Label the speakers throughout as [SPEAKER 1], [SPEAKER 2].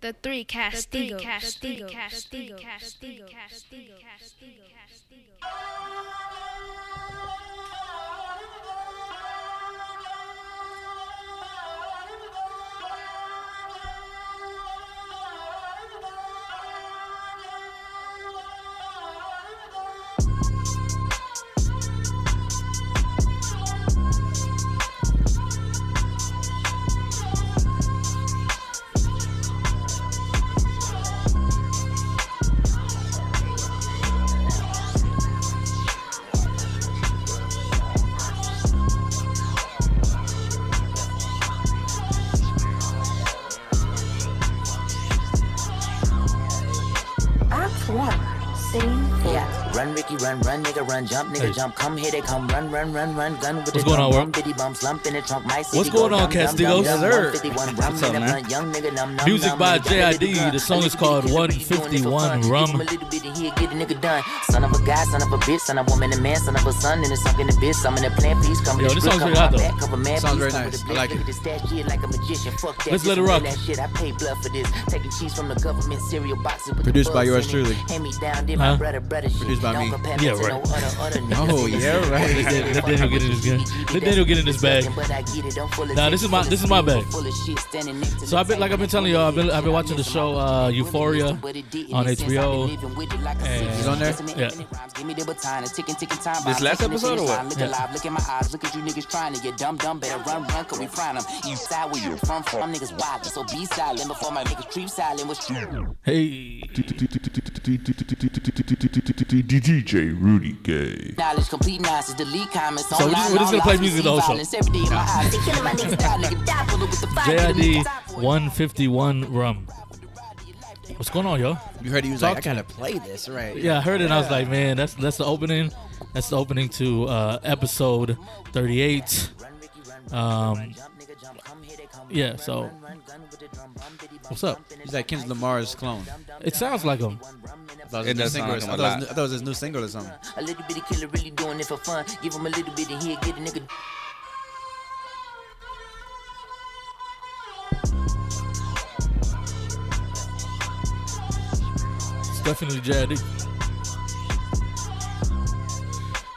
[SPEAKER 1] The three Castigo.
[SPEAKER 2] Castigo, Castigo, Castigo,
[SPEAKER 1] Castigo.
[SPEAKER 2] Castigo, Castigo, Castigo, Castigo.
[SPEAKER 3] Act one, scene four.
[SPEAKER 4] Run, Ricky, run, run, nigga, run, jump, nigga,
[SPEAKER 5] Hey.
[SPEAKER 4] jump, come, here they come, run, run, run, run, gun with
[SPEAKER 5] What's
[SPEAKER 4] the
[SPEAKER 5] going
[SPEAKER 4] drum,
[SPEAKER 5] on,
[SPEAKER 4] rum,
[SPEAKER 5] world?
[SPEAKER 4] diddy bumps, lump in the trunk, my city
[SPEAKER 5] What's going
[SPEAKER 4] go
[SPEAKER 5] on,
[SPEAKER 4] dumb, dumb,
[SPEAKER 5] Castigos?
[SPEAKER 4] dumb,
[SPEAKER 5] Sir.
[SPEAKER 4] 151, rum,
[SPEAKER 5] What's up,
[SPEAKER 4] nigga,
[SPEAKER 5] man?
[SPEAKER 4] run, young nigga, num, num,
[SPEAKER 5] Music
[SPEAKER 4] num, nigga,
[SPEAKER 5] by
[SPEAKER 4] got a
[SPEAKER 5] JID.
[SPEAKER 4] little
[SPEAKER 5] The
[SPEAKER 4] gun. A
[SPEAKER 5] song is
[SPEAKER 4] little
[SPEAKER 5] called
[SPEAKER 4] bitty bitty bitty doing it for
[SPEAKER 5] 151
[SPEAKER 4] fun. Give
[SPEAKER 5] Rum.
[SPEAKER 4] him a little bit and he'll get a nigga done. Son of a guy, son of a bitch, son of a woman, a man, son of a son, and a sunk in the bitch. I'm in a plan, please come in
[SPEAKER 5] Yo,
[SPEAKER 4] the
[SPEAKER 5] this
[SPEAKER 4] script,
[SPEAKER 5] song's
[SPEAKER 4] come
[SPEAKER 5] really
[SPEAKER 4] on
[SPEAKER 5] hot, though.
[SPEAKER 4] back, cover man,
[SPEAKER 6] Sounds
[SPEAKER 4] please
[SPEAKER 6] very
[SPEAKER 4] come
[SPEAKER 6] nice. I
[SPEAKER 4] with a
[SPEAKER 6] like
[SPEAKER 4] blitz. Look
[SPEAKER 6] it.
[SPEAKER 4] at this stash, yeah, like a magician. Fuck that,
[SPEAKER 5] Let's
[SPEAKER 4] just
[SPEAKER 5] let it
[SPEAKER 4] real
[SPEAKER 5] rock.
[SPEAKER 4] ass shit. I pay blood for this. Taking cheese from the government cereal boxes with
[SPEAKER 6] Produced
[SPEAKER 4] the
[SPEAKER 6] by
[SPEAKER 4] bugs
[SPEAKER 6] yours
[SPEAKER 4] in it.
[SPEAKER 6] truly.
[SPEAKER 4] Hand me down, did
[SPEAKER 5] Huh?
[SPEAKER 4] my brother, brother shit.
[SPEAKER 6] Produced by
[SPEAKER 4] Don't
[SPEAKER 6] me.
[SPEAKER 4] compare
[SPEAKER 5] Yeah,
[SPEAKER 4] to no
[SPEAKER 5] right.
[SPEAKER 4] other, other niggas.
[SPEAKER 6] Oh, yeah, right.
[SPEAKER 4] Fuck
[SPEAKER 5] Let- let
[SPEAKER 4] with
[SPEAKER 5] Daniel get in
[SPEAKER 4] you,
[SPEAKER 5] his gun.
[SPEAKER 4] GGG,
[SPEAKER 5] Let Daniel get in his bag.
[SPEAKER 4] but I get it, I'm full of
[SPEAKER 5] Nah,
[SPEAKER 4] dick,
[SPEAKER 5] this is my-
[SPEAKER 4] full of
[SPEAKER 5] this is my
[SPEAKER 4] spit,
[SPEAKER 5] bag.
[SPEAKER 4] full of shit, standing next to
[SPEAKER 5] So I've been like I've been telling y'all, I've been I've been watching the show uh, Euphoria on HBO. and-
[SPEAKER 6] Is on there?
[SPEAKER 5] Yeah.
[SPEAKER 4] This
[SPEAKER 7] This last episode or what?
[SPEAKER 4] Look
[SPEAKER 5] Yeah.
[SPEAKER 4] alive, look at my eyes, look at you niggas trying to get dumb dumb. Better run, run, cause we frying them. East side where you from, from niggas wild. So be silent before my niggas treat silent. What's true?
[SPEAKER 5] Hey,
[SPEAKER 8] DJ Rudy Gay.
[SPEAKER 4] Knowledge, complete nonsense, delete comments.
[SPEAKER 5] So we're just- we're just gonna play music the whole show. JID 151 Rum. What's going on, yo?
[SPEAKER 6] You heard he was like, I
[SPEAKER 5] Talk to
[SPEAKER 6] gotta play this, right?
[SPEAKER 5] Yeah, I heard it. and I was like, man, that's that's the opening. That's the opening to uh, episode 38. Um, yeah. So what's up?
[SPEAKER 6] He's like Kim Lamar's clone.
[SPEAKER 5] It sounds like him.
[SPEAKER 6] I thought it was,
[SPEAKER 7] It
[SPEAKER 6] a new
[SPEAKER 7] does
[SPEAKER 6] single or
[SPEAKER 7] sound
[SPEAKER 6] something.
[SPEAKER 7] like him a
[SPEAKER 6] I thought it was,
[SPEAKER 7] lot.
[SPEAKER 6] I thought it was his new single or something.
[SPEAKER 4] A little bitty killer really doing it for fun. Give him a little bit and he'll get a nigga.
[SPEAKER 5] It's definitely JID.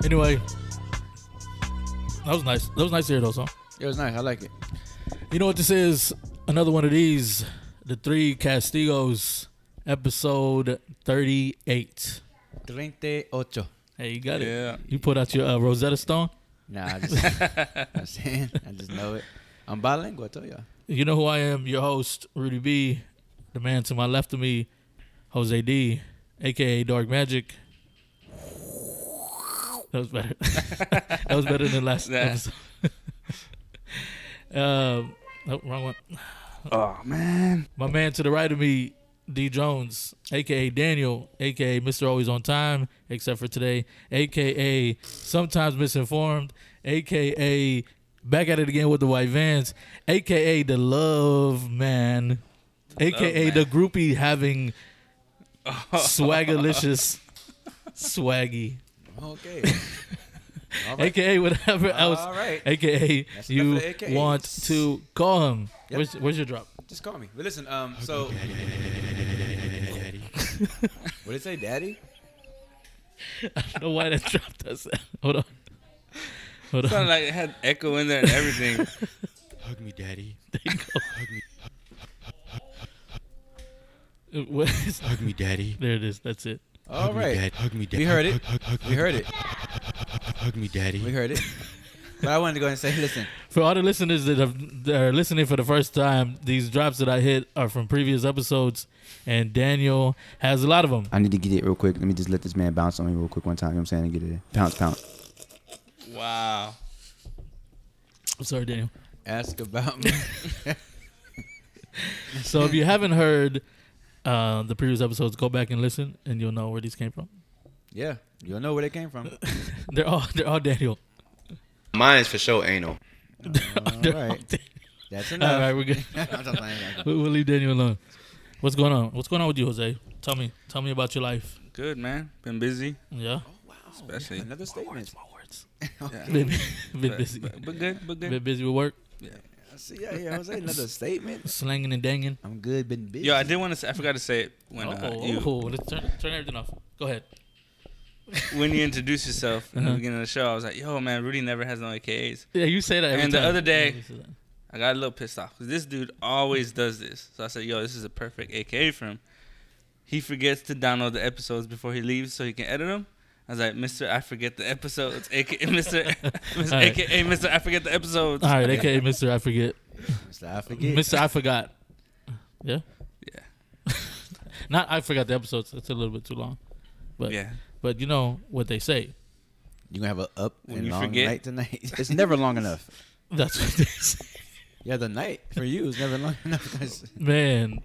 [SPEAKER 5] Anyway, that was nice. That was nice to hear, though, son.
[SPEAKER 6] It was nice. I like it.
[SPEAKER 5] You know what this is? Another one of these. The Three Castigos, episode 38.
[SPEAKER 6] 38.
[SPEAKER 5] Hey, you got it.
[SPEAKER 7] Yeah.
[SPEAKER 5] You pulled out your uh, Rosetta Stone.
[SPEAKER 6] Nah, I just, I'm saying, I just know it. I'm bilingual, I tell ya.
[SPEAKER 5] You know who I am, your host, Rudy B. The man to my left of me, Jose D, aka Dark Magic. That was better. that was better than last
[SPEAKER 7] Nah.
[SPEAKER 5] episode. um, oh, wrong one.
[SPEAKER 7] Oh man.
[SPEAKER 5] My man to the right of me, D Jones, aka Daniel, aka Mr. Always on Time, except for today, aka Sometimes Misinformed, aka Back at it again with the White Vans, aka the Love Man, aka
[SPEAKER 7] Love
[SPEAKER 5] the groupie having swaggalicious swaggy,
[SPEAKER 6] Okay.
[SPEAKER 5] aka whatever else,
[SPEAKER 6] All right.
[SPEAKER 5] aka
[SPEAKER 6] That's
[SPEAKER 5] you
[SPEAKER 6] enough of the AKAs.
[SPEAKER 5] want to call him.
[SPEAKER 6] Yep.
[SPEAKER 5] Where's, where's your drop?
[SPEAKER 6] Just call me. But listen, um, so. what did it say, Daddy?
[SPEAKER 5] I don't know why that dropped us. Hold on. Hold
[SPEAKER 7] Sounded
[SPEAKER 5] on.
[SPEAKER 7] like it had echo in there and everything.
[SPEAKER 6] Hug me, Daddy.
[SPEAKER 5] It was-
[SPEAKER 6] Hug me, Daddy.
[SPEAKER 5] there it is. That's it.
[SPEAKER 6] All right.
[SPEAKER 9] Hug me,
[SPEAKER 6] We
[SPEAKER 9] daddy.
[SPEAKER 6] heard it. We heard it.
[SPEAKER 9] Hug me,
[SPEAKER 6] We
[SPEAKER 9] daddy.
[SPEAKER 6] heard it. But I wanted to go ahead and say, hey, listen,
[SPEAKER 5] For all the listeners that, have, that are listening for the first time, these drops that I hit are from previous episodes, and Daniel has a lot of them.
[SPEAKER 10] I need to get it real quick. Let me just let this man bounce on me real quick one time. You know what I'm saying? And get it. in. Pounce, pounce.
[SPEAKER 7] wow.
[SPEAKER 5] I'm sorry, Daniel.
[SPEAKER 6] ask about me.
[SPEAKER 5] So if you haven't heard uh, the previous episodes, go back and listen, and you'll know where these came from.
[SPEAKER 6] yeah, you'll know where they came from.
[SPEAKER 5] They're all they're all Daniel.
[SPEAKER 9] Mine is for sure anal.
[SPEAKER 5] They're all
[SPEAKER 6] right.
[SPEAKER 5] Daniel.
[SPEAKER 6] That's
[SPEAKER 5] all right,
[SPEAKER 6] enough.
[SPEAKER 5] we're good.
[SPEAKER 6] I'm just playing.
[SPEAKER 5] We- We'll leave Daniel alone. What's going on? What's going on with you, Jose? Tell me. Tell me about your life.
[SPEAKER 7] Good man. Been busy.
[SPEAKER 5] Yeah.
[SPEAKER 7] Especially.
[SPEAKER 6] Another statement.
[SPEAKER 5] Been, been busy.
[SPEAKER 7] But, but good. But good.
[SPEAKER 5] Been busy with work.
[SPEAKER 7] Yeah.
[SPEAKER 6] I see out here. I was saying another statement.
[SPEAKER 5] slanging and danging.
[SPEAKER 6] I'm good, been busy.
[SPEAKER 7] Yo, I did want to say, I forgot to say it when uh,
[SPEAKER 5] Oh,
[SPEAKER 7] you
[SPEAKER 5] oh, let's turn, turn everything off. Go ahead.
[SPEAKER 7] when you introduced yourself in the
[SPEAKER 5] Uh-huh.
[SPEAKER 7] beginning of the show. I was like, yo, man, Rudy never has no AKAs.
[SPEAKER 5] Yeah, you say that. every
[SPEAKER 7] And the
[SPEAKER 5] time.
[SPEAKER 7] other day-
[SPEAKER 5] You say that.
[SPEAKER 7] I got a little pissed off 'cause this dude always does this. So I said, yo, this is a perfect AKA for him. He forgets to download the episodes before he leaves so he can edit them. I was like, Mister, I forget the episodes. AKA Mister, Mister,
[SPEAKER 5] All right.
[SPEAKER 7] AKA Mister, I forget the episodes.
[SPEAKER 5] all right, aka Mister, I forget.
[SPEAKER 6] Mr. I forget.
[SPEAKER 5] Mister, I forgot. Yeah.
[SPEAKER 7] Yeah.
[SPEAKER 5] Not I forgot the episodes. That's a little bit too long. But
[SPEAKER 7] Yeah.
[SPEAKER 5] but you know what they say.
[SPEAKER 6] You gonna have a up
[SPEAKER 7] When
[SPEAKER 6] and
[SPEAKER 7] you
[SPEAKER 6] long
[SPEAKER 7] forget-
[SPEAKER 6] night tonight.
[SPEAKER 10] It's never long enough.
[SPEAKER 5] That's what they say.
[SPEAKER 6] yeah, the night for you is never long enough. 'cause-
[SPEAKER 5] Man,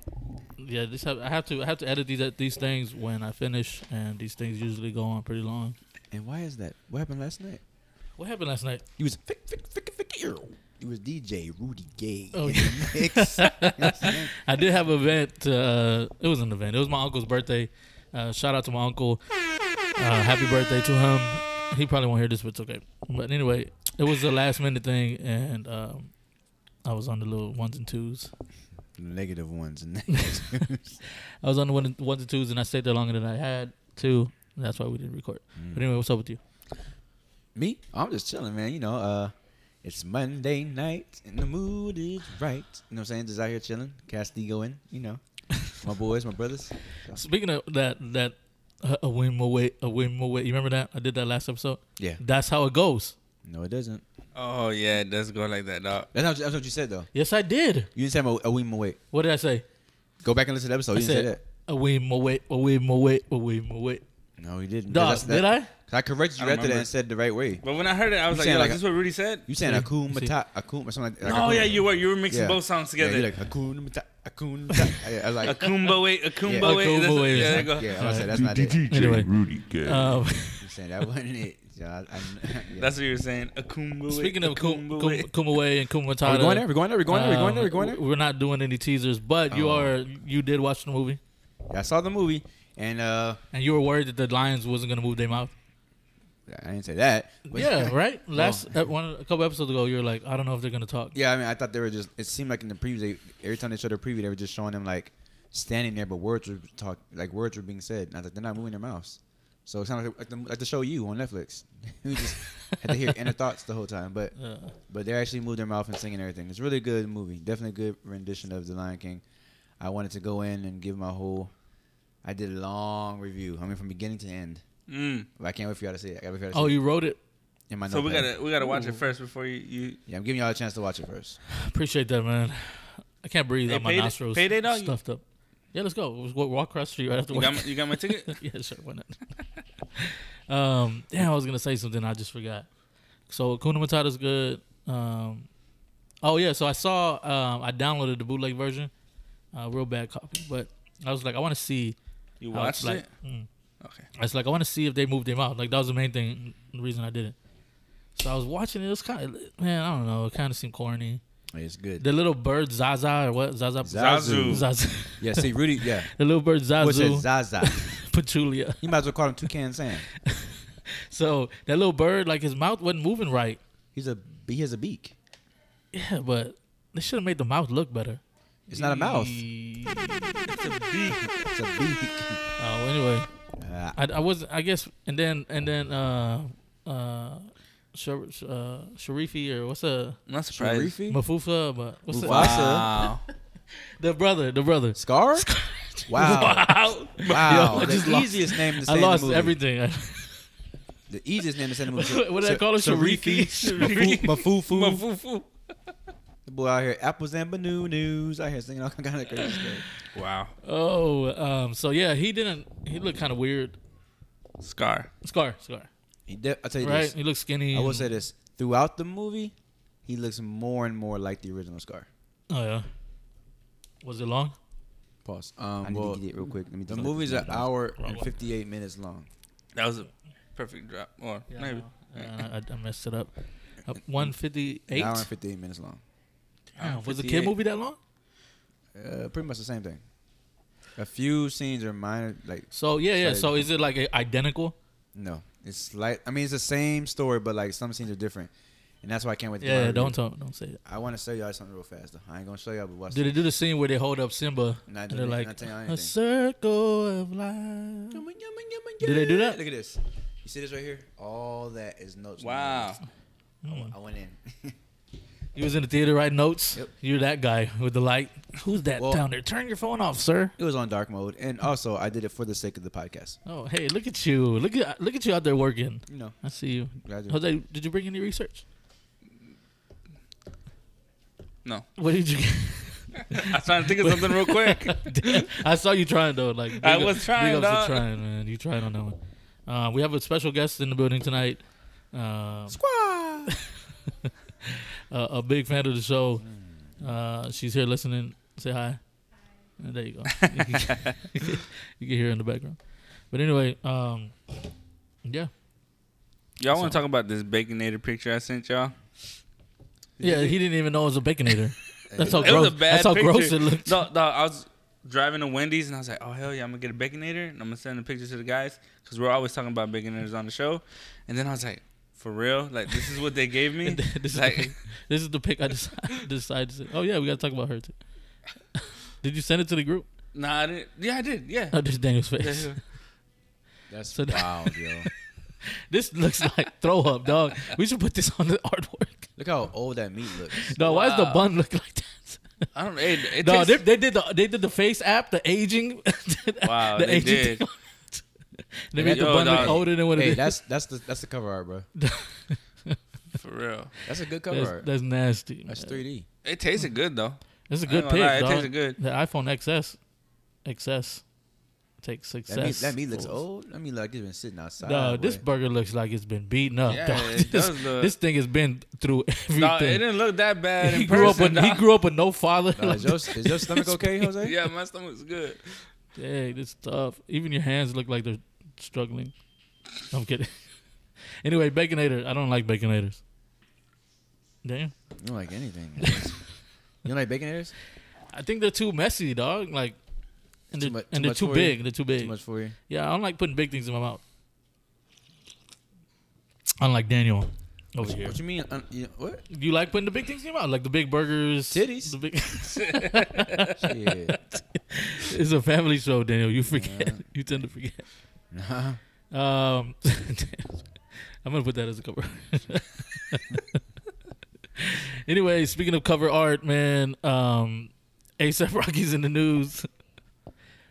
[SPEAKER 5] yeah, this have, I have to I have to edit these these things when I finish, and these things usually go on pretty long.
[SPEAKER 6] and why is that? What happened last night?
[SPEAKER 5] What happened last night?
[SPEAKER 6] You was fick fick fick fick you. You was DJ Rudy Gay.
[SPEAKER 5] Oh,
[SPEAKER 6] in the mix.
[SPEAKER 5] I did have an event. Uh, it was an event. It was my uncle's birthday. Uh, shout out to my uncle. Uh, happy birthday to him. He probably won't hear this, but it's okay. But anyway, it was a last minute thing, and um, I was on the little ones and twos.
[SPEAKER 6] Negative ones and negatives.
[SPEAKER 5] I was on the one, ones and twos, and I stayed there longer than I had to. and That's why we didn't record. But anyway, what's up with you?
[SPEAKER 6] Me? I'm just chilling, man. You know, uh, it's Monday night and the mood is right. You know what I'm saying? Just out here chilling. Castigo in, you know. My boys, my brothers.
[SPEAKER 5] Speaking of that, that uh, a win more way, a win more way. You remember that? I did that last episode.
[SPEAKER 6] Yeah.
[SPEAKER 5] That's how it goes.
[SPEAKER 6] No, it doesn't.
[SPEAKER 7] Oh yeah, it does go like that, dog.
[SPEAKER 6] That's, not, that's what you said, though.
[SPEAKER 5] Yes, I did.
[SPEAKER 6] You didn't say my, a win away.
[SPEAKER 5] What did I say?
[SPEAKER 6] Go back and listen to the episode.
[SPEAKER 5] I
[SPEAKER 6] Oh, You didn't
[SPEAKER 5] said,
[SPEAKER 6] say
[SPEAKER 5] a win more way, a win more way, a win more way.
[SPEAKER 6] that. No, you didn't. 'Cause
[SPEAKER 5] Dog,
[SPEAKER 6] that's-
[SPEAKER 5] did I?
[SPEAKER 6] 'cause I corrected you
[SPEAKER 7] I
[SPEAKER 6] after that
[SPEAKER 7] remember.
[SPEAKER 6] and said the right way.
[SPEAKER 7] But when I heard it, I was
[SPEAKER 6] You
[SPEAKER 7] like,
[SPEAKER 6] saying
[SPEAKER 7] yo,
[SPEAKER 6] like
[SPEAKER 7] is
[SPEAKER 6] a-
[SPEAKER 7] this what Rudy said?
[SPEAKER 6] You saying
[SPEAKER 5] See?
[SPEAKER 6] Akum
[SPEAKER 5] See?
[SPEAKER 6] Mata, Akum, or something like that.
[SPEAKER 7] Oh yeah, you were. You were mixing
[SPEAKER 6] Yeah.
[SPEAKER 7] both songs
[SPEAKER 6] Yeah,
[SPEAKER 7] together.
[SPEAKER 6] you're like Akum Mata, Akum Mata. I, I like,
[SPEAKER 7] Akumba way,
[SPEAKER 6] Yeah.
[SPEAKER 7] Akumba way.
[SPEAKER 5] Akumba
[SPEAKER 7] that's- Yeah, there
[SPEAKER 5] way.
[SPEAKER 7] you go.
[SPEAKER 6] yeah, I was like, that's not it.
[SPEAKER 8] DJ
[SPEAKER 5] Anyway.
[SPEAKER 8] Rudy Gay.
[SPEAKER 5] Um,
[SPEAKER 6] You saying that wasn't it. So I, I, yeah.
[SPEAKER 7] That's what you were saying. Akumba way.
[SPEAKER 5] speaking of Kum-
[SPEAKER 7] Akumba
[SPEAKER 5] Kum- Kumaway
[SPEAKER 7] way.
[SPEAKER 5] and Kumatada,
[SPEAKER 6] Are we going there? We're going there. We're going there. We're going there. We're going
[SPEAKER 5] um,
[SPEAKER 6] there.
[SPEAKER 5] We're not doing any teasers, but you
[SPEAKER 6] Oh.
[SPEAKER 5] are you did watch the movie,
[SPEAKER 6] I saw the movie, and uh,
[SPEAKER 5] and you were worried that the lions wasn't gonna move their mouth.
[SPEAKER 6] I didn't say that. but-
[SPEAKER 5] yeah, right. Last uh, one, a couple episodes ago, you were like, I don't know if they're gonna talk.
[SPEAKER 6] Yeah, I mean, I thought they were just. It seemed like in the previews, they, every time they showed their preview, they were just showing them like standing there, but words were talk, like words were being said. And I was like, they're not moving their mouths. So it sounded like, like, the, like the show you on Netflix. we just had to hear inner thoughts the whole time, but
[SPEAKER 5] Uh,
[SPEAKER 6] but they actually moved their mouth and singing everything. It's a really good movie. Definitely good rendition of The Lion King. I wanted to go in and give my whole. I did a long review. I mean, from beginning to end.
[SPEAKER 7] Mm.
[SPEAKER 6] But I can't wait for y'all to see it. I gotta wait for y'all to see
[SPEAKER 5] oh,
[SPEAKER 6] it
[SPEAKER 5] you wrote it.
[SPEAKER 6] in my
[SPEAKER 7] So we
[SPEAKER 6] notepad.
[SPEAKER 7] gotta we gotta watch it first before you. you
[SPEAKER 6] Yeah, I'm giving y'all a chance to watch it first.
[SPEAKER 5] Appreciate that, man. I can't breathe
[SPEAKER 7] Hey,
[SPEAKER 5] out my
[SPEAKER 7] payday-
[SPEAKER 5] nostrils
[SPEAKER 7] payday dog, you-
[SPEAKER 5] stuffed up. Yeah, let's go. Let's walk walk across the street right after.
[SPEAKER 7] you, got
[SPEAKER 5] work.
[SPEAKER 7] my, you got my ticket.
[SPEAKER 5] yeah, sure. Why not? um, damn, I was gonna say something, I just forgot. So Kuna Matata's good. Um, oh yeah, so I saw. Um, I downloaded the bootleg version, uh, real bad copy, but I was like, I want to see.
[SPEAKER 7] You
[SPEAKER 5] how it's
[SPEAKER 7] watched
[SPEAKER 5] like.
[SPEAKER 7] it.
[SPEAKER 5] Mm.
[SPEAKER 7] Okay.
[SPEAKER 5] I was like, I want to see if they moved him out. Like that was the main thing, the reason I did it. So I was watching it. It was kind of man, I don't know. It kind of seemed corny.
[SPEAKER 6] It's good.
[SPEAKER 5] The little bird Zaza or what Zaza
[SPEAKER 6] Zazu.
[SPEAKER 5] Zazu.
[SPEAKER 6] Yeah, see, Rudy, yeah.
[SPEAKER 5] the little bird
[SPEAKER 6] What's that?
[SPEAKER 5] Zazu
[SPEAKER 6] Zaza.
[SPEAKER 5] Pachulia.
[SPEAKER 6] You might as well call him Toucan Sam.
[SPEAKER 5] So that little bird, like his mouth wasn't moving right.
[SPEAKER 6] He's a he has a beak.
[SPEAKER 5] Yeah, but they should have made the mouth look better.
[SPEAKER 6] It's not a mouth. It's a beak.
[SPEAKER 5] Oh, anyway,
[SPEAKER 6] Ah.
[SPEAKER 5] I, I was I guess and then and then uh uh, Shar- uh Sharifi or what's a
[SPEAKER 7] I'm not surprised.
[SPEAKER 5] Mafufa, but what's the,
[SPEAKER 6] Mufasa.
[SPEAKER 5] the brother, the brother.
[SPEAKER 6] Scar? Wow.
[SPEAKER 5] Wow,
[SPEAKER 6] Wow.
[SPEAKER 5] Yo, I
[SPEAKER 6] the
[SPEAKER 5] just lost-
[SPEAKER 6] easiest name to say
[SPEAKER 5] I lost
[SPEAKER 6] in the movie.
[SPEAKER 5] everything.
[SPEAKER 6] The easiest name to say in the movie.
[SPEAKER 5] what did I call her? Sharifi?
[SPEAKER 6] Sharifi. Mafu- Mafufu.
[SPEAKER 7] Mafufu.
[SPEAKER 6] The boy out here, apples and bananas. I hear singing all kind of crazy stuff.
[SPEAKER 7] Wow.
[SPEAKER 5] oh, um, so yeah, he didn't. He looked kind of weird.
[SPEAKER 7] Scar.
[SPEAKER 5] Scar, scar,
[SPEAKER 6] He de- I'll tell you
[SPEAKER 5] right?
[SPEAKER 6] this.
[SPEAKER 5] He looked skinny.
[SPEAKER 6] I will
[SPEAKER 5] and-
[SPEAKER 6] say this. Throughout the movie, he looks more and more like the original Scar.
[SPEAKER 5] Oh yeah. Was it long?
[SPEAKER 6] Pause. Um,
[SPEAKER 10] I need
[SPEAKER 6] well,
[SPEAKER 10] to get it real quick. Let me
[SPEAKER 6] The
[SPEAKER 10] just-
[SPEAKER 6] movie's an hour
[SPEAKER 5] Wrong
[SPEAKER 6] and
[SPEAKER 5] one.
[SPEAKER 6] 58 minutes long.
[SPEAKER 7] That was a perfect drop. Or maybe.
[SPEAKER 5] I, know. I, I messed it up. Uh, One fifty eight.
[SPEAKER 6] An hour and 58 minutes long.
[SPEAKER 5] Damn, was the
[SPEAKER 7] 58.
[SPEAKER 5] kid movie that long?
[SPEAKER 6] Uh, pretty much the same thing. A few scenes are minor, like
[SPEAKER 5] So yeah, yeah.
[SPEAKER 6] Sorry.
[SPEAKER 5] So is it like a, identical?
[SPEAKER 6] no, it's like I mean it's the same story, but like some scenes are different. and that's why I can't wait. To do my
[SPEAKER 5] Yeah,
[SPEAKER 6] review.
[SPEAKER 5] don't talk, don't say it.
[SPEAKER 6] I want to show y'all something real fast. Though. I ain't gonna show y'all, but watch.
[SPEAKER 5] Did they do the scene where they hold up Simba
[SPEAKER 6] Nah,
[SPEAKER 5] and
[SPEAKER 6] they
[SPEAKER 5] they're
[SPEAKER 6] didn't.
[SPEAKER 5] like
[SPEAKER 6] Not telling you
[SPEAKER 5] a
[SPEAKER 6] anything."
[SPEAKER 5] circle of life?
[SPEAKER 6] Did
[SPEAKER 5] Did they do that?
[SPEAKER 6] Look at this. You see this right here? All that is notes.
[SPEAKER 7] Wow.
[SPEAKER 6] I went- I went in.
[SPEAKER 5] You was in the theater writing notes.
[SPEAKER 6] Yep.
[SPEAKER 5] You're that guy with the light. Who's that
[SPEAKER 6] Well-
[SPEAKER 5] down there? Turn your phone off, sir.
[SPEAKER 6] it was on dark mode, and also I did it for the sake of the podcast.
[SPEAKER 5] Oh, hey, look at you. Look at look at you out there working.
[SPEAKER 6] You know,
[SPEAKER 5] I see you.
[SPEAKER 6] Yeah, I do.
[SPEAKER 5] Jose, did you bring any research?
[SPEAKER 7] No.
[SPEAKER 5] What did you
[SPEAKER 7] I was trying to think of something real quick.
[SPEAKER 5] get? I saw you trying though. Like
[SPEAKER 7] I
[SPEAKER 5] big
[SPEAKER 7] was
[SPEAKER 5] up-
[SPEAKER 7] trying,
[SPEAKER 5] Big ups
[SPEAKER 7] dog.
[SPEAKER 5] for trying, man. You trying on that one. Uh, we have a special guest in the building tonight. Um,
[SPEAKER 6] squad.
[SPEAKER 5] a, a big fan of the show. Uh, she's here listening. Say hi. And there you go. you can hear her in the background. But anyway, um, yeah,
[SPEAKER 7] Y'all want to talk about this baconator picture I sent y'all?
[SPEAKER 5] yeah. He didn't even know it was a baconator. That's how
[SPEAKER 7] It
[SPEAKER 5] gross.
[SPEAKER 7] was a bad
[SPEAKER 5] that's how
[SPEAKER 7] picture.
[SPEAKER 5] gross it looked.
[SPEAKER 7] No, no, I was driving to Wendy's and I was like, oh hell yeah, I'm gonna get a baconator and I'm gonna send the picture to the guys because we're always talking about baconators on the show. And then I was like, for real, like this is what they gave me.
[SPEAKER 5] And then this, is the
[SPEAKER 7] like,
[SPEAKER 5] pic, this is the pic I decided, decided to say. Oh yeah, we gotta talk about her too. Did you send it to the group?
[SPEAKER 7] nah, I didn't. Yeah, I did. Yeah.
[SPEAKER 5] Oh, there's Daniel's face.
[SPEAKER 7] Yeah.
[SPEAKER 6] That's
[SPEAKER 5] So-
[SPEAKER 6] wild, yo.
[SPEAKER 5] this looks like throw up, dog. We should put this on the artwork.
[SPEAKER 6] Look how old that meat looks.
[SPEAKER 5] No, why does the
[SPEAKER 7] Wow.
[SPEAKER 5] bun look like that?
[SPEAKER 7] I don't. It, it
[SPEAKER 5] No,
[SPEAKER 7] takes-
[SPEAKER 5] they, they did the they did the face app, the aging.
[SPEAKER 7] Wow, they did.
[SPEAKER 5] thing. they made the
[SPEAKER 7] Yo,
[SPEAKER 5] bun look
[SPEAKER 7] dog.
[SPEAKER 5] older than what
[SPEAKER 6] Hey,
[SPEAKER 5] it is.
[SPEAKER 6] that's that's the that's the cover art, bro.
[SPEAKER 7] for real.
[SPEAKER 6] That's a good cover
[SPEAKER 5] That's,
[SPEAKER 6] art.
[SPEAKER 5] that's nasty.
[SPEAKER 6] That's
[SPEAKER 5] man.
[SPEAKER 6] 3D.
[SPEAKER 7] It tasted good though.
[SPEAKER 5] That's a
[SPEAKER 7] I
[SPEAKER 5] good
[SPEAKER 7] ain't
[SPEAKER 5] pick,
[SPEAKER 7] gonna lie, it
[SPEAKER 5] dog.
[SPEAKER 7] tasted good.
[SPEAKER 5] The iPhone XS, XS, takes success.
[SPEAKER 6] That meat, that meat looks
[SPEAKER 5] fools.
[SPEAKER 6] old. That meat like it's been sitting outside.
[SPEAKER 5] No, this
[SPEAKER 6] boy.
[SPEAKER 5] burger looks like it's been beaten up.
[SPEAKER 7] Yeah,
[SPEAKER 5] dog.
[SPEAKER 7] it
[SPEAKER 5] this,
[SPEAKER 7] does look-
[SPEAKER 5] this thing has been through everything.
[SPEAKER 7] No, it didn't look that bad.
[SPEAKER 5] he
[SPEAKER 7] in
[SPEAKER 5] grew
[SPEAKER 7] person,
[SPEAKER 5] up with he
[SPEAKER 7] dawg.
[SPEAKER 5] grew up with no father.
[SPEAKER 6] Nah, is, your, is your stomach okay, Jose?
[SPEAKER 7] Yeah, my stomach's good.
[SPEAKER 5] Dang, this tough. Even your hands look like they're struggling. I'm kidding. anyway, baconator. I don't like baconators. Damn.
[SPEAKER 6] You don't like anything. man. you don't like baconators?
[SPEAKER 5] I think they're too messy, dog. Like, and they're
[SPEAKER 6] Too mu- too
[SPEAKER 5] and they're
[SPEAKER 6] much
[SPEAKER 5] too
[SPEAKER 6] for
[SPEAKER 5] big.
[SPEAKER 6] you?
[SPEAKER 5] They're too
[SPEAKER 6] Too
[SPEAKER 5] big.
[SPEAKER 6] much for you.
[SPEAKER 5] Yeah, I don't like putting big things in my mouth. Unlike Daniel over here.
[SPEAKER 6] What you mean? Um, you what?
[SPEAKER 5] You like putting the big things in your mouth, like the big burgers,
[SPEAKER 6] Titties.
[SPEAKER 5] The big
[SPEAKER 6] Shit.
[SPEAKER 5] it's a family show, Daniel. You forget. You tend to forget.
[SPEAKER 6] Nah.
[SPEAKER 5] Um, I'm gonna put that as a cover. anyway, speaking of cover art, man, um, ASAP Rocky's in the news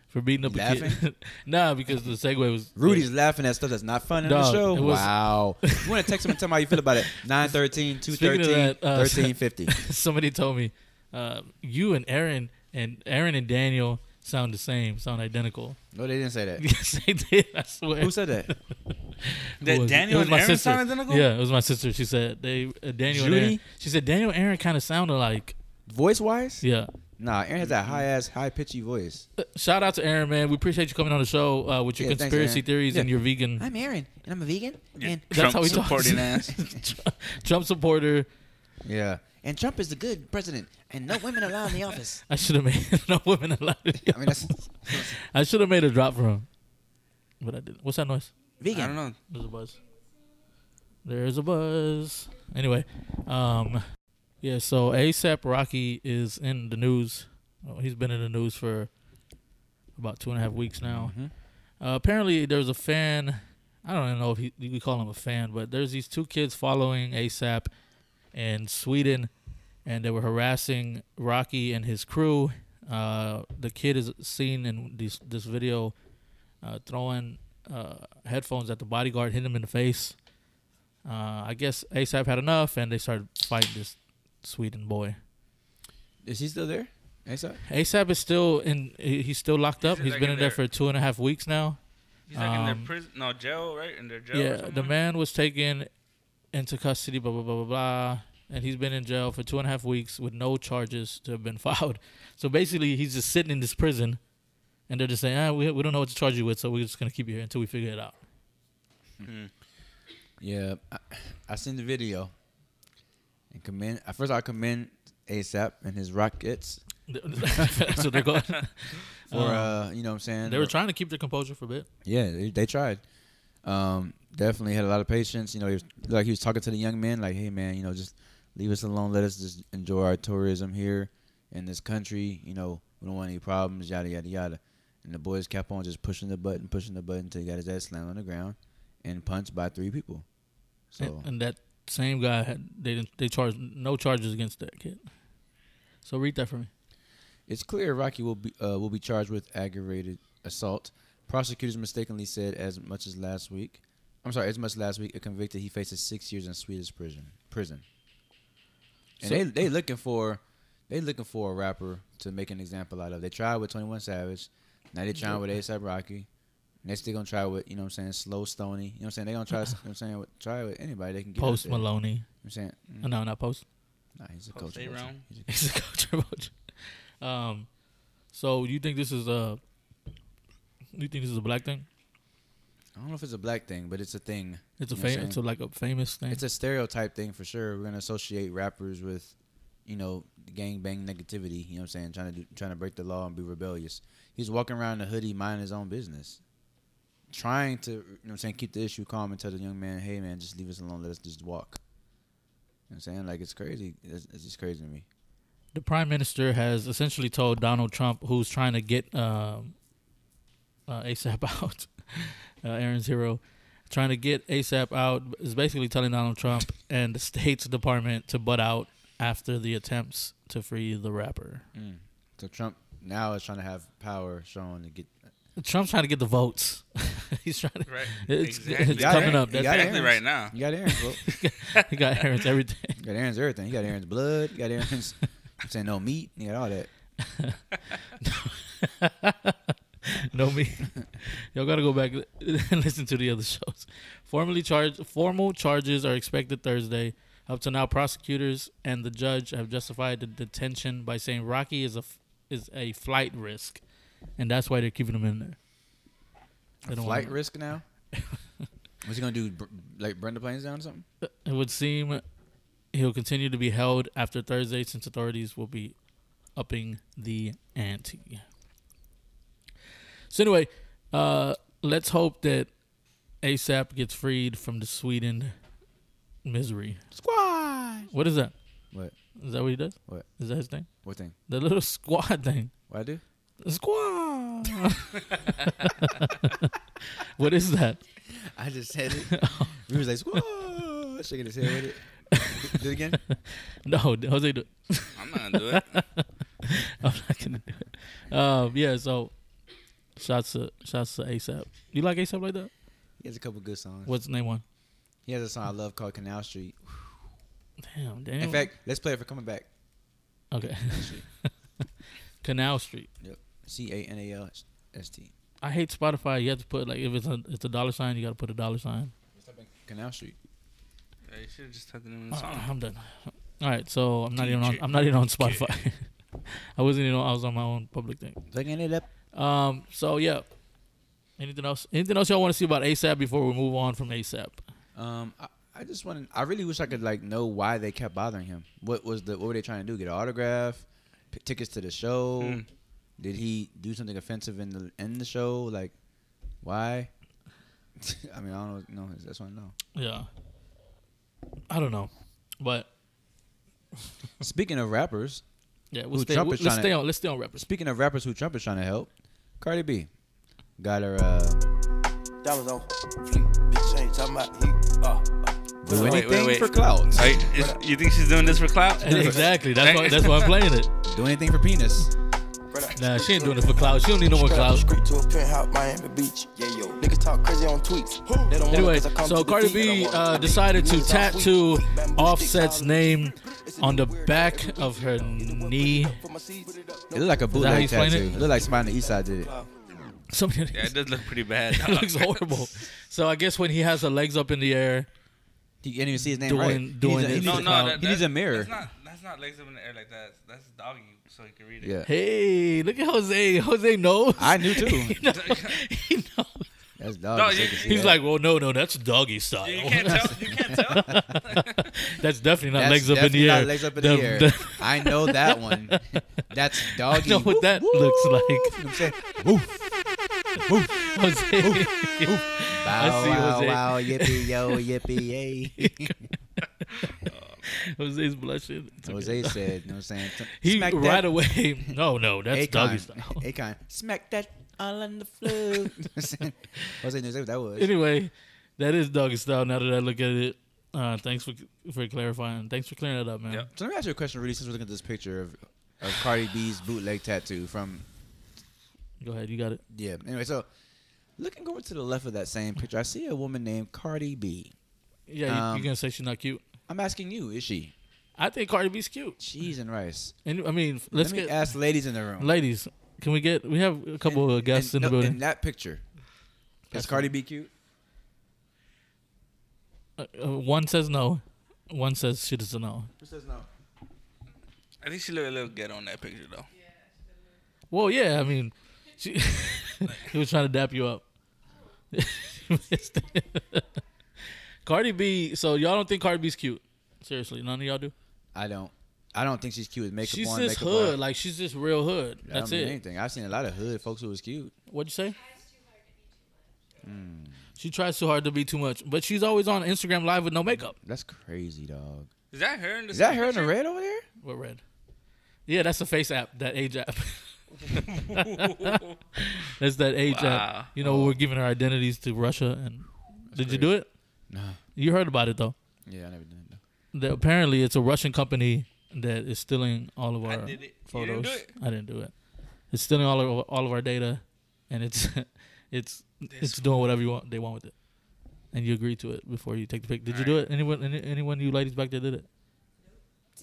[SPEAKER 5] for beating up a
[SPEAKER 6] Laughing?
[SPEAKER 5] kid. nah, because the segue was
[SPEAKER 6] Rudy's laughing at stuff that's not fun in
[SPEAKER 5] Dog,
[SPEAKER 6] the show.
[SPEAKER 5] it was-
[SPEAKER 6] wow. you want to text him and tell him how you feel about it? 913,
[SPEAKER 5] Speaking of
[SPEAKER 6] 213,
[SPEAKER 5] that, uh,
[SPEAKER 6] 1350.
[SPEAKER 5] somebody told me uh, you and Aaron and Aaron and Daniel sound the same, sound identical.
[SPEAKER 6] No, they didn't say that.
[SPEAKER 5] yes, they did. I swear.
[SPEAKER 6] Who said that?
[SPEAKER 7] That
[SPEAKER 5] was- it
[SPEAKER 7] Daniel
[SPEAKER 5] was
[SPEAKER 7] and
[SPEAKER 5] my
[SPEAKER 7] Aaron
[SPEAKER 5] sister.
[SPEAKER 7] sound identical?
[SPEAKER 5] Yeah, it was my sister. She said they uh, Daniel and
[SPEAKER 6] Judy?
[SPEAKER 5] Aaron. She said Daniel and Aaron kind of sound alike.
[SPEAKER 6] Voice wise?
[SPEAKER 5] Yeah.
[SPEAKER 6] Nah, Aaron has that high ass, high pitchy voice.
[SPEAKER 5] Uh, Shout out to Aaron, man. We appreciate you coming on the show uh, with your
[SPEAKER 6] Yeah, thanks,
[SPEAKER 5] conspiracy
[SPEAKER 6] Aaron.
[SPEAKER 5] theories and
[SPEAKER 6] Yeah.
[SPEAKER 5] your vegan.
[SPEAKER 6] I'm Aaron, and I'm a vegan. And
[SPEAKER 5] That's
[SPEAKER 7] Trump
[SPEAKER 5] how we talk.
[SPEAKER 7] supporting ass.
[SPEAKER 5] Trump supporter.
[SPEAKER 6] yeah.
[SPEAKER 10] And Trump is the good president, and no women allowed in the office.
[SPEAKER 5] I should have made no women allowed.
[SPEAKER 6] I mean, that's
[SPEAKER 5] I should have made a drop for him, but I didn't. What's that noise?
[SPEAKER 7] I don't know.
[SPEAKER 5] There's a buzz. There's a buzz. Anyway, um, yeah. So ASAP Rocky is in the news. Oh, he's been in the news for about two and a half weeks now. Uh, apparently, there's a fan. I don't even know if he, you could call him a fan, but there's these two kids following ASAP in Sweden, and they were harassing Rocky and his crew. Uh, the kid is seen in this this video uh, throwing uh, headphones at the bodyguard, hit him in the face. Uh, I guess ASAP had enough, and they started fighting this Sweden boy.
[SPEAKER 6] Is he still there? ASAP?
[SPEAKER 5] ASAP is still in; he- he's still locked up.
[SPEAKER 7] He's
[SPEAKER 5] He's
[SPEAKER 7] like
[SPEAKER 5] been
[SPEAKER 7] in
[SPEAKER 5] in there for
[SPEAKER 7] there.
[SPEAKER 5] two and a half weeks now.
[SPEAKER 7] He's like in
[SPEAKER 5] Um,
[SPEAKER 7] their prison, no jail, right? In their jail. or
[SPEAKER 5] Yeah, the
[SPEAKER 7] something?
[SPEAKER 5] man was taken into custody, blah blah blah blah blah, and he's been in jail for two and a half weeks with no charges to have been filed. So basically, he's just sitting in this prison, and they're just saying, ah, we, we don't know what to charge you with, so we're just gonna keep you here until we figure it out."
[SPEAKER 6] Yeah. I, I seen the video. And commend. At first, I commend ASAP and his rockets
[SPEAKER 5] That's what they're called.
[SPEAKER 6] for, uh, you know what I'm saying?
[SPEAKER 5] They were trying to keep their composure for a bit.
[SPEAKER 6] Yeah, they, they tried. Um, Definitely had a lot of patience. You know, he was, like he was talking to the young men, like, "Hey, man, you know, just leave us alone. Let us just enjoy our tourism here in this country. You know, we don't want any problems. Yada yada yada." And the boys kept on just pushing the button, pushing the button until he got his ass slammed on the ground and punched by three people. So
[SPEAKER 5] And, and that same guy had they didn't they charged no charges against that kid. So read that for me.
[SPEAKER 6] It's clear Rocky will be uh, will be charged with aggravated assault. Prosecutors mistakenly said as much as last week. I'm sorry, as much last week. A convicted, he faces six years in Swedish prison. Prison. And
[SPEAKER 5] So-
[SPEAKER 6] they they looking for they looking for a rapper to make an example out of. They tried with 21 Savage. Now they trying with ASAP Rocky. Next they gonna try with you know what I'm saying Slow Stony. You know what I'm saying they gonna try. you know what I'm saying with- try with anybody they can get. out
[SPEAKER 5] Post
[SPEAKER 6] there. You know
[SPEAKER 5] Maloney.
[SPEAKER 6] what I'm saying
[SPEAKER 5] Uh, No, not Post.
[SPEAKER 6] nah, he's a
[SPEAKER 7] Post
[SPEAKER 6] coach.
[SPEAKER 7] A
[SPEAKER 6] coach.
[SPEAKER 7] round.
[SPEAKER 6] He's a-
[SPEAKER 5] He's a culture vulture. Um, so you think this is a you think this is a black thing?
[SPEAKER 6] I don't know if it's a black thing, but it's a thing.
[SPEAKER 5] It's
[SPEAKER 6] You know what I'm
[SPEAKER 5] a fam-
[SPEAKER 6] saying?
[SPEAKER 5] it's a, like a famous thing.
[SPEAKER 6] It's a stereotype thing for sure. We're gonna associate rappers with, you know, gang bang negativity. You know what I'm saying? Trying to do, trying to break the law and be rebellious. He's walking around in a hoodie, minding his own business, trying to, you know, what I'm saying, keep the issue calm and tell the young man, hey man, just leave us alone. Let us just walk. You know what I'm saying like it's crazy. It's, it's just crazy to me.
[SPEAKER 5] the prime minister has essentially told Donald Trump, who's trying to get um, uh, ASAP out, uh, Aaron's hero, trying to get ASAP out, is basically telling Donald Trump and the State's Department to butt out after the attempts to free the rapper.
[SPEAKER 6] So Trump now is trying to have power shown to get.
[SPEAKER 5] Trump's trying to get the votes. He's trying to.
[SPEAKER 7] Right.
[SPEAKER 5] It's,
[SPEAKER 7] Exactly.
[SPEAKER 5] it's
[SPEAKER 6] got
[SPEAKER 5] coming
[SPEAKER 6] Aaron-
[SPEAKER 5] up.
[SPEAKER 6] you
[SPEAKER 5] That's,
[SPEAKER 6] got
[SPEAKER 7] Exactly
[SPEAKER 6] Aaron's.
[SPEAKER 7] right now.
[SPEAKER 6] You got Aaron, bro.
[SPEAKER 5] he got Aaron's everything.
[SPEAKER 6] You got Aaron's everything. You got Aaron's blood. You got Aaron's. you know what I'm saying no meat. You got all that.
[SPEAKER 5] no me. Y'all gotta go back and listen to the other shows. Formally charged, formal charges are expected Thursday. Up to now, prosecutors and the judge have justified the detention by saying Rocky is a f- is a flight risk, and that's why they're keeping him in there. They don't want
[SPEAKER 6] Flight
[SPEAKER 5] him-
[SPEAKER 6] risk now. What's he gonna do? Br- like burn the planes down or something?
[SPEAKER 5] It would seem he'll continue to be held after Thursday since authorities will be upping the ante. So anyway, uh, let's hope that ASAP gets freed from the Sweden misery.
[SPEAKER 6] Squad.
[SPEAKER 5] What is that?
[SPEAKER 6] What?
[SPEAKER 5] Is that what he does?
[SPEAKER 6] What?
[SPEAKER 5] Is that his thing?
[SPEAKER 6] What thing?
[SPEAKER 5] The little squad thing.
[SPEAKER 6] What I do?
[SPEAKER 5] Squad. what is that?
[SPEAKER 6] I just said it. he was like, squad. Shaking his head with it. Do it again.
[SPEAKER 5] No, Jose. Do-
[SPEAKER 7] I'm not gonna do it.
[SPEAKER 5] I'm not gonna do it. Um, yeah, so shots to shots to ASAP. You like ASAP like that?
[SPEAKER 6] He has a couple good songs.
[SPEAKER 5] What's the name one?
[SPEAKER 6] He has a song I love called Canal Street.
[SPEAKER 5] Damn, damn.
[SPEAKER 6] In fact, let's play it for coming back.
[SPEAKER 5] okay. Canal Street.
[SPEAKER 6] C A N A L S T.
[SPEAKER 5] I hate Spotify. You have to put like if it's a it's a dollar sign, you got to put a dollar sign.
[SPEAKER 6] Canal Street.
[SPEAKER 7] Yeah, you should have just typed the name of the
[SPEAKER 5] Uh,
[SPEAKER 6] Uh-huh.
[SPEAKER 7] song.
[SPEAKER 5] I'm done. All right, so I'm not even on. I'm not even on Spotify. I wasn't even. on I was on my own public thing.
[SPEAKER 6] Fucking it up.
[SPEAKER 5] Um. So yeah. Anything else? Anything else y'all want to see about ASAP before we move on from ASAP?
[SPEAKER 6] Um, I, I just want. to I really wish I could like know why they kept bothering him. What was the? What were they trying to do? Get an autograph, p- tickets to the show?
[SPEAKER 7] Hmm.
[SPEAKER 6] Did he do something offensive in the in the show? Like, why? I mean, I don't know. No, that's what I know.
[SPEAKER 5] Yeah. I don't know, but
[SPEAKER 6] Speaking of rappers,
[SPEAKER 5] yeah, we'll
[SPEAKER 6] Who
[SPEAKER 5] stay.
[SPEAKER 6] Trump
[SPEAKER 5] We'll,
[SPEAKER 6] is
[SPEAKER 5] let's
[SPEAKER 6] tryna-
[SPEAKER 5] stay on. Let's stay on rappers.
[SPEAKER 6] speaking of rappers who Trump is trying to help, Cardi B got her uh,
[SPEAKER 1] That was on fleek. Bitch, I ain't talking about heat. Uh, uh.
[SPEAKER 6] do
[SPEAKER 7] Wait, wait,
[SPEAKER 6] anything
[SPEAKER 7] wait.
[SPEAKER 6] for clout,
[SPEAKER 7] Are you, is, you think she's doing this for clout?
[SPEAKER 5] exactly. That's why. That's why I'm playing it.
[SPEAKER 6] do anything for penis.
[SPEAKER 1] Right
[SPEAKER 5] Nah, she ain't doing it for clout. She don't need no more clout.
[SPEAKER 1] Street to a penthouse, Miami Beach. Yeah, yo. Niggas talk crazy on tweets. They don't want it
[SPEAKER 5] Anyway,
[SPEAKER 1] 'cause I come
[SPEAKER 5] so
[SPEAKER 1] to the
[SPEAKER 5] Cardi
[SPEAKER 1] beat and I
[SPEAKER 5] B
[SPEAKER 1] want it.
[SPEAKER 5] uh, decided to
[SPEAKER 1] Niggas all sweet.
[SPEAKER 5] tattoo
[SPEAKER 1] Bamboo
[SPEAKER 5] Offset's
[SPEAKER 1] sticks all
[SPEAKER 5] name
[SPEAKER 1] in-
[SPEAKER 5] on the back of her knee.
[SPEAKER 1] For my seeds.
[SPEAKER 6] It looked like a
[SPEAKER 5] how you
[SPEAKER 6] bootleg
[SPEAKER 5] explain
[SPEAKER 6] tattoo.
[SPEAKER 5] it?
[SPEAKER 6] It looked like somebody on the east side did it.
[SPEAKER 5] Somebody
[SPEAKER 7] Yeah, it does look pretty bad.
[SPEAKER 5] it looks horrible. So I guess when he has her legs up in the air,
[SPEAKER 6] He can't even see his name
[SPEAKER 5] Doing-
[SPEAKER 6] right. He needs a-
[SPEAKER 5] doing
[SPEAKER 6] he
[SPEAKER 5] it
[SPEAKER 6] needs
[SPEAKER 5] for
[SPEAKER 7] No,
[SPEAKER 6] a-
[SPEAKER 5] clout.
[SPEAKER 7] no, that,
[SPEAKER 6] He needs
[SPEAKER 7] that-
[SPEAKER 6] a mirror.
[SPEAKER 7] That's not, that's not legs up in the air like that. That's doggy, so you can read it.
[SPEAKER 6] Yeah,
[SPEAKER 5] hey, look at Jose. Jose knows.
[SPEAKER 6] I knew too.
[SPEAKER 5] he knows.
[SPEAKER 6] That's dog.
[SPEAKER 7] No,
[SPEAKER 6] shit
[SPEAKER 7] you-
[SPEAKER 6] to see
[SPEAKER 5] He's
[SPEAKER 6] that.
[SPEAKER 5] like, well, no, no, that's doggy style.
[SPEAKER 7] You can't tell. You can't tell.
[SPEAKER 5] that's definitely not
[SPEAKER 6] That's
[SPEAKER 5] legs up in the
[SPEAKER 6] definitely
[SPEAKER 5] air.
[SPEAKER 6] not legs up in the, air. I know that one. That's
[SPEAKER 5] I
[SPEAKER 6] doggy.
[SPEAKER 5] know what that looks like.
[SPEAKER 6] You know what I'm saying?
[SPEAKER 5] Jose. I see
[SPEAKER 6] wow,
[SPEAKER 5] Jose.
[SPEAKER 6] wow, yippee yo, yippee yay.
[SPEAKER 5] Jose's blushing. It's okay.
[SPEAKER 6] Jose said, "You know what I'm saying?"
[SPEAKER 5] He
[SPEAKER 6] Smack
[SPEAKER 5] right
[SPEAKER 6] that
[SPEAKER 5] away. No, no, that's doggy style.
[SPEAKER 6] Akon. Akon. Smack that all on the floor. Jose knows what that was.
[SPEAKER 5] anyway, that is doggy style. Now that I look at it, uh, thanks for for clarifying. Thanks for clearing that up, man.
[SPEAKER 6] So let me ask you a question, really, since we're looking at this picture of, of Cardi B's bootleg tattoo from
[SPEAKER 5] Go ahead, you got it.
[SPEAKER 6] yeah. Anyway, so looking over to the left of that same picture, I see a woman named Cardi B.
[SPEAKER 5] Yeah, you,
[SPEAKER 6] Um,
[SPEAKER 5] you're gonna say she's not cute.
[SPEAKER 6] I'm asking you, is she?
[SPEAKER 5] I think Cardi B's cute.
[SPEAKER 6] Cheese and rice.
[SPEAKER 5] And I mean, let's
[SPEAKER 6] Let me
[SPEAKER 5] get
[SPEAKER 6] ask ladies in the room.
[SPEAKER 5] ladies. Can we get? We have a couple of guests in
[SPEAKER 6] no,
[SPEAKER 5] the building.
[SPEAKER 6] In that picture, is
[SPEAKER 5] That's
[SPEAKER 6] Cardi B cute?
[SPEAKER 5] Uh, uh, one says no. One says she doesn't know.
[SPEAKER 6] Who says no?
[SPEAKER 7] I think she looked a little ghetto on that picture though.
[SPEAKER 5] Well, yeah, I mean, she, he was trying to dap you up. Cardi B. So y'all don't think Cardi B's cute? Seriously, none of y'all do.
[SPEAKER 6] I don't. I don't think she's cute with makeup
[SPEAKER 5] She's
[SPEAKER 6] on.
[SPEAKER 5] just
[SPEAKER 6] makeup
[SPEAKER 5] hood.
[SPEAKER 6] off.
[SPEAKER 5] Like she's just real hood.
[SPEAKER 6] I don't
[SPEAKER 5] That's
[SPEAKER 6] mean
[SPEAKER 5] it.
[SPEAKER 6] Anything. I've seen a lot of hood folks who was cute.
[SPEAKER 5] What'd you say?
[SPEAKER 6] Hmm.
[SPEAKER 5] She tries too hard to be too much, but she's always on Instagram Live with no makeup.
[SPEAKER 6] That's crazy, dog.
[SPEAKER 7] Is that her? In the
[SPEAKER 6] Is that her in the
[SPEAKER 7] picture?
[SPEAKER 6] red over there?
[SPEAKER 5] What red? Yeah, that's the face app, that age app. that's that age
[SPEAKER 7] Wow.
[SPEAKER 5] app. You know, we're giving our identities to Russia. And did you do it?
[SPEAKER 6] No.
[SPEAKER 5] You heard about it though.
[SPEAKER 6] Yeah, I never did. it, though.
[SPEAKER 5] That apparently it's a Russian company that is stealing all of our
[SPEAKER 7] did it. You
[SPEAKER 5] photos.
[SPEAKER 7] didn't do it?
[SPEAKER 5] I didn't do it. It's stealing all of all of our data, and it's it's it's doing whatever you want they want with it, and you agree to it before you take the pic. Did you do it? Anyone any, anyone you ladies back there did it?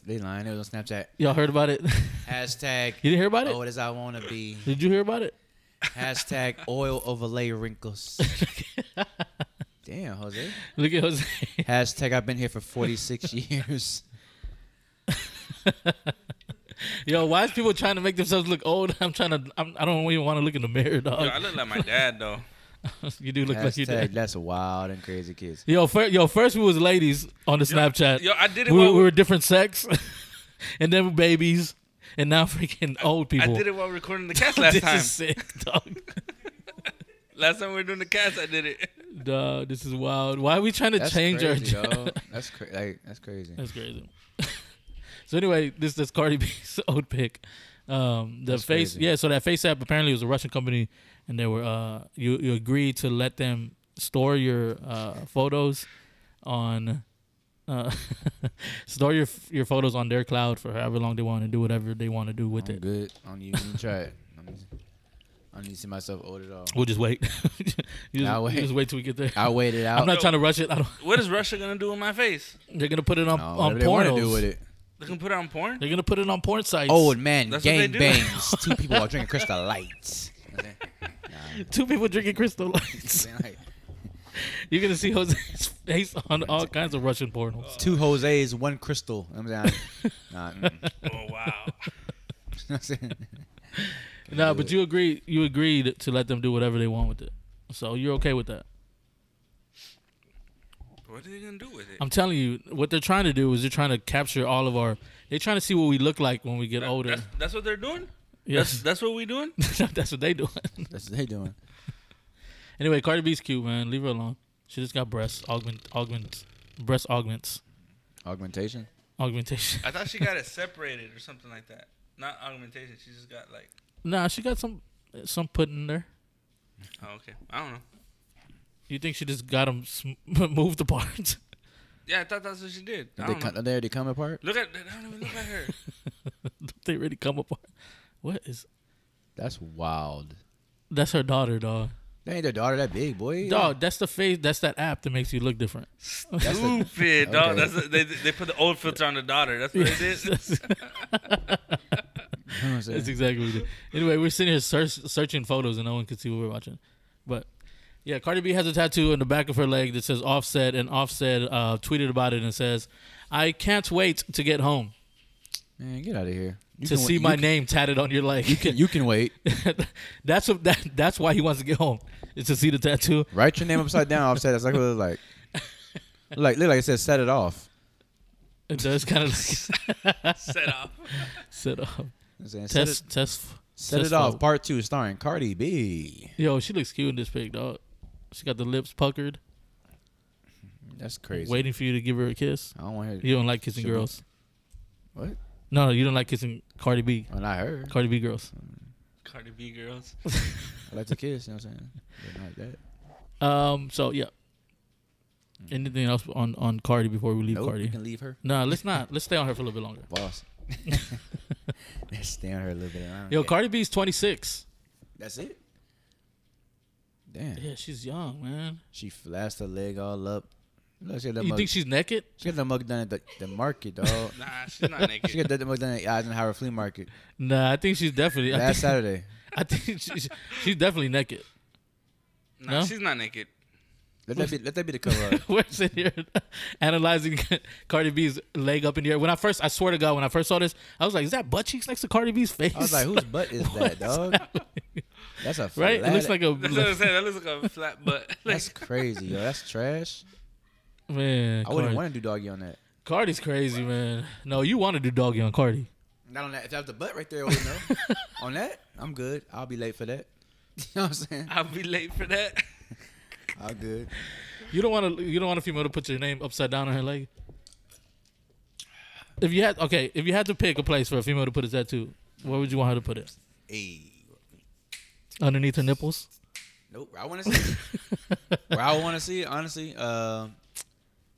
[SPEAKER 6] They lying. It was on Snapchat.
[SPEAKER 5] Y'all heard about it? you
[SPEAKER 6] Hashtag.
[SPEAKER 5] didn't hear about it?
[SPEAKER 6] Oh, it is I want to be.
[SPEAKER 5] Did you hear about it?
[SPEAKER 6] Hashtag oil overlay wrinkles. Damn, Jose.
[SPEAKER 5] Look at Jose.
[SPEAKER 6] Hashtag I've been here for 46 years.
[SPEAKER 5] Yo, why is people trying to make themselves look old? I'm trying to. I'm, I don't even want to look in the mirror,
[SPEAKER 7] Yo, I
[SPEAKER 5] dog.
[SPEAKER 7] look like my dad though.
[SPEAKER 5] you do look like you
[SPEAKER 6] Hashtag
[SPEAKER 5] did.
[SPEAKER 6] that's wild and crazy kids.
[SPEAKER 5] Yo, fir- yo, first we was ladies on the Snapchat.
[SPEAKER 7] yo, I did it
[SPEAKER 5] We,
[SPEAKER 7] while
[SPEAKER 5] were-
[SPEAKER 7] we-
[SPEAKER 5] we were different sex, and then we're babies, and now freaking old
[SPEAKER 7] I
[SPEAKER 5] people.
[SPEAKER 7] did it while recording the cast last
[SPEAKER 5] this
[SPEAKER 7] time.
[SPEAKER 5] is sick, dog.
[SPEAKER 7] Last time we were doing the cast, I did it.
[SPEAKER 5] Dog, this is wild. Why are we trying to
[SPEAKER 6] That's
[SPEAKER 5] change
[SPEAKER 6] crazy,
[SPEAKER 5] our?
[SPEAKER 6] dog. That's cra- like that's crazy.
[SPEAKER 5] That's crazy. so anyway, this this Cardi B's old pick. Um, the face,
[SPEAKER 6] crazy.
[SPEAKER 5] yeah. So that face app apparently was a Russian company, and they were uh, you you agreed to let them store your uh, photos on uh, store your your photos on their cloud for however long they want and do whatever they want to do with
[SPEAKER 6] I'm
[SPEAKER 5] it.
[SPEAKER 6] good. I don't even try it. I'm just- I don't need to see myself old at all.
[SPEAKER 5] We'll just wait. you just,
[SPEAKER 6] I'll
[SPEAKER 5] you
[SPEAKER 6] wait.
[SPEAKER 5] just wait till we get there.
[SPEAKER 6] I waited out.
[SPEAKER 5] I'm not trying to rush it. I don't,
[SPEAKER 7] What is Russia gonna do with my face?
[SPEAKER 5] they're gonna put it on
[SPEAKER 6] No,
[SPEAKER 5] on
[SPEAKER 6] whatever they want to
[SPEAKER 5] pornos.
[SPEAKER 6] do with it. Oh,
[SPEAKER 7] They can put it on porn.
[SPEAKER 5] They're gonna put it on porn sites.
[SPEAKER 6] Old man
[SPEAKER 7] That's what they
[SPEAKER 6] gang
[SPEAKER 7] do.
[SPEAKER 6] bangs. Two people are drinking Crystal Lights.
[SPEAKER 5] two people drinking Crystal Lights.
[SPEAKER 6] Like,
[SPEAKER 5] You're gonna see Jose's face on all kinds of Russian
[SPEAKER 7] Oh,
[SPEAKER 5] pornos.
[SPEAKER 6] two Jose's, one Crystal. I'm saying, nah, mm.
[SPEAKER 7] Oh wow.
[SPEAKER 6] I'm saying,
[SPEAKER 5] No, but you agreed. You agreed to let them do whatever they want with it. So you're okay with that.
[SPEAKER 7] What are they gonna do with it?
[SPEAKER 5] I'm telling you, what they're trying to do is they're trying to capture all of our. They're trying to see what we look like when we get older.
[SPEAKER 7] That's, that's what they're doing.
[SPEAKER 5] yes,
[SPEAKER 7] That's what we doing.
[SPEAKER 5] that's, what they doing.
[SPEAKER 6] that's what they doing.
[SPEAKER 5] anyway, Cardi B's cute, man. Leave her alone. She just got breasts augment augment breast augments
[SPEAKER 6] Augmentation.
[SPEAKER 5] augmentation.
[SPEAKER 7] I thought she got it separated or something like that. Not augmentation. She just got like.
[SPEAKER 5] Nah, she got some some put in there.
[SPEAKER 7] Oh okay. I don't know.
[SPEAKER 5] You think she just got them moved apart?
[SPEAKER 7] Yeah, I thought that's what she did. I
[SPEAKER 6] They
[SPEAKER 7] don't know.
[SPEAKER 6] come, they already come apart.
[SPEAKER 7] Look at. I don't even look at her.
[SPEAKER 5] Don't they really come apart? What is?
[SPEAKER 6] That's wild.
[SPEAKER 5] That's her daughter, dog.
[SPEAKER 6] That ain't their daughter that big, boy.
[SPEAKER 5] Dog, that's the face. That's that app that makes you look different.
[SPEAKER 6] That's the-
[SPEAKER 7] Stupid dog.
[SPEAKER 6] Okay.
[SPEAKER 7] That's what- they they put the old filter on the daughter. That's what they did.
[SPEAKER 5] that's,
[SPEAKER 6] you know what I'm saying?
[SPEAKER 5] that's exactly what it is. Anyway, we're sitting here search, searching photos and no one can see what we're watching. But yeah, Cardi B has a tattoo in the back of her leg that says Offset, and Offset uh, tweeted about it and says, "I can't wait to get home
[SPEAKER 6] Man, get out of here. You
[SPEAKER 5] to
[SPEAKER 6] can,
[SPEAKER 5] see
[SPEAKER 6] you
[SPEAKER 5] my
[SPEAKER 6] can-
[SPEAKER 5] name tatted on your leg."
[SPEAKER 6] You can you can wait.
[SPEAKER 5] that's what that, that's why he wants to get home is to see the tattoo.
[SPEAKER 6] Write your name upside down. Offset. That's like what it look like. Look Like look like it says set it off.
[SPEAKER 5] It does kind of like
[SPEAKER 7] Set off.
[SPEAKER 5] set up.
[SPEAKER 6] You know what I'm saying? Set it-
[SPEAKER 5] Test test
[SPEAKER 6] Set
[SPEAKER 5] Just
[SPEAKER 6] it off.
[SPEAKER 5] for-
[SPEAKER 6] Part two, starring Cardi B.
[SPEAKER 5] Yo, she looks cute in this pic, dog. She got the lips puckered,
[SPEAKER 6] That's crazy.
[SPEAKER 5] waiting for you to give her a kiss.
[SPEAKER 6] I don't want her.
[SPEAKER 5] You don't like kissing
[SPEAKER 6] Should we-
[SPEAKER 5] girls.
[SPEAKER 6] What?
[SPEAKER 5] No, no, you don't like kissing Cardi B.
[SPEAKER 6] Well, not her.
[SPEAKER 5] Cardi B girls.
[SPEAKER 7] Cardi B girls.
[SPEAKER 6] I like to kiss. You know what I'm saying? But not that.
[SPEAKER 5] Um. So yeah. Anything else on on Cardi before we leave
[SPEAKER 6] Mm. Nope.
[SPEAKER 5] Cardi?
[SPEAKER 6] You can leave her.
[SPEAKER 5] No, let's not. Let's stay on her for a little bit longer.
[SPEAKER 6] Boss. Let's stay on her a little bit. I don't
[SPEAKER 5] Yo,
[SPEAKER 6] get-
[SPEAKER 5] Cardi B's 26.
[SPEAKER 6] That's it. Damn.
[SPEAKER 5] Yeah, she's young, man.
[SPEAKER 6] She flashed her leg all up. Look, she got that
[SPEAKER 5] You
[SPEAKER 6] mug.
[SPEAKER 5] think she's naked?
[SPEAKER 6] she got the mug done at the, the market, dog.
[SPEAKER 7] Nah, she's not naked.
[SPEAKER 6] she got that mug done at Eisenhower Flea Market
[SPEAKER 5] Nah, I think she's definitely. I
[SPEAKER 6] last
[SPEAKER 5] think,
[SPEAKER 6] Saturday.
[SPEAKER 5] I think she's, she's definitely naked.
[SPEAKER 7] nah,
[SPEAKER 5] No?
[SPEAKER 7] she's not naked.
[SPEAKER 6] Let that be. Let that be the cover. art.
[SPEAKER 5] We're sitting here analyzing Cardi B's leg up in the air. When I first, I swear to God, when I first saw this, I was like, "Is that butt cheeks next to Cardi B's face?"
[SPEAKER 6] I was like, whose butt is that, dog? That's a
[SPEAKER 5] right? It
[SPEAKER 6] flat-
[SPEAKER 5] looks like
[SPEAKER 7] That's what I'm
[SPEAKER 5] a
[SPEAKER 7] saying. That looks like a flat butt. Like,
[SPEAKER 6] That's crazy, yo. That's trash.
[SPEAKER 5] man.
[SPEAKER 6] I wouldn't
[SPEAKER 5] Cardi-
[SPEAKER 6] want to do doggy on that.
[SPEAKER 5] Cardi's crazy, man. No, you want to do doggy on Cardi?
[SPEAKER 6] Not on that. If that's the butt right there, I wouldn't know. on that, I'm good. I'll be late for that. You know what I'm saying?
[SPEAKER 7] I'll be late for that.
[SPEAKER 6] I'm good.
[SPEAKER 5] You don't want to. You don't want a female to put your name upside down on her leg. If you had okay, if you had to pick a place for a female to put a tattoo, where would you want her to put it?
[SPEAKER 6] Hey,
[SPEAKER 5] Underneath her nipples.
[SPEAKER 6] nope. Where I want to see. it. Where I want to see it, honestly. Uh,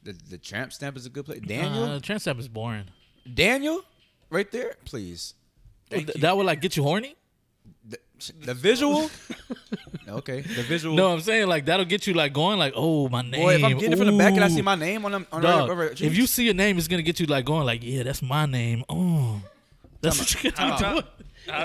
[SPEAKER 6] the the tramp stamp is a good place. Daniel,
[SPEAKER 5] Uh, trans stamp is boring.
[SPEAKER 6] Daniel, right there, please. Thank
[SPEAKER 5] Th-
[SPEAKER 6] you.
[SPEAKER 5] that would like get you horny.
[SPEAKER 6] The, the visual. okay, the visual.
[SPEAKER 5] No, I'm saying like that'll get you like going like oh my name.
[SPEAKER 6] Boy, if I'm getting it from the back and I
[SPEAKER 5] Ooh.
[SPEAKER 6] see my name on them, on her-
[SPEAKER 5] Dog,
[SPEAKER 6] over her
[SPEAKER 5] if you
[SPEAKER 6] cheeks,
[SPEAKER 5] see your name, it's gonna get you like going like yeah, that's my name. Oh, that's what you're gonna be
[SPEAKER 6] time
[SPEAKER 5] doing.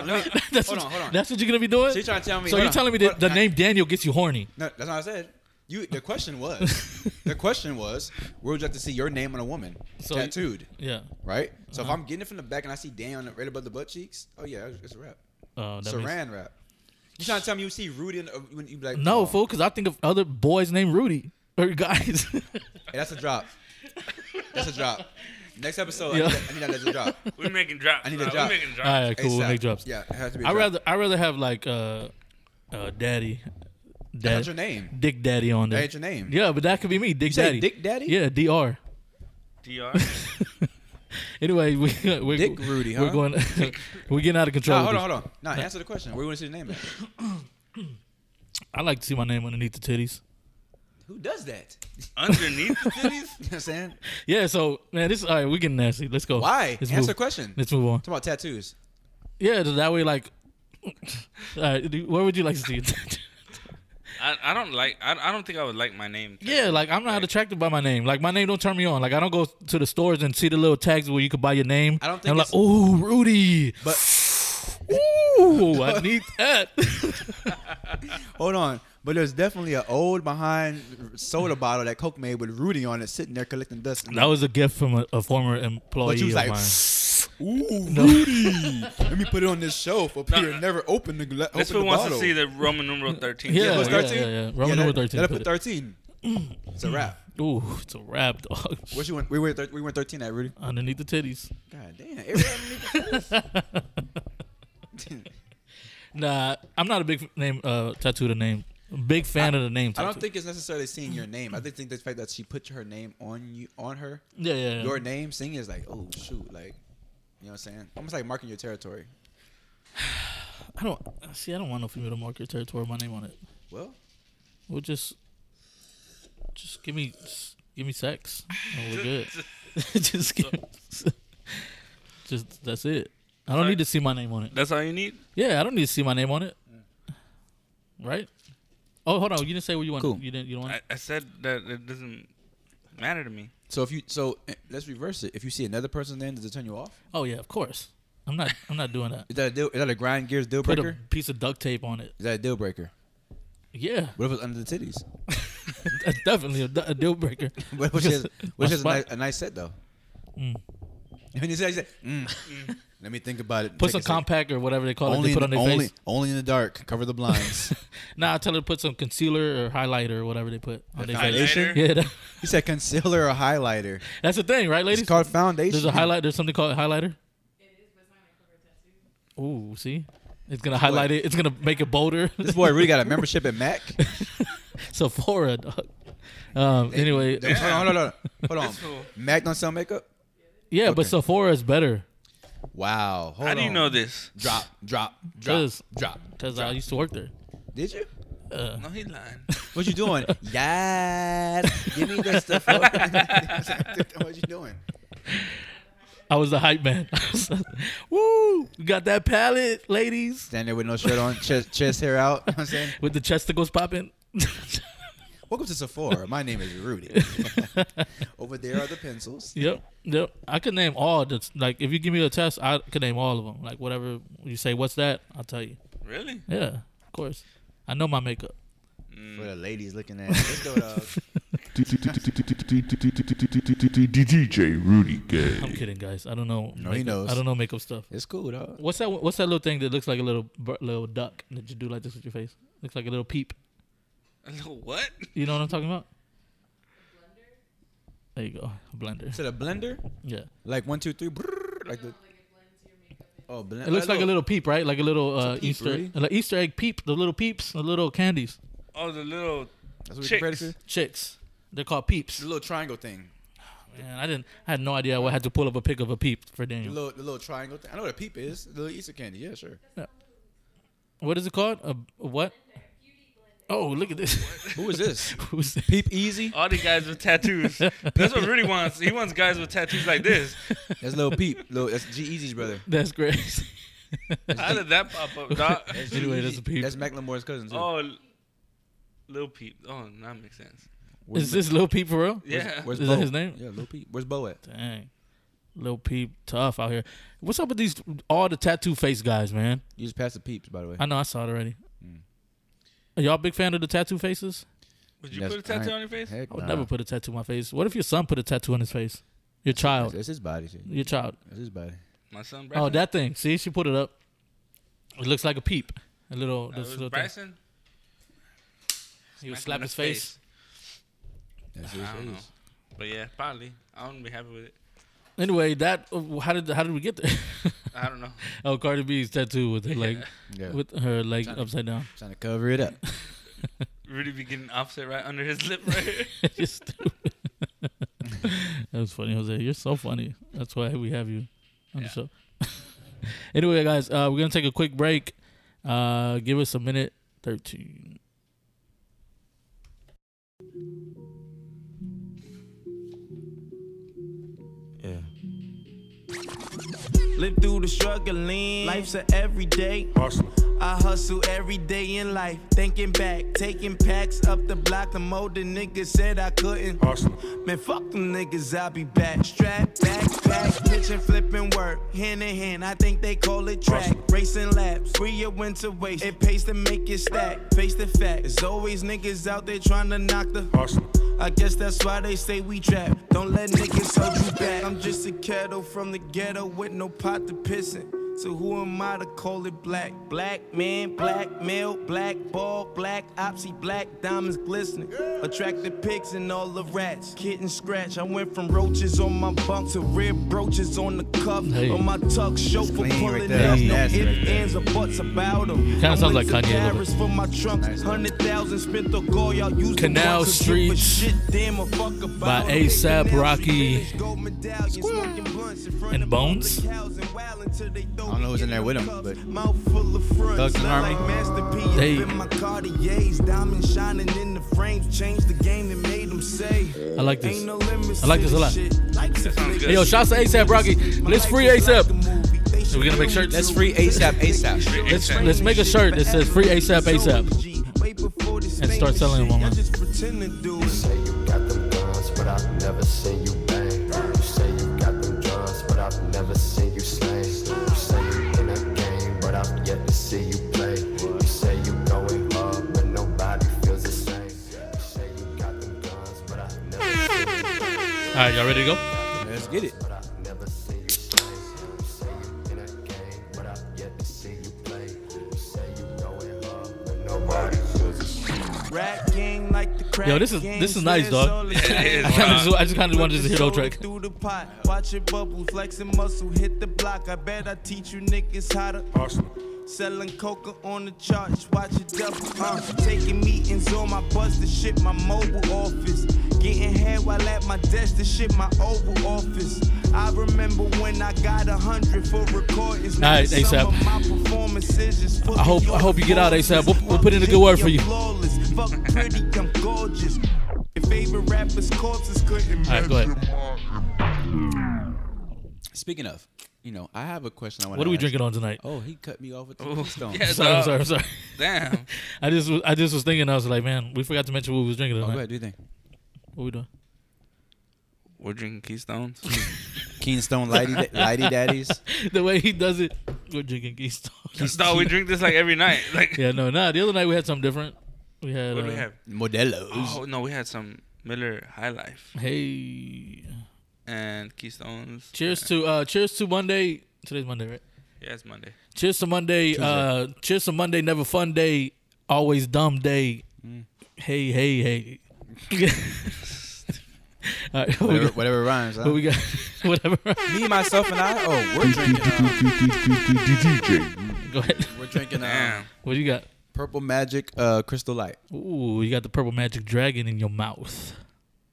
[SPEAKER 6] let me-
[SPEAKER 5] That's
[SPEAKER 6] hold
[SPEAKER 5] what-
[SPEAKER 6] on, hold on.
[SPEAKER 5] That's what you're gonna be doing.
[SPEAKER 6] So you're trying to tell me-
[SPEAKER 5] So
[SPEAKER 6] hold
[SPEAKER 5] you're
[SPEAKER 6] on,
[SPEAKER 5] telling me
[SPEAKER 6] hold
[SPEAKER 5] that
[SPEAKER 6] on,
[SPEAKER 5] the
[SPEAKER 6] can I-
[SPEAKER 5] name Daniel gets you horny?
[SPEAKER 6] No, that's not what I said. You. The question was, the question was, where would you like to see your name on a woman
[SPEAKER 5] So- Uh-huh.
[SPEAKER 6] tattooed?
[SPEAKER 5] Yeah.
[SPEAKER 6] Right. So if I'm getting it from the back and I see Dan right above the butt cheeks, oh yeah, it's, it's a wrap.
[SPEAKER 5] Oh, that makes-
[SPEAKER 6] Saran wrap. You trying to tell me you see Rudy in, uh, when you be like
[SPEAKER 5] No,
[SPEAKER 6] oh,
[SPEAKER 5] fool, because I think of other boys named Rudy or guys.
[SPEAKER 6] hey, that's a drop. That's a drop. Next episode,
[SPEAKER 5] Yeah.
[SPEAKER 6] I, need that, I need that as a drop.
[SPEAKER 7] We're making drops.
[SPEAKER 6] I need
[SPEAKER 7] bro.
[SPEAKER 6] a drop.
[SPEAKER 7] We're making drops.
[SPEAKER 5] All right, cool. We'll
[SPEAKER 6] ASAP.
[SPEAKER 5] make drops.
[SPEAKER 6] Yeah, it has to be. I
[SPEAKER 5] I
[SPEAKER 6] drop. rather.
[SPEAKER 5] rather I rather have like uh, uh daddy,
[SPEAKER 6] That's
[SPEAKER 5] dad,
[SPEAKER 6] your name.
[SPEAKER 5] Dick Daddy on there.
[SPEAKER 6] That ain't your name.
[SPEAKER 5] Yeah, but that could be me, Dick
[SPEAKER 6] say
[SPEAKER 5] Daddy.
[SPEAKER 6] Dick Daddy?
[SPEAKER 5] Yeah, Dr.
[SPEAKER 7] DR.
[SPEAKER 5] Anyway, we we're,
[SPEAKER 6] Dick Rudy,
[SPEAKER 5] we're
[SPEAKER 6] huh?
[SPEAKER 5] going. we're getting out of control.
[SPEAKER 6] Nah, hold
[SPEAKER 5] with
[SPEAKER 6] on,
[SPEAKER 5] this.
[SPEAKER 6] hold on. Nah, answer the question. Where you want to see the name at?
[SPEAKER 5] I like to see my name underneath the titties.
[SPEAKER 6] Who does that?
[SPEAKER 7] Underneath the titties?
[SPEAKER 6] You know what I'm saying?
[SPEAKER 5] Yeah, so man, this all right. We getting nasty. Let's go.
[SPEAKER 6] Why?
[SPEAKER 5] Let's
[SPEAKER 6] answer
[SPEAKER 5] move.
[SPEAKER 6] the question. Talk
[SPEAKER 5] Let's move on.
[SPEAKER 6] about tattoos.
[SPEAKER 5] Yeah, so that way, like, all right. do- Where would you like to see it?
[SPEAKER 7] I, I don't like. I, I don't think I would like my name.
[SPEAKER 5] Yeah, like I'm not attracted by my name. Like my name don't turn me on. Like I don't go to the stores and see the little tags where you could buy your name.
[SPEAKER 6] I don't
[SPEAKER 5] And I'm like,
[SPEAKER 6] think
[SPEAKER 5] oh, Rudy.
[SPEAKER 6] But
[SPEAKER 5] Ooh, I need that.
[SPEAKER 6] hold on. But there's definitely an old behind soda bottle that Coke made with Rudy on it, sitting there collecting dust.
[SPEAKER 5] that was a gift from a, a former employee
[SPEAKER 6] But you was
[SPEAKER 5] of
[SPEAKER 6] like,
[SPEAKER 5] mine.
[SPEAKER 6] "Ooh, Rudy, let me put it on this shelf up here
[SPEAKER 7] no.
[SPEAKER 6] and never open the gla-
[SPEAKER 7] This
[SPEAKER 6] open the
[SPEAKER 7] one wants
[SPEAKER 6] bottle."
[SPEAKER 7] to see the Roman numeral 13.
[SPEAKER 5] Yeah,
[SPEAKER 6] What's
[SPEAKER 5] yeah,
[SPEAKER 6] 13?
[SPEAKER 5] yeah, yeah. Roman number 13,
[SPEAKER 6] Let
[SPEAKER 5] put
[SPEAKER 6] put
[SPEAKER 5] it.
[SPEAKER 6] thirteen. it's a wrap.
[SPEAKER 5] Ooh, it's a wrap, dog.
[SPEAKER 6] What you went? We went. thir- We went thirteen at Rudy.
[SPEAKER 5] Underneath the titties.
[SPEAKER 6] God damn. everybody-
[SPEAKER 5] Nah, I'm not a big name uh, tattoo. The name. Big fan of the name.
[SPEAKER 6] I
[SPEAKER 5] Tattoo.
[SPEAKER 6] don't think it's necessarily seeing your name. I think think the fact that she put her name on you on her,
[SPEAKER 5] Yeah, yeah. yeah.
[SPEAKER 6] your name, seeing is like, oh shoot, like, you know what I'm saying? Almost like marking your territory.
[SPEAKER 5] I don't see. I don't want no female to mark your territory. with My name on it.
[SPEAKER 6] Well,
[SPEAKER 5] We'll just, just give me, just give me sex, and we're good. just, give, just that's it. I don't need to see my name on it.
[SPEAKER 7] That's all you need?
[SPEAKER 5] Yeah, I don't need to see my name on it. Right? Oh, hold on. You didn't say what you want.
[SPEAKER 6] Cool.
[SPEAKER 5] You didn't. You don't want.
[SPEAKER 7] I, I said that it doesn't matter to me.
[SPEAKER 6] so if you so eh, let's reverse it. If you see another person's name, does it turn you off?
[SPEAKER 5] oh yeah, of course. I'm not. I'm not doing that.
[SPEAKER 6] Is that a deal, is that a grind gears deal
[SPEAKER 5] Put
[SPEAKER 6] breaker?
[SPEAKER 5] a piece of duct tape on it.
[SPEAKER 6] Is that a deal breaker?
[SPEAKER 5] Yeah,
[SPEAKER 6] What if it's under the titties?
[SPEAKER 5] that's definitely a, du- a deal breaker.
[SPEAKER 6] What if it's
[SPEAKER 5] My
[SPEAKER 6] which is a,
[SPEAKER 5] spot-
[SPEAKER 6] nice, a nice set though?
[SPEAKER 5] Mm.
[SPEAKER 6] And you say, you say, mm. let me think about it.
[SPEAKER 5] Put
[SPEAKER 6] Take
[SPEAKER 5] some
[SPEAKER 6] a second.
[SPEAKER 5] compact or whatever they call it.
[SPEAKER 6] Only,
[SPEAKER 5] They
[SPEAKER 6] in
[SPEAKER 5] put
[SPEAKER 6] the,
[SPEAKER 5] on their
[SPEAKER 6] only,
[SPEAKER 5] face.
[SPEAKER 6] only in the dark. Cover the blinds.
[SPEAKER 5] Nah, I tell her to put some concealer or highlighter or whatever they put on their face.
[SPEAKER 6] foundation?
[SPEAKER 5] Yeah, that-
[SPEAKER 6] he said concealer or highlighter.
[SPEAKER 5] that's the thing, right,
[SPEAKER 6] It's
[SPEAKER 5] ladies?
[SPEAKER 6] called foundation.
[SPEAKER 5] There's a highlight. There's something called highlighter. Ooh, see, It's gonna highlight it. It's gonna make it bolder.
[SPEAKER 6] This boy really got a membership at Mac.
[SPEAKER 5] Sephora, dog. Um, anyway,
[SPEAKER 6] Hold on, hold on, hold on. Hold
[SPEAKER 7] fool.
[SPEAKER 6] on. Mac don't sell makeup.
[SPEAKER 5] yeah, but
[SPEAKER 6] okay.
[SPEAKER 5] Sephora is better
[SPEAKER 6] Wow. Hold
[SPEAKER 7] How do you
[SPEAKER 6] on.
[SPEAKER 7] know this?
[SPEAKER 6] Drop, drop, drop,
[SPEAKER 5] Cause-
[SPEAKER 6] drop.
[SPEAKER 5] because I used to work there.
[SPEAKER 6] Did you?
[SPEAKER 7] No, he lying.
[SPEAKER 6] What you doing? yes. Give me that stuff. what you doing?
[SPEAKER 5] I was the hype man. Woo! You got that palette, ladies,
[SPEAKER 6] Stand there with no shirt on, chest, chest hair out. You know what I'm saying,
[SPEAKER 5] with the chesticles popping.
[SPEAKER 6] welcome to Sephora. My name is Rudy. Over there are the pencils.
[SPEAKER 5] Yep, yep. I could name all the like. If you give me a test, I could name all of them. Like whatever you say, what's that? I'll tell you.
[SPEAKER 7] Really?
[SPEAKER 5] Yeah, of course. I know my makeup.
[SPEAKER 6] For the ladies looking at. Let's go, dog.
[SPEAKER 8] DJ Rudy
[SPEAKER 5] I'm
[SPEAKER 8] Gay.
[SPEAKER 5] kidding, guys. I don't know.
[SPEAKER 6] he
[SPEAKER 5] makeup-
[SPEAKER 6] knows.
[SPEAKER 5] I don't know makeup stuff.
[SPEAKER 6] It's cool, dog.
[SPEAKER 5] What's that? What's that little thing that looks like a little bir- little duck that you do like this with your face? Looks like a little peep.
[SPEAKER 7] What?
[SPEAKER 5] You know what I'm talking about? There you go, a blender.
[SPEAKER 6] Is it a blender?
[SPEAKER 5] Yeah,
[SPEAKER 6] Like one, two, three. brrrr, like the. Oh, blend.
[SPEAKER 5] it looks like a little peep, right? Like a little uh,
[SPEAKER 6] peep,
[SPEAKER 5] Easter,
[SPEAKER 6] really.
[SPEAKER 5] like Easter egg peep. The little peeps, the little candies,
[SPEAKER 7] Oh, the little
[SPEAKER 6] That's what we compared it to.
[SPEAKER 7] chicks.
[SPEAKER 5] chicks. They're called peeps.
[SPEAKER 6] The little triangle thing.
[SPEAKER 5] Man, I didn't. I had no idea. I had to pull up a pic of a peep for
[SPEAKER 6] The
[SPEAKER 5] Daniel.
[SPEAKER 6] little, the little triangle thing. I know what a peep is. The little Easter candy. Yeah, sure.
[SPEAKER 5] What is it called? A, a what? Oh, look at this.
[SPEAKER 6] Who is this?
[SPEAKER 5] Who's that?
[SPEAKER 6] peep E. Easy.
[SPEAKER 7] All the guys with tattoos. That's what Rudy wants. He wants guys with tattoos like this.
[SPEAKER 6] That's little peep. Little, that's G Easy's brother.
[SPEAKER 5] That's crazy.
[SPEAKER 7] How did that pop up, dog?
[SPEAKER 5] Anyway, that's a peep.
[SPEAKER 6] That's Macklemore's cousin too.
[SPEAKER 7] Oh, L- Lil Peep. Oh, that makes sense.
[SPEAKER 6] Where's
[SPEAKER 5] Is this Lil Peep for real?
[SPEAKER 7] Yeah.
[SPEAKER 6] Where's
[SPEAKER 5] Is
[SPEAKER 6] Bo?
[SPEAKER 5] that his name?
[SPEAKER 6] Yeah, little peep. Where's Bo at?
[SPEAKER 5] Dang. Lil Peep tough out here. What's up with these all the tattoo face guys, man?
[SPEAKER 6] You just passed the peeps, by the way.
[SPEAKER 5] I know I saw it already.
[SPEAKER 6] Hmm.
[SPEAKER 5] Are y'all big fan of the tattoo faces?
[SPEAKER 7] Would you
[SPEAKER 6] That's-
[SPEAKER 7] put a tattoo
[SPEAKER 6] I-
[SPEAKER 7] on your face?
[SPEAKER 6] Heck
[SPEAKER 5] I would
[SPEAKER 6] nah.
[SPEAKER 5] never put a tattoo on my face. What if your son put a tattoo on his face? Your
[SPEAKER 6] It's,
[SPEAKER 5] child.
[SPEAKER 6] it's his body. Shit.
[SPEAKER 5] Your child.
[SPEAKER 6] It's his body.
[SPEAKER 7] My son Bryson.
[SPEAKER 5] Oh, that thing. See, she put it up. It looks like a peep. A little,
[SPEAKER 7] Uh,
[SPEAKER 5] this
[SPEAKER 7] was
[SPEAKER 5] little thing.
[SPEAKER 7] Bryson.
[SPEAKER 5] He would
[SPEAKER 7] Smack him
[SPEAKER 5] slap
[SPEAKER 7] in the
[SPEAKER 5] his face.
[SPEAKER 6] That's
[SPEAKER 7] I
[SPEAKER 6] his.
[SPEAKER 7] don't know. But yeah, probably. I wouldn't be happy with it.
[SPEAKER 5] Anyway, that uh, how did how did we get there?
[SPEAKER 7] I don't know.
[SPEAKER 5] oh, Cardi B's tattoo with her leg,
[SPEAKER 6] Yeah.
[SPEAKER 5] with her leg upside down.
[SPEAKER 6] Trying to cover it up.
[SPEAKER 7] Rudy be getting offset right under his lip right here.
[SPEAKER 5] You're stupid. that was funny, Jose. You're so funny. That's why we have you on the
[SPEAKER 7] Yeah.
[SPEAKER 5] show. anyway, guys, uh, we're gonna take a quick break. Uh, give us a minute. Thirteen.
[SPEAKER 1] Live through the struggling. Life's a everyday. I hustle every day in life. Thinking back, taking packs up the block. The mold the niggas said I couldn't. Man, fuck them niggas, I'll be back. Strap, backpack, pitching, flipping work. Hand in hand, I think they call it track. Racing laps, free your winter waste. It pays to make it stack. Face the fact, it's always niggas out there trying to knock the. I guess that's why they say we trap. Don't let niggas hold you back. I'm just a kettle from the ghetto with no pot to piss in. So who am I to call it black? Black man, black male, black ball, black opsy, black diamonds glistening. Attracted pigs and all the rats. Kitten scratch. I went from roaches on my bunk to rib brooches on the cuff.
[SPEAKER 5] Hey.
[SPEAKER 1] On my tuck, show for
[SPEAKER 6] clean right
[SPEAKER 1] pulling
[SPEAKER 6] there.
[SPEAKER 1] up.
[SPEAKER 6] That's
[SPEAKER 1] No
[SPEAKER 6] nasty right
[SPEAKER 1] ifs,
[SPEAKER 6] there.
[SPEAKER 1] ands, or buts about them.
[SPEAKER 5] Kinda sounds like Kanye a little
[SPEAKER 1] Paris for my trunks.
[SPEAKER 6] Nice.
[SPEAKER 1] Hundred thousand spent the goal, y'all used the
[SPEAKER 5] Canal
[SPEAKER 1] ones who give a
[SPEAKER 5] Streets
[SPEAKER 1] shit, damn, a fuck about 'em.
[SPEAKER 5] A$AP
[SPEAKER 1] Canal
[SPEAKER 5] Rocky
[SPEAKER 1] Streets, gold medallions, smoking blunts in front
[SPEAKER 5] and
[SPEAKER 1] of
[SPEAKER 5] Bones.
[SPEAKER 1] public housing, wild until they throw
[SPEAKER 6] don't know who's
[SPEAKER 1] me
[SPEAKER 6] in there
[SPEAKER 1] the
[SPEAKER 6] with 'em,
[SPEAKER 1] cuffs.
[SPEAKER 6] but-
[SPEAKER 1] Mouth full of fronts,
[SPEAKER 6] Thugs and
[SPEAKER 1] look
[SPEAKER 6] Harmony.
[SPEAKER 1] like Master P, it's
[SPEAKER 5] They-
[SPEAKER 1] been my Cartiers, diamond shining in the frames, changed the game and made 'em say.
[SPEAKER 5] I like this.
[SPEAKER 1] Ain't no limits
[SPEAKER 5] I like
[SPEAKER 1] to
[SPEAKER 5] this a lot.
[SPEAKER 1] shit. Like some
[SPEAKER 7] sounds good.
[SPEAKER 5] Hey, yo, shouts to ASAP Rocky. Let's free ASAP.
[SPEAKER 1] ASAP.
[SPEAKER 5] We're gonna make shirts.
[SPEAKER 6] Let's free ASAP, ASAP.
[SPEAKER 5] Let's let's make a shirt that says free ASAP ASAP.
[SPEAKER 1] ASAP
[SPEAKER 5] And start selling them online.
[SPEAKER 1] online.
[SPEAKER 5] All right, y'all ready to go?
[SPEAKER 6] Let's get it.
[SPEAKER 5] Yo, this is- this is nice, dog. I, kinda just, I just kind of wanted to hear the old track.
[SPEAKER 1] Through the pot, watch it bubble, flexing muscle, hit the block. I bet I teach you niggas how to. Selling coca on the charts, watch it double. Uh, taking meetings on my bus to ship my mobile office. Getting head while at my desk to ship my Oval Office. I remember when I got a hundred for recordings.
[SPEAKER 5] All right,
[SPEAKER 1] Man,
[SPEAKER 5] ASAP.
[SPEAKER 1] some of my performances is full
[SPEAKER 5] I hope-
[SPEAKER 1] of
[SPEAKER 5] I hope you get out ASAP. We'll- we'll put in a good word for you.
[SPEAKER 1] Flawless, fuck pretty, I'm gorgeous. Your favorite rappers' corpses couldn't
[SPEAKER 5] All right, go ahead.
[SPEAKER 6] Speaking of, you know, I have a question. I want
[SPEAKER 5] What are we drinking on tonight?
[SPEAKER 6] Oh, he cut me off with the
[SPEAKER 7] Oh,
[SPEAKER 6] stone.
[SPEAKER 7] yeah,
[SPEAKER 5] Sorry, I'm
[SPEAKER 7] dog.
[SPEAKER 5] sorry, I'm sorry.
[SPEAKER 7] Damn.
[SPEAKER 5] I just, was, I just was thinking. I was like, man, we forgot to mention what we was drinking
[SPEAKER 6] Oh,
[SPEAKER 5] tonight.
[SPEAKER 6] go ahead, do you think?
[SPEAKER 5] What we doing?
[SPEAKER 7] We're drinking Keystones.
[SPEAKER 6] Keenstone Lighty, Lighty Daddies.
[SPEAKER 5] the way he does it, we're drinking Keystone.
[SPEAKER 7] no, we drink this like every night. Like,
[SPEAKER 5] yeah, no, nah. The other night we had something different. We had.
[SPEAKER 7] what do
[SPEAKER 5] uh,
[SPEAKER 7] we have?
[SPEAKER 6] Modelos.
[SPEAKER 7] Oh no, we had some Miller High Life
[SPEAKER 5] Hey,
[SPEAKER 7] and Keystones.
[SPEAKER 5] cheers to uh, cheers to Monday. Today's Monday, right?
[SPEAKER 7] Yeah, it's Monday.
[SPEAKER 5] Cheers to Monday. Uh, cheers to Monday. Never fun day. Always dumb day.
[SPEAKER 7] Mm.
[SPEAKER 5] Hey, hey, hey. All right, what we
[SPEAKER 6] Whatever,
[SPEAKER 5] got?
[SPEAKER 6] whatever rhymes. Huh?
[SPEAKER 5] What Oh, we got? Whatever.
[SPEAKER 6] me, myself, and I. Oh, we're drinking. uh,
[SPEAKER 8] DJ
[SPEAKER 5] Go ahead.
[SPEAKER 6] we're drinking. Uh,
[SPEAKER 7] Damn.
[SPEAKER 5] What do you got?
[SPEAKER 6] Purple Magic uh, Crystal Light.
[SPEAKER 5] Ooh, you got the purple magic dragon in your mouth.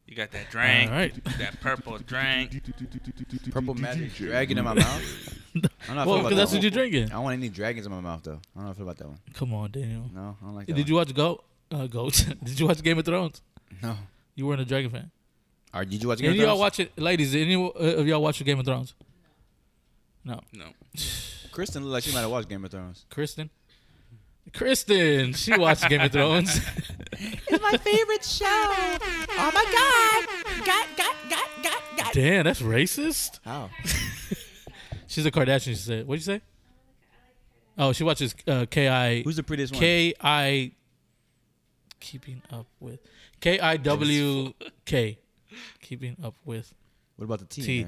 [SPEAKER 7] You got that drink.
[SPEAKER 5] All right.
[SPEAKER 7] That purple drink.
[SPEAKER 8] Rudy.
[SPEAKER 6] Purple Magic
[SPEAKER 8] DJ
[SPEAKER 6] Dragon in my mouth. I don't know how I feel
[SPEAKER 5] Well,
[SPEAKER 6] about
[SPEAKER 5] because that's
[SPEAKER 6] that
[SPEAKER 5] what you're
[SPEAKER 6] one.
[SPEAKER 5] drinking.
[SPEAKER 6] I don't want any dragons in my mouth though. I don't know how I feel about that one.
[SPEAKER 5] Come on, Daniel.
[SPEAKER 6] No, I don't like that.
[SPEAKER 5] Did you watch Go? Uh, Goat. Did you watch Game of Thrones?
[SPEAKER 6] one. No.
[SPEAKER 5] You weren't a dragon fan.
[SPEAKER 6] Or did you watch? Game
[SPEAKER 5] Any
[SPEAKER 6] of
[SPEAKER 5] of y'all
[SPEAKER 6] Thrones?
[SPEAKER 5] watch it, ladies? Any uh, of y'all watch Game of Thrones? No,
[SPEAKER 7] No.
[SPEAKER 6] Kristen looked like she might have watched Game of Thrones.
[SPEAKER 5] Kristen. Kristen, she watched Game of Thrones.
[SPEAKER 3] My favorite show. Oh my god. Got, got, got, got, got.
[SPEAKER 5] Damn, that's racist.
[SPEAKER 6] How?
[SPEAKER 5] She's a Kardashian. She said, "What'd you say?" Oh, she watches uh, Ki
[SPEAKER 6] Who's the prettiest one?
[SPEAKER 5] K I. Keeping up with K I W K. Keeping up with.
[SPEAKER 6] What about the T?
[SPEAKER 5] T.
[SPEAKER 6] in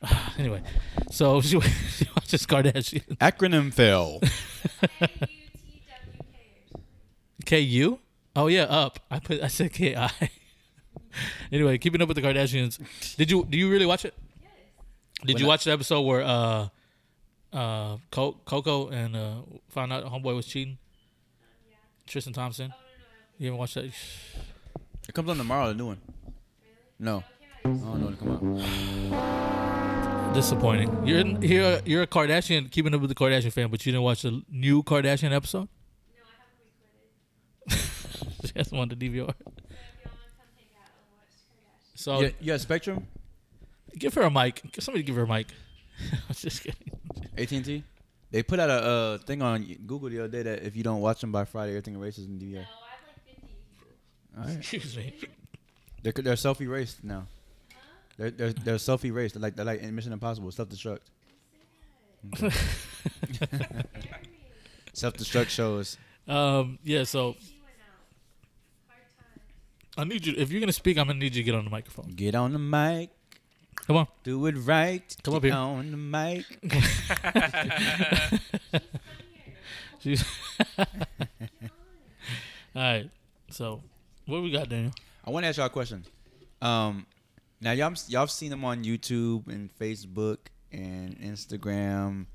[SPEAKER 6] there?
[SPEAKER 5] Anyway, so she, she watches Kardashian.
[SPEAKER 6] Acronym fail.
[SPEAKER 5] K U? Oh yeah, up. I put I said K I. anyway, keeping up with the Kardashians. Did you do you really watch it? Did you watch the episode where uh uh Co- Coco and uh found out homeboy was cheating? Tristan Thompson. You haven't watched that?
[SPEAKER 6] it comes on tomorrow. The new one. No. I don't know when it come out.
[SPEAKER 5] Disappointing. You're in, you're you're a Kardashian, keeping up with the Kardashian fan, but you didn't watch the new Kardashian episode. she has one to DVR. So
[SPEAKER 6] Yeah, you have Spectrum,
[SPEAKER 5] Give her a mic. Somebody give her a mic. I'm just kidding.
[SPEAKER 6] AT and T. They put out a uh, thing on Google the other day that if you don't watch them by Friday, everything erases in DVR.
[SPEAKER 5] Excuse me.
[SPEAKER 6] They're they're self erased now. They're they're, they're self erased. They're like they're like in Mission Impossible, self destruct. self destruct shows.
[SPEAKER 5] Um, yeah, so I need you if you're gonna speak, I'm gonna need you to get on the microphone.
[SPEAKER 6] Get on the mic,
[SPEAKER 5] Come on.
[SPEAKER 6] do it right.
[SPEAKER 5] Come
[SPEAKER 6] Get
[SPEAKER 5] up here.
[SPEAKER 6] on the mic.
[SPEAKER 5] She's All right. So what we got, Daniel?
[SPEAKER 6] I want to ask y'all a question. Um, now y'all y'all seen them on YouTube and Facebook and Instagram,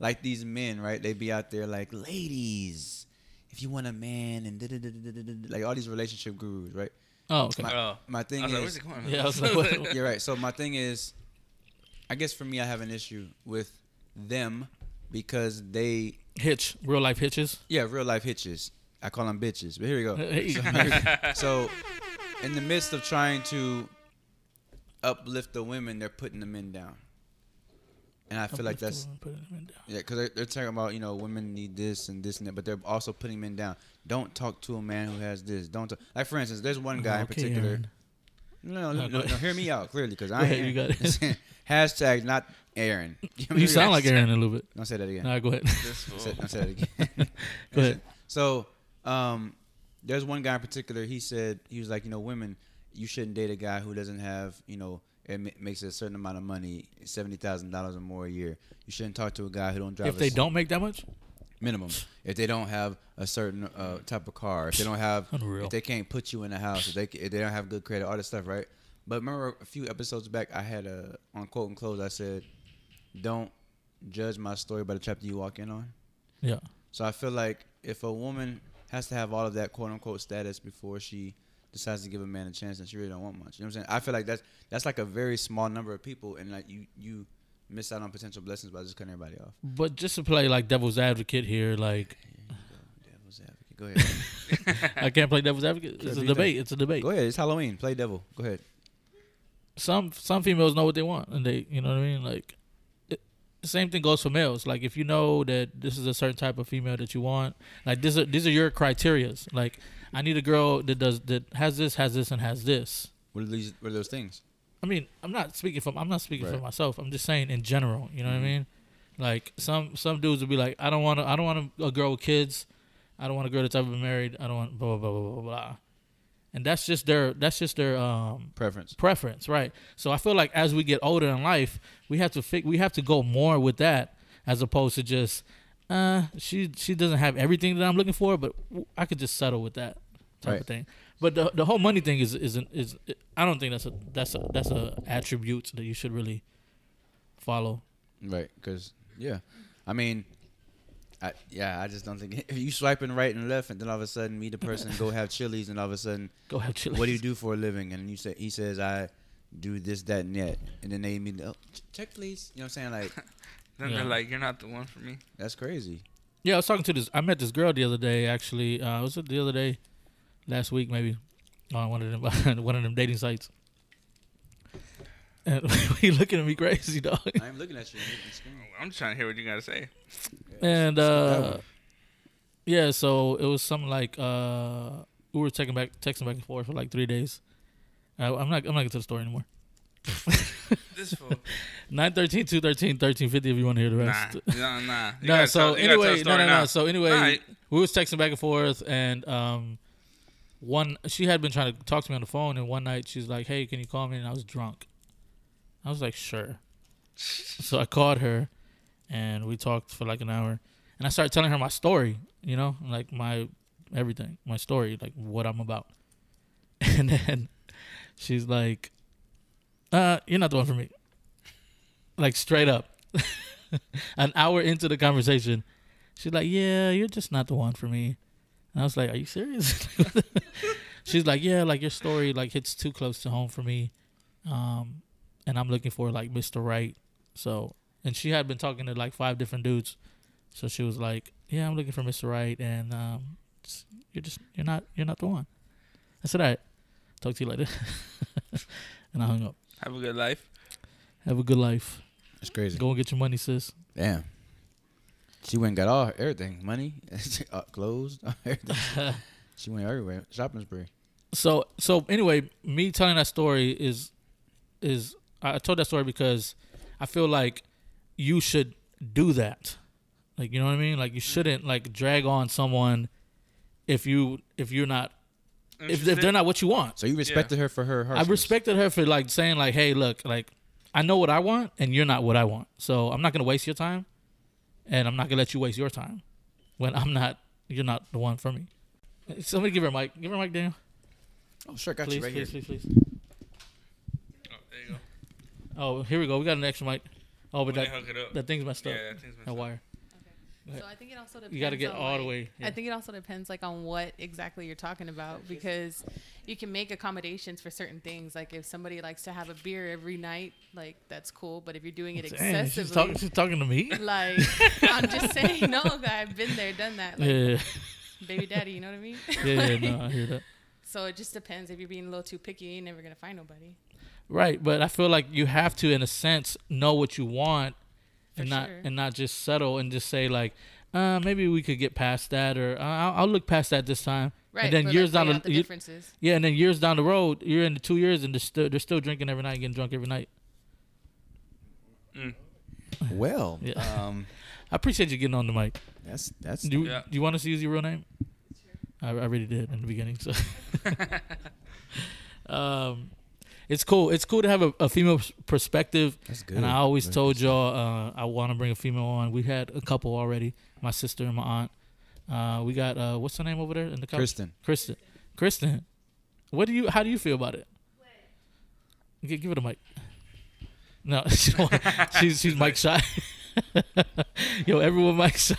[SPEAKER 6] like these men, right? They be out there like, ladies, if you want a man and da da da da da da, like all these relationship gurus, right?
[SPEAKER 5] Oh, okay.
[SPEAKER 6] My,
[SPEAKER 7] Oh.
[SPEAKER 6] my thing
[SPEAKER 7] I was
[SPEAKER 6] is,
[SPEAKER 7] like, where's it going?
[SPEAKER 5] yeah, I was like, what-
[SPEAKER 6] You're right. So my thing is, I guess for me, I have an issue with them because they,
[SPEAKER 5] hitch, real life hitches.
[SPEAKER 6] yeah, real life hitches. I call them bitches, but here we go.
[SPEAKER 5] Hey,
[SPEAKER 6] So, in the midst of trying to uplift the women, they're putting the men down. And I feel like that's
[SPEAKER 5] Put it down.
[SPEAKER 6] yeah, because they're, they're talking about you know women need this and this and that, but they're also putting men down. Don't talk to a man who has this. Don't talk. like for instance, there's one guy in
[SPEAKER 5] Okay,
[SPEAKER 6] particular.
[SPEAKER 5] Aaron.
[SPEAKER 6] No, no,
[SPEAKER 5] Okay.
[SPEAKER 6] no, no, hear me out clearly because I
[SPEAKER 5] ahead,
[SPEAKER 6] ain't.
[SPEAKER 5] you got it.
[SPEAKER 6] Hashtag not Aaron.
[SPEAKER 5] You sound like Aaron a little bit.
[SPEAKER 6] Don't say that again.
[SPEAKER 5] Nah, go ahead.
[SPEAKER 7] This fool.
[SPEAKER 6] Don't, say, don't say that again.
[SPEAKER 5] go ahead.
[SPEAKER 6] So, um, there's one guy in particular. He said he was like, you know, women, you shouldn't date a guy who doesn't have, you know, it ma- makes a certain amount of money, seventy thousand dollars or more a year. You shouldn't talk to a guy who don't drive.
[SPEAKER 5] If
[SPEAKER 6] a
[SPEAKER 5] they
[SPEAKER 6] s-
[SPEAKER 5] don't make that much,
[SPEAKER 6] minimum, if they don't have a certain uh, type of car, if they don't have,
[SPEAKER 5] Unreal.
[SPEAKER 6] if they can't put you in a house, if they c- if they don't have good credit, all this stuff, right? But remember a few episodes back, I had a on quote and close. I said, "Don't judge my story by the chapter you walk in on."
[SPEAKER 5] Yeah.
[SPEAKER 6] So I feel like if a woman has to have all of that quote unquote status before she decides to give a man a chance, then she really don't want much. You know what I'm saying? I feel like that's that's like a very small number of people, and like you you miss out on potential blessings by just cutting everybody off.
[SPEAKER 5] But just to play like devil's advocate here, like
[SPEAKER 6] Devil's advocate. Go ahead.
[SPEAKER 5] I can't play devil's advocate. It's a
[SPEAKER 6] do
[SPEAKER 5] debate.
[SPEAKER 6] that.
[SPEAKER 5] It's a debate.
[SPEAKER 6] Go ahead. It's Halloween. Play devil. Go ahead.
[SPEAKER 5] Some some females know what they want, and they you know what I mean. Like it, the same thing goes for males. Like if you know that this is a certain type of female that you want, like these are these are your criterias. Like I need a girl that does that has this, has this, and has this.
[SPEAKER 6] What are these? What are those things?
[SPEAKER 5] I mean, I'm not speaking from I'm not speaking for
[SPEAKER 6] Right.
[SPEAKER 5] myself. I'm just saying in general. You know what I mean? Like some some dudes would be like, I don't want to I don't want a, a girl with kids. I don't want a girl that's ever been married. I don't want blah blah blah blah blah blah. And that's just their that's just their um
[SPEAKER 6] Preference.
[SPEAKER 5] preference, right? So I feel like as we get older in life, we have to fi- we have to go more with that as opposed to just uh she she doesn't have everything that I'm looking for, but w- I could just settle with that type of
[SPEAKER 6] Right.
[SPEAKER 5] thing. But the the whole money thing is is is I don't think that's a that's a that's a attribute that you should really follow.
[SPEAKER 6] Right. Because yeah, I mean. I, yeah, I just don't think if you swiping right and left, and then all of a sudden meet a person, go have chilies, and all of a sudden
[SPEAKER 5] Go have chili.
[SPEAKER 6] what do you do for a living? And you say he says I do this, that, and that. And then they immediately oh, ch- check please. You know what I'm saying? Like
[SPEAKER 7] Then
[SPEAKER 5] Yeah.
[SPEAKER 7] they're like, "You're not the one for me."
[SPEAKER 6] that's crazy.
[SPEAKER 5] Yeah, I was talking to this. I met this girl the other day. Actually, uh, was it the other day? Last week, maybe on one of them one of them dating sites. And he looking at me crazy, dog.
[SPEAKER 6] I am looking at you. I'm
[SPEAKER 7] Oh, I'm just trying to hear what you gotta say.
[SPEAKER 5] And uh, yeah, so it was something like uh, we were texting back, texting back and forth for like three days. I, I'm not, I'm not getting to the story anymore.
[SPEAKER 7] This fool.
[SPEAKER 5] 913, 213, 1350 if you want to hear the
[SPEAKER 7] nah,
[SPEAKER 5] rest.
[SPEAKER 7] nah, nah. You
[SPEAKER 5] no,
[SPEAKER 7] gotta
[SPEAKER 5] so
[SPEAKER 7] tell- you gotta tell the
[SPEAKER 5] anyway, no,
[SPEAKER 7] story
[SPEAKER 5] no,
[SPEAKER 7] now.
[SPEAKER 5] no. So anyway,
[SPEAKER 7] Alright.
[SPEAKER 5] we was texting back and forth, and um, one she had been trying to talk to me on the phone, and one night she's like, "Hey, can you call me?" And I was drunk. I was like, "Sure." so I called her, and we talked for like an hour, and I started telling her my story, you know, like my everything, my story, like what I'm about, and then she's like, "Uh, you're not the one for me." Like straight up. An hour into the conversation, She's like, yeah, you're just not the one for me. And I was like, are you serious? She's like, yeah, like your story like hits too close to home for me, um, and I'm looking for like Mr. Right. So, and she had been talking to like five different dudes, so she was like, yeah, I'm looking for Mr. Right, and um, s- you're just you're not you're not the one. I said, all right, talk to you later, and I hung up.
[SPEAKER 7] Have a good life.
[SPEAKER 5] Have a good life.
[SPEAKER 6] It's crazy.
[SPEAKER 5] Go and get your money, sis.
[SPEAKER 6] Damn. She went and got all everything, money, uh, clothes, everything. she went everywhere, shopping spree.
[SPEAKER 5] so so anyway, me telling that story is is I I told that story because I feel like you should do that. Like you know what I mean? Like you shouldn't like drag on someone if you if you're not if, if
[SPEAKER 7] Interested?
[SPEAKER 5] they're not what you want.
[SPEAKER 6] So you respected her for her.
[SPEAKER 5] I
[SPEAKER 6] harshness.
[SPEAKER 5] respected her for like saying like, "Hey, look, like I know what I want, and you're not what I want. So I'm not gonna waste your time, and I'm not gonna let you waste your time when I'm not. You're not the one for me. Uh, Somebody give her a mic. Give her a mic, Daniel.
[SPEAKER 6] Oh, sure, got
[SPEAKER 5] Please,
[SPEAKER 6] you right
[SPEAKER 5] please,
[SPEAKER 6] here.
[SPEAKER 5] please, please.
[SPEAKER 7] Oh, there you go.
[SPEAKER 5] Oh, here we go. We got an extra mic. Oh, but
[SPEAKER 7] When they
[SPEAKER 5] that,
[SPEAKER 7] hook it up.
[SPEAKER 5] that thing's messed up.
[SPEAKER 7] Yeah, that thing's messed
[SPEAKER 5] That
[SPEAKER 7] up.
[SPEAKER 5] wire.
[SPEAKER 11] So I think it also depends.
[SPEAKER 5] You got to get
[SPEAKER 11] on,
[SPEAKER 5] all the
[SPEAKER 11] like-
[SPEAKER 5] way. Yeah.
[SPEAKER 11] I think it also depends like on what exactly you're talking about because you can make accommodations for certain things. Like if somebody likes to have a beer every night, like that's cool. But if you're doing it
[SPEAKER 5] Damn,
[SPEAKER 11] excessively,
[SPEAKER 5] she's talking. She's talking to me.
[SPEAKER 11] like I'm just saying, no, I've been there, done that. Like
[SPEAKER 5] yeah,
[SPEAKER 11] baby daddy, you know what I mean?
[SPEAKER 5] yeah, yeah.
[SPEAKER 11] Like,
[SPEAKER 5] No, I hear that.
[SPEAKER 11] So it just depends. If you're being a little too picky, you ain't never gonna find nobody.
[SPEAKER 5] Right, but I feel like you have to, in a sense, know what you want, and
[SPEAKER 11] For
[SPEAKER 5] not
[SPEAKER 11] sure.
[SPEAKER 5] and not just settle and just say like, uh, maybe we could get past that, or uh, I'll, I'll look past that this time.
[SPEAKER 11] Right.
[SPEAKER 5] And then
[SPEAKER 11] but,
[SPEAKER 5] years
[SPEAKER 11] like,
[SPEAKER 5] down
[SPEAKER 11] weigh
[SPEAKER 5] the,
[SPEAKER 11] out the
[SPEAKER 5] you-
[SPEAKER 11] differences.
[SPEAKER 5] yeah, and then years down the road, you're in the two years and they're still they're still drinking every night, getting drunk every night.
[SPEAKER 6] Well,
[SPEAKER 5] Yeah.
[SPEAKER 6] um,
[SPEAKER 5] I appreciate you getting on the mic.
[SPEAKER 6] that's that's
[SPEAKER 5] Do you,
[SPEAKER 7] Yeah.
[SPEAKER 5] do you want us to use your real name? I, I already did in the beginning. So, um, it's cool. It's cool to have a, a female s- perspective.
[SPEAKER 6] that's good.
[SPEAKER 5] And I always
[SPEAKER 6] Very
[SPEAKER 5] told y'all uh, I want to bring a female on. We had a couple already. My sister and my aunt. Uh, we got uh, what's her name over there in the couch?
[SPEAKER 6] Kristen.
[SPEAKER 5] Kristen. Kristen. What do you? How do you feel about it? Gi- give it a mic. No, she don't want- she's she's mic shy. Yo, everyone mic shy.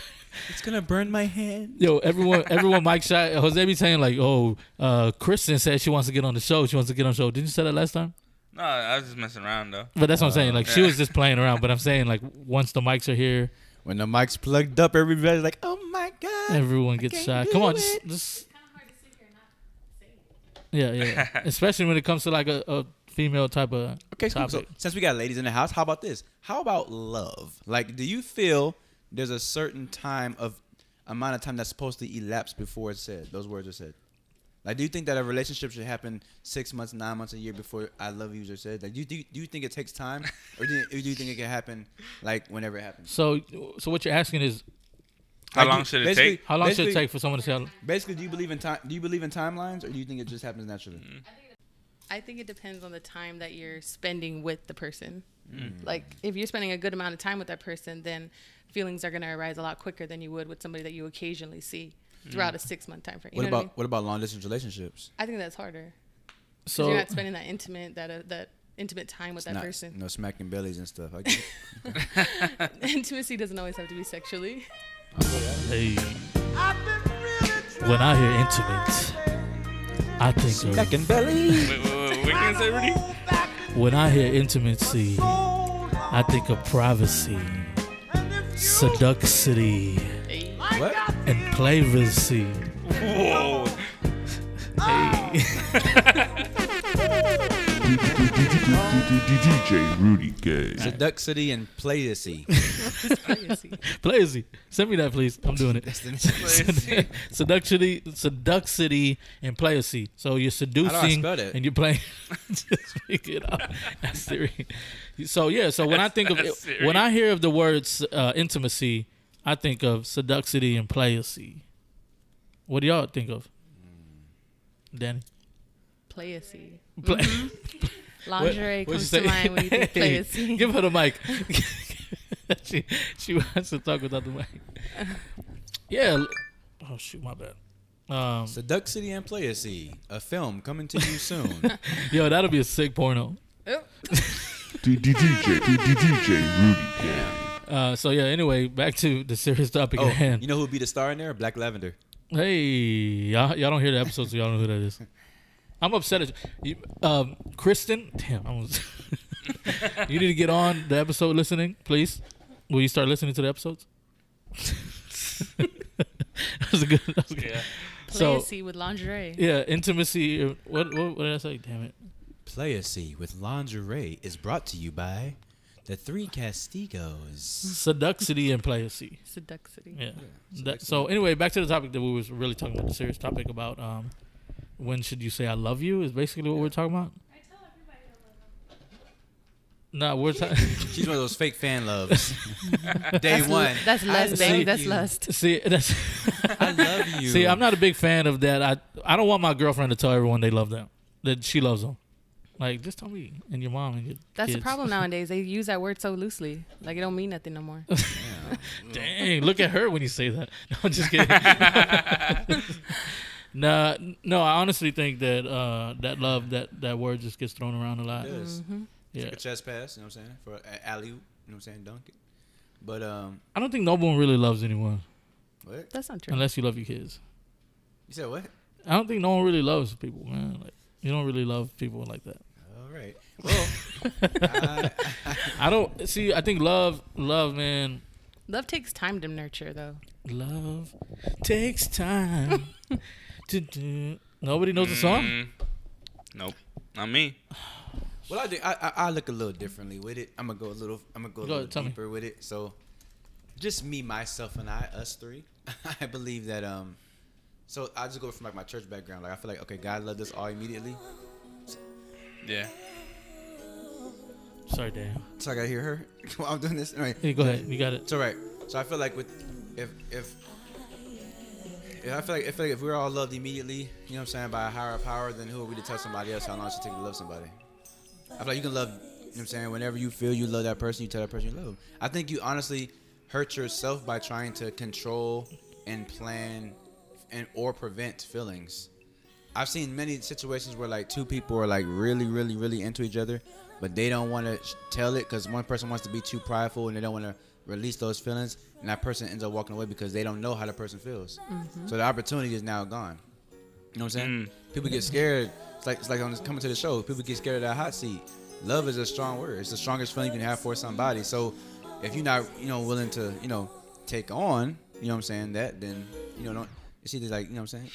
[SPEAKER 3] It's gonna burn my hand.
[SPEAKER 5] Yo, everyone, everyone, Mike shot Jose be saying like, "Oh, uh, Kristen said she wants to get on the show. She wants to get on the show." Didn't you say that last time?
[SPEAKER 7] No, I was just messing around though.
[SPEAKER 5] But that's what I'm saying. Like she
[SPEAKER 7] Yeah.
[SPEAKER 5] was just playing around. But I'm saying like once the mics are here,
[SPEAKER 6] when the mic's plugged up, everybody's like, "Oh my god!"
[SPEAKER 5] everyone gets shy. Come on, just, just yeah, yeah. Especially when it comes to like a, a female type of
[SPEAKER 6] Okay, cool.
[SPEAKER 5] topic.
[SPEAKER 6] so since we got ladies in the house, how about this? How about love? Like, do you feel there's a certain time of amount of time that's supposed to elapse before it's said? Those words are said. Like, do you think that a relationship should happen six months, nine months, a year before "I love you" are said? Like, do you, do you do you think it takes time, or do you, or do you think it can happen like whenever it happens?
[SPEAKER 5] So, so what you're asking is,
[SPEAKER 7] How Like, long you- should it basically- take?
[SPEAKER 5] How long should it
[SPEAKER 6] basically-
[SPEAKER 5] take for someone to say? I-
[SPEAKER 6] Basically, do you believe in time? Do you believe in timelines, or do you think it just happens naturally?
[SPEAKER 11] I think it depends on the time that you're spending with the person.
[SPEAKER 6] Mm.
[SPEAKER 11] Like if you're spending a good amount of time with that person, then feelings are going to arise a lot quicker than you would with somebody that you occasionally see
[SPEAKER 5] Mm.
[SPEAKER 11] throughout a six month time frame. You
[SPEAKER 6] what
[SPEAKER 11] know
[SPEAKER 6] about
[SPEAKER 11] what,
[SPEAKER 6] what, about long distance relationships?
[SPEAKER 11] I mean? I think that's harder. So
[SPEAKER 6] So-
[SPEAKER 11] you're not spending that intimate that uh, that intimate time with that
[SPEAKER 6] Not-
[SPEAKER 11] person.
[SPEAKER 6] No smacking bellies and stuff. I get it.
[SPEAKER 11] Intimacy doesn't always have to be sexually.
[SPEAKER 5] Hey. When I hear intimate, I think of
[SPEAKER 7] Wait, wait, wait, wait, can say Rudy?
[SPEAKER 5] When I hear intimacy, I think of privacy, seducity,
[SPEAKER 6] What?
[SPEAKER 5] and privacy. Oh.
[SPEAKER 7] Whoa.
[SPEAKER 8] DJ Rudy Gay.
[SPEAKER 6] Seducity and playacy.
[SPEAKER 5] Playacy. Send me that, please. I'm doing it.
[SPEAKER 6] Playacy.
[SPEAKER 5] seducity, seducity, and playacy. So you're seducing
[SPEAKER 6] spell that?
[SPEAKER 5] and you're playing. Just make it up. That's the re- So yeah. So when I think of
[SPEAKER 7] That's serious.
[SPEAKER 5] when I hear of the words uh, intimacy, I think of seducity and playacy. What do y'all think of,
[SPEAKER 6] Mm.
[SPEAKER 5] Danny?
[SPEAKER 11] Playacy.
[SPEAKER 5] Play-
[SPEAKER 11] Mhm. Lingerie
[SPEAKER 5] What- what'd
[SPEAKER 11] comes
[SPEAKER 5] you
[SPEAKER 11] to
[SPEAKER 5] say?
[SPEAKER 11] mind when you think
[SPEAKER 5] Hey,
[SPEAKER 11] playacy.
[SPEAKER 5] Give her the mic. she, she wants to talk without the mic. Yeah. l- Oh shoot, my bad. Um,
[SPEAKER 6] Seducity and playacy, a film coming to you soon.
[SPEAKER 5] Yo, that'll be a sick porno.
[SPEAKER 8] DJ DJ Rudy Gay.
[SPEAKER 5] Uh, so yeah. Anyway, back to the serious topic
[SPEAKER 6] oh,
[SPEAKER 5] at hand.
[SPEAKER 6] you know who'd be the star in there? Black Lavender.
[SPEAKER 5] Hey, y'all, y'all don't hear the episode, so y'all know who that is. I'm upset at you. you um, Kristen, damn, I was, you need to get on the episode listening, please. Will you start listening to the episodes? that was a good. That was a good.
[SPEAKER 7] Yeah.
[SPEAKER 11] Playacy with lingerie.
[SPEAKER 5] Yeah, intimacy. uh, What, what what did I say? Damn it.
[SPEAKER 6] Playacy with lingerie is brought to you by the Three Castigos.
[SPEAKER 5] Seducity and playacy.
[SPEAKER 11] Seducity.
[SPEAKER 5] Yeah. That- so anyway, back to the topic that we was really talking about, the serious topic about um, when should you say I love you is basically what we're talking about. Nah, we're talking.
[SPEAKER 6] She's one of those fake fan loves. Day
[SPEAKER 11] That's l-
[SPEAKER 6] one.
[SPEAKER 11] that's
[SPEAKER 6] I
[SPEAKER 11] lust, baby,
[SPEAKER 6] love
[SPEAKER 11] that's
[SPEAKER 6] you.
[SPEAKER 11] lust.
[SPEAKER 5] See, that's.
[SPEAKER 6] I love you.
[SPEAKER 5] See, I'm not a big fan of that. I I don't want my girlfriend to tell everyone they love them that she loves them. Like, just tell me and your mom and your.
[SPEAKER 11] That's the
[SPEAKER 5] kids.
[SPEAKER 11] problem nowadays. They use that word so loosely. Like it don't mean nothing no more.
[SPEAKER 5] Dang, look at her when you say that. No, I'm just kidding. nah, no, I honestly think that uh, that love that that word just gets thrown around a lot.
[SPEAKER 6] It does. It's
[SPEAKER 5] Yeah,
[SPEAKER 6] like a chest pass, you know what I'm saying? For an alley, you know what I'm saying? Dunk it. But, um,
[SPEAKER 5] I don't think no one really loves anyone
[SPEAKER 6] what?
[SPEAKER 11] That's not true.
[SPEAKER 5] unless you love your kids.
[SPEAKER 6] You said what?
[SPEAKER 5] I don't think no one really loves people, man. Like, you don't really love people like that.
[SPEAKER 6] All right. Well,
[SPEAKER 5] I don't see. I think love, love, man,
[SPEAKER 11] Love takes time to nurture though.
[SPEAKER 5] love takes time to do. Nobody knows the song.
[SPEAKER 7] Mm, nope. Not me.
[SPEAKER 6] Well, I, do, I I- I look a little differently with it. I'm gonna go a little. I'm gonna go a
[SPEAKER 5] Go ahead,
[SPEAKER 6] little
[SPEAKER 5] tell me.
[SPEAKER 6] deeper with it. So, just me, myself, and I, us three. I believe that. Um, so I just go from like my church background. Like I feel like okay, God loved us all immediately.
[SPEAKER 7] Yeah.
[SPEAKER 5] Sorry, Dan.
[SPEAKER 6] So I gotta hear her. while I'm doing this. Anyway,
[SPEAKER 5] Hey, go ahead. You got it.
[SPEAKER 6] It's all right. So I feel like with if if yeah, I feel like I feel like if we we're all loved immediately, you know what I'm saying, by a higher power, then who are we to tell somebody else how long it should take to love somebody? I feel like you can love, you know what I'm saying, whenever you feel you love that person, you tell that person you love. 'em. I think you honestly hurt yourself by trying to control and plan and or prevent feelings. I've seen many situations where like two people are like really, really, really into each other, but they don't want to tell it because one person wants to be too prideful and they don't want to release those feelings, and that person ends up walking away because they don't know how the person feels.
[SPEAKER 12] Mhm.
[SPEAKER 6] So the opportunity is now gone. You know what I'm
[SPEAKER 7] Mm.
[SPEAKER 6] saying? People get scared. It's like it's like on this, coming to the show. People get scared of that hot seat. Love is a strong word. It's the strongest feeling you can have for somebody. So if you're not you know willing to you know take on you know what I'm saying that then you know don't it's either like you know what I'm saying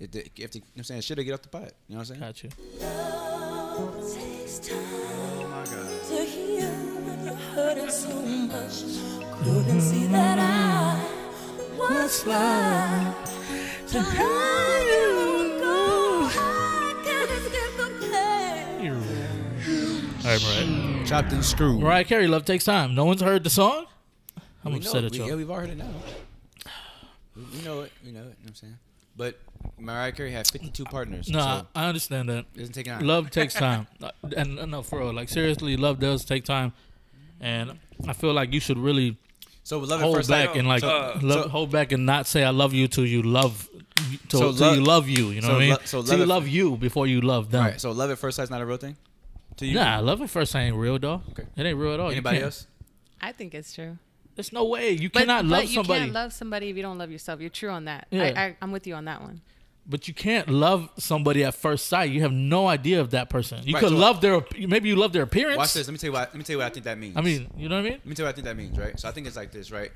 [SPEAKER 6] if the, if the, you know what I'm saying shit or get off the pot. You know what I'm saying?
[SPEAKER 5] Got you.
[SPEAKER 6] Oh my god.
[SPEAKER 12] To heal when you're hurting so much, couldn't see that I was blind. To how you go, I can't escape the pain.
[SPEAKER 5] All right, right.
[SPEAKER 6] Chopped and screwed.
[SPEAKER 5] Mariah Carey, "Love Takes Time." No one's heard the song. I'm
[SPEAKER 6] We know
[SPEAKER 5] upset
[SPEAKER 6] it.
[SPEAKER 5] at
[SPEAKER 6] We-
[SPEAKER 5] y'all.
[SPEAKER 6] Yeah, we've all heard it now. We, we know it. We know it. You know what I'm saying? But Mariah Carey had 52 partners.
[SPEAKER 5] No,
[SPEAKER 6] so
[SPEAKER 5] I I understand that.
[SPEAKER 6] it doesn't take time.
[SPEAKER 5] Love takes time, Uh, and uh, no, for real, like seriously, love does take time, and I feel like you should really
[SPEAKER 6] So with love at
[SPEAKER 5] hold
[SPEAKER 6] first
[SPEAKER 5] back
[SPEAKER 6] sight-
[SPEAKER 5] and like uh,
[SPEAKER 6] so- uh,
[SPEAKER 5] love,
[SPEAKER 6] so-
[SPEAKER 5] hold back and not say I love you till you love till,
[SPEAKER 6] So
[SPEAKER 5] till you
[SPEAKER 6] love-
[SPEAKER 5] love you. You know
[SPEAKER 6] so
[SPEAKER 5] what I mean?
[SPEAKER 6] lo- so
[SPEAKER 5] till
[SPEAKER 6] love
[SPEAKER 5] you
[SPEAKER 6] at-
[SPEAKER 5] love you before you love them.
[SPEAKER 6] Alright, so love at first sight is not a real thing? To you?
[SPEAKER 5] Nah, love at first sight ain't real, dog. It ain't real at all. You
[SPEAKER 6] Anybody
[SPEAKER 5] can't-
[SPEAKER 6] else?
[SPEAKER 11] I think it's true.
[SPEAKER 5] There's no way you
[SPEAKER 11] But-
[SPEAKER 5] cannot love
[SPEAKER 11] but
[SPEAKER 5] somebody.
[SPEAKER 11] You can't love somebody if you don't love yourself. You're true on that.
[SPEAKER 5] Yeah.
[SPEAKER 11] I, I, I'm with you on that one.
[SPEAKER 5] But you can't love somebody at first sight. You have no idea of that person. You
[SPEAKER 6] Right,
[SPEAKER 5] could
[SPEAKER 6] so-
[SPEAKER 5] love their maybe you love their appearance.
[SPEAKER 6] Watch this. Let me tell you what. Let me tell you what I think that means.
[SPEAKER 5] I mean, you know what I mean?
[SPEAKER 6] Let me tell you what I think that means, right? So I think it's like this, right?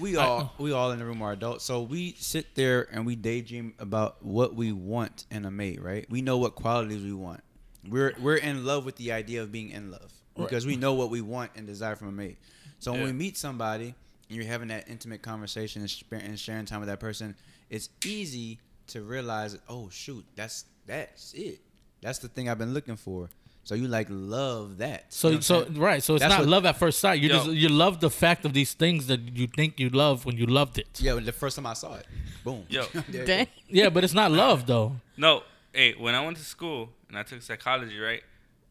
[SPEAKER 6] We
[SPEAKER 5] I-
[SPEAKER 6] all we all in the room are adults, so we sit there and we daydream about what we want in a mate, right? We know what qualities we want. We're we're in love with the idea of being in love
[SPEAKER 10] Right.
[SPEAKER 6] because we know what we want and desire from a mate. So when
[SPEAKER 10] Yeah.
[SPEAKER 6] we meet somebody and you're having that intimate conversation and, sp- and sharing time with that person, it's easy to realize, oh shoot, that's that's it. That's the thing I've been looking for. So you like love that.
[SPEAKER 5] So
[SPEAKER 6] You know what I'm
[SPEAKER 5] so
[SPEAKER 6] saying?
[SPEAKER 5] right. So it's
[SPEAKER 6] That's
[SPEAKER 5] not
[SPEAKER 6] what-
[SPEAKER 5] love at first sight. You
[SPEAKER 6] Yo.
[SPEAKER 5] just you love the fact of these things that you think you love when you loved it.
[SPEAKER 6] Yeah, the first time I saw it. Boom.
[SPEAKER 7] Yo.
[SPEAKER 6] There you
[SPEAKER 7] Dang.
[SPEAKER 6] go.
[SPEAKER 5] Yeah, but it's not love though.
[SPEAKER 7] No, hey, when I went to school and I took psychology, right?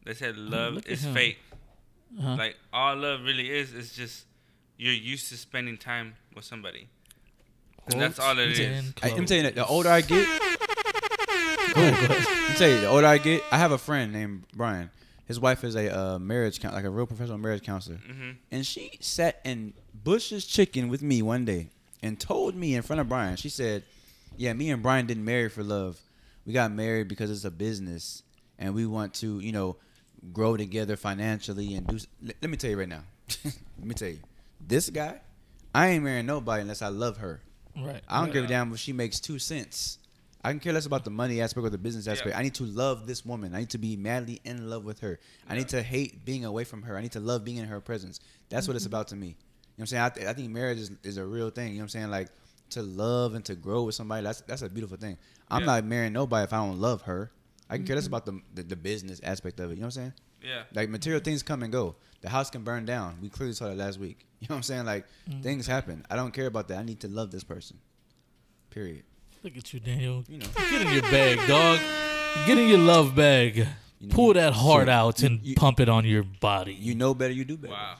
[SPEAKER 7] They said love
[SPEAKER 5] Oh, look at
[SPEAKER 7] is
[SPEAKER 5] him.
[SPEAKER 7] fake.
[SPEAKER 5] Uh-huh.
[SPEAKER 7] Like all love really is is just you're used to spending time with somebody. And that's all it
[SPEAKER 6] Let me tell-
[SPEAKER 7] is.
[SPEAKER 6] I, am telling you, that the older I get, Oh, I'm telling you, the older I get, I have a friend named Brian. His wife is a uh, marriage coun like a real professional marriage counselor,
[SPEAKER 7] Mhm.
[SPEAKER 6] and she sat in Bush's chicken with me one day and told me in front of Brian. She said, "Yeah, me and Brian didn't marry for love. We got married because it's a business, and we want to, you know, grow together financially and do." s- Let- let me tell you right now. let me tell you, this guy, I ain't marrying nobody unless I love her.
[SPEAKER 5] Right.
[SPEAKER 6] I don't
[SPEAKER 5] Yeah.
[SPEAKER 6] give a damn if she makes two cents. I can care less about the money aspect or the business aspect. I need to love this woman. I need to be madly in love with her. I need to hate being away from her. I need to love being in her presence. That's what it's
[SPEAKER 10] Mhm.
[SPEAKER 6] about to me. You know what I'm saying? I, th- I think marriage is, is a real thing. You know what I'm saying? Like to love and to grow with somebody. That's that's a beautiful thing. I'm
[SPEAKER 10] Yeah.
[SPEAKER 6] not marrying nobody if I don't love her. I can care less about the, the the business aspect of it. You know what I'm saying?
[SPEAKER 10] Yeah.
[SPEAKER 6] Like material things come and go. The house can burn down. We clearly saw that last week. You know what I'm saying? Like
[SPEAKER 5] Mhm.
[SPEAKER 6] things happen. I don't care about that. I need to love this person. Period.
[SPEAKER 5] Look at you, Daniel.
[SPEAKER 6] You know.
[SPEAKER 5] Get in your bag, dog. Get in your love bag. Pull that heart
[SPEAKER 6] so
[SPEAKER 5] out
[SPEAKER 6] you-
[SPEAKER 5] and
[SPEAKER 6] you-
[SPEAKER 5] pump it on your body.
[SPEAKER 6] You know better, you do better. Wow.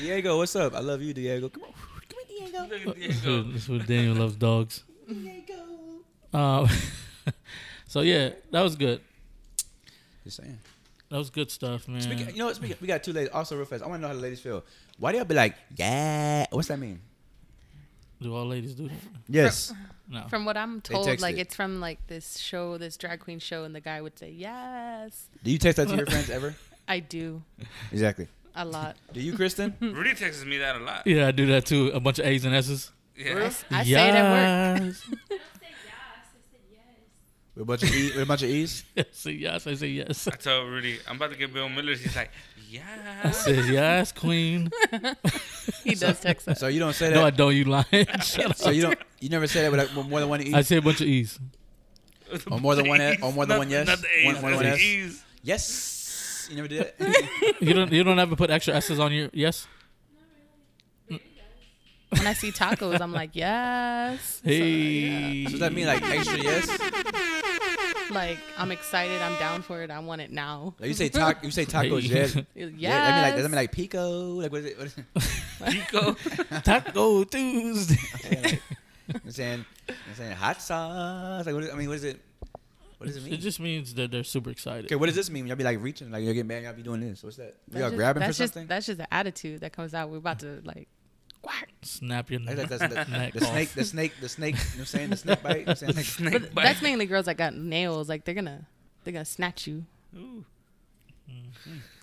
[SPEAKER 6] Diego, what's up? I love you, Diego. Come on. Come
[SPEAKER 7] here,
[SPEAKER 5] That's what, that's what Daniel loves dogs. Um, so yeah, that was good.
[SPEAKER 6] Just saying.
[SPEAKER 5] That was good stuff, man.
[SPEAKER 6] Speaking, you know what? Speaking, we got two ladies. Also, real fast, I want to know how the ladies feel. Why do y'all be like, yeah? What's that mean?
[SPEAKER 5] do all ladies do that?
[SPEAKER 6] Yes.
[SPEAKER 5] No.
[SPEAKER 11] From what I'm
[SPEAKER 6] They
[SPEAKER 11] told,
[SPEAKER 6] text
[SPEAKER 11] like
[SPEAKER 6] it.
[SPEAKER 11] it's from like this show, this drag queen show, and the guy would say yes.
[SPEAKER 6] Do you text that to your friends ever?
[SPEAKER 11] I do
[SPEAKER 6] Exactly.
[SPEAKER 11] a lot.
[SPEAKER 6] Do you, Kristen?
[SPEAKER 7] Rudy texts me that a lot.
[SPEAKER 5] Yeah, I do that too. A bunch of A's and S's.
[SPEAKER 7] Yeah. I s-
[SPEAKER 11] I say it at work.
[SPEAKER 6] With a bunch of e, with a bunch of e's.
[SPEAKER 5] say yes. I say yes.
[SPEAKER 7] I told Rudy, I'm about to get Bill Miller. He's like, yeah.
[SPEAKER 5] I said yes, Queen.
[SPEAKER 11] he does text us.
[SPEAKER 6] So you don't say that.
[SPEAKER 5] No, I don't. You lying? Shut
[SPEAKER 6] so
[SPEAKER 5] up.
[SPEAKER 6] you don't. You never say that with, a- with more than one e.
[SPEAKER 5] I say a bunch of E's.
[SPEAKER 6] Or more than one. e- Or more than one.
[SPEAKER 7] Not-
[SPEAKER 6] Yes.
[SPEAKER 7] not the A's,
[SPEAKER 6] One- more than one
[SPEAKER 7] that's the
[SPEAKER 6] yes.
[SPEAKER 7] E's.
[SPEAKER 6] Yes. You never did that.
[SPEAKER 5] You don't. You don't ever put extra S's on your yes.
[SPEAKER 11] When I see tacos, I'm like yes. So,
[SPEAKER 5] Hey.
[SPEAKER 6] So does that mean like extra yes?
[SPEAKER 11] Like I'm excited. I'm down for it. I want it now.
[SPEAKER 6] Like, Oh, you say taco. You say tacos.
[SPEAKER 5] Hey.
[SPEAKER 6] Yes.
[SPEAKER 11] Yes.
[SPEAKER 6] Yeah, that mean like. That mean like pico. Like what is it? What is it?
[SPEAKER 7] Pico.
[SPEAKER 5] Taco Tuesday.
[SPEAKER 6] Yeah, like, I'm saying, I'm saying hot sauce. Like, what is, I mean, what is it? What What does it mean?
[SPEAKER 5] It just means that they're super excited.
[SPEAKER 6] Okay, what does this mean? Y'all be like reaching, like y'all get mad, y'all be doing this. What's that?
[SPEAKER 11] That's
[SPEAKER 6] Y'all
[SPEAKER 11] just-
[SPEAKER 6] grabbing for
[SPEAKER 11] that's just,
[SPEAKER 6] something?
[SPEAKER 11] That's just the attitude that comes out. We're about to like quack.
[SPEAKER 5] Snap your
[SPEAKER 6] Like
[SPEAKER 5] neck.
[SPEAKER 6] that- that's the-
[SPEAKER 5] neck
[SPEAKER 6] the
[SPEAKER 5] off.
[SPEAKER 6] snake, the snake, the snake. You know what I'm saying? The snake bite. You know what I'm saying? Like-
[SPEAKER 11] But that's mainly girls that got nails. Like they're gonna they're gonna snatch you.
[SPEAKER 7] Ooh.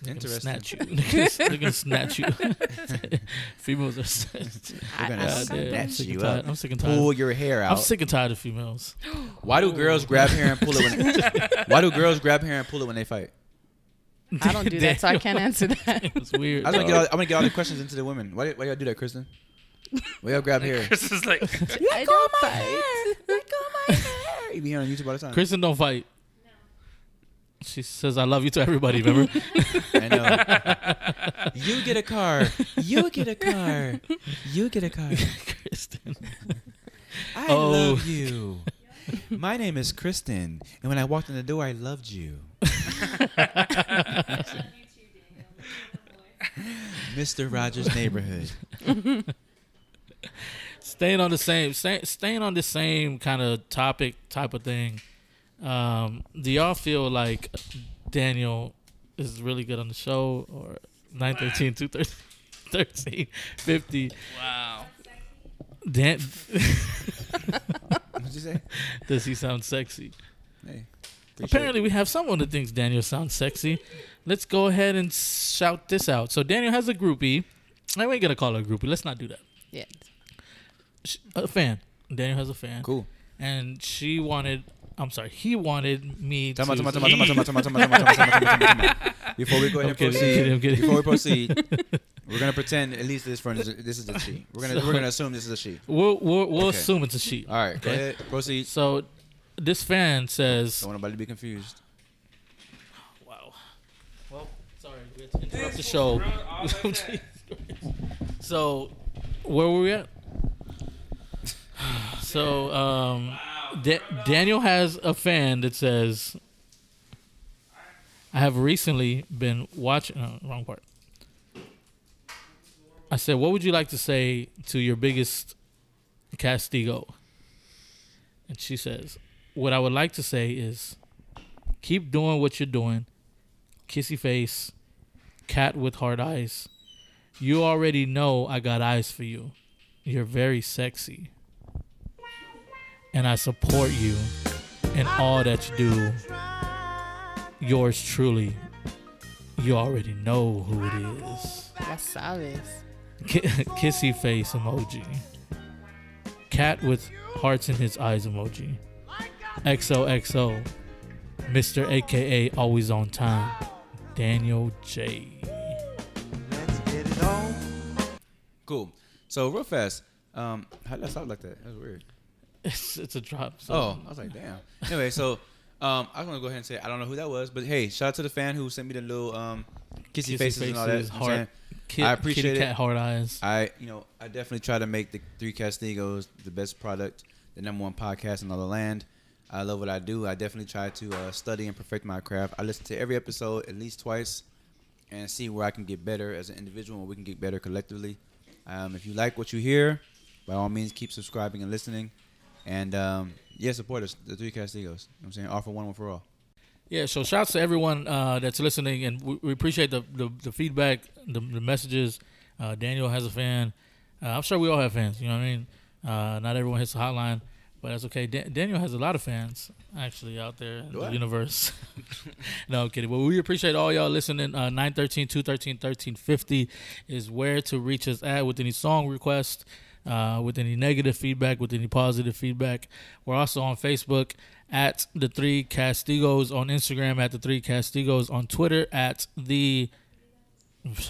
[SPEAKER 5] They're gonna
[SPEAKER 6] Interesting.
[SPEAKER 5] Snatch you. They're gonna snatch you. females are. Snatched.
[SPEAKER 6] They're gonna
[SPEAKER 5] I'm
[SPEAKER 6] snatch
[SPEAKER 5] sick
[SPEAKER 6] you
[SPEAKER 5] and tired.
[SPEAKER 6] up.
[SPEAKER 5] I'm sick and tired.
[SPEAKER 6] Pull your hair
[SPEAKER 5] I'm
[SPEAKER 6] out.
[SPEAKER 5] sick and tired of females.
[SPEAKER 6] Why do girls grab hair and pull it? When, why do girls grab hair and pull it when they fight?
[SPEAKER 11] I don't do that, so I can't
[SPEAKER 5] Daniel.
[SPEAKER 11] answer that.
[SPEAKER 5] It's weird.
[SPEAKER 6] I'm gonna,
[SPEAKER 5] dog.
[SPEAKER 6] get all, I'm gonna get all the questions into the women. Why, why y'all do that, Kristen? Why y'all grab hair?
[SPEAKER 7] Chris is like,
[SPEAKER 11] I don't fight.
[SPEAKER 6] You be here on YouTube all the time.
[SPEAKER 5] Kristen don't fight. She says I love you to everybody. Remember?
[SPEAKER 6] I know. You get a car. You get a car. You get a car.
[SPEAKER 5] Kristen.
[SPEAKER 6] I
[SPEAKER 5] Oh.
[SPEAKER 6] love you. My name is Kristen, and when I walked in the door, I loved you. Mr. Rogers' neighborhood.
[SPEAKER 5] staying on the same, stay, staying on the same kind of topic type of thing. Um, do y'all feel like Daniel is really good on the show or 913, 213, 50?
[SPEAKER 7] wow.
[SPEAKER 5] Dan-
[SPEAKER 6] What'd you say?
[SPEAKER 5] Does he sound sexy?
[SPEAKER 6] Hey, appreciate
[SPEAKER 5] Apparently, we have someone that thinks Daniel sounds sexy. Let's go ahead and shout this out. So, Daniel has a groupie. I ain't gonna call her a groupie. Let's not do that.
[SPEAKER 11] Yeah.
[SPEAKER 5] Sh- A fan. Daniel has a fan.
[SPEAKER 6] Cool.
[SPEAKER 5] And she wanted. I'm sorry. He wanted me
[SPEAKER 6] Time out,
[SPEAKER 5] to.
[SPEAKER 6] time out, time out, time out, time out, time out, time out, time out, time out, time out, time out. Before we go ahead
[SPEAKER 5] I'm
[SPEAKER 6] and
[SPEAKER 5] kidding, I'm
[SPEAKER 6] proceed,
[SPEAKER 5] kidding, I'm kidding.
[SPEAKER 6] before we proceed, we're gonna pretend at least this friend is this is a she. We're gonna
[SPEAKER 5] So-
[SPEAKER 6] we're gonna assume this is a she.
[SPEAKER 5] We'll we'll, we'll
[SPEAKER 6] Okay.
[SPEAKER 5] assume it's a she.
[SPEAKER 6] All right, go ahead, proceed.
[SPEAKER 5] So, this fan says.
[SPEAKER 6] Don't want nobody to be confused.
[SPEAKER 5] Wow. Well, sorry, we had to interrupt the show. so, where were we at? So, um, Da- Daniel has a fan that says, "I have recently been watching." No, wrong part. I said, "What would you like to say to your biggest Castigo?" And she says, "What I would like to say is, keep doing what you're doing. Kissy face, cat with hard eyes. You already know I got eyes for you. You're very sexy. And I support you in all that you do. Yours truly. You already know who it is.
[SPEAKER 11] That's sabes.
[SPEAKER 5] Ki- Kissy face emoji. Cat with hearts in his eyes emoji. XOXO. Mr. AKA always on time. Daniel J.
[SPEAKER 6] Cool. So real fast, um, how did I stop like that? That was weird.
[SPEAKER 5] It's, it's a drop. So.
[SPEAKER 6] Oh, I was like, damn. Anyway, so um, I was gonna go ahead and say I don't know who that was, but hey, shout out to the fan who sent me the little um, kissy,
[SPEAKER 5] Kissy
[SPEAKER 6] faces, and all that.
[SPEAKER 5] faces,
[SPEAKER 6] you know
[SPEAKER 5] heart-
[SPEAKER 6] what I'm
[SPEAKER 5] ki-
[SPEAKER 6] saying? I appreciate
[SPEAKER 5] kitty
[SPEAKER 6] it.
[SPEAKER 5] cat heart eyes.
[SPEAKER 6] I you know I definitely try to make the Three Castigos the best product, the number one podcast in all the land. I love what I do. I definitely try to uh, study and perfect my craft. I listen to every episode at least twice and see where I can get better as an individual and we can get better collectively. Um, if you like what you hear, by all means, keep subscribing and listening. And um, yeah, support us, the Three Castigos. You know what I'm saying? Offer one, one for all.
[SPEAKER 5] Yeah, so shouts to everyone uh, that's listening, and we, we appreciate the, the, the feedback, the, the messages. Uh, Daniel has a fan. Uh, I'm sure we all have fans, you know what I mean? Uh, not everyone hits the hotline, but that's okay. Dan- Daniel has a lot of fans, actually, out there in
[SPEAKER 6] Do
[SPEAKER 5] the
[SPEAKER 6] I?
[SPEAKER 5] universe. no, I'm kidding. But we appreciate all y'all listening. Uh, 913 213 1350 is where to reach us at with any song request, uh, with any negative feedback, with any positive feedback. We're also on Facebook at The Three Castigos, on Instagram at The Three Castigos, on Twitter at The.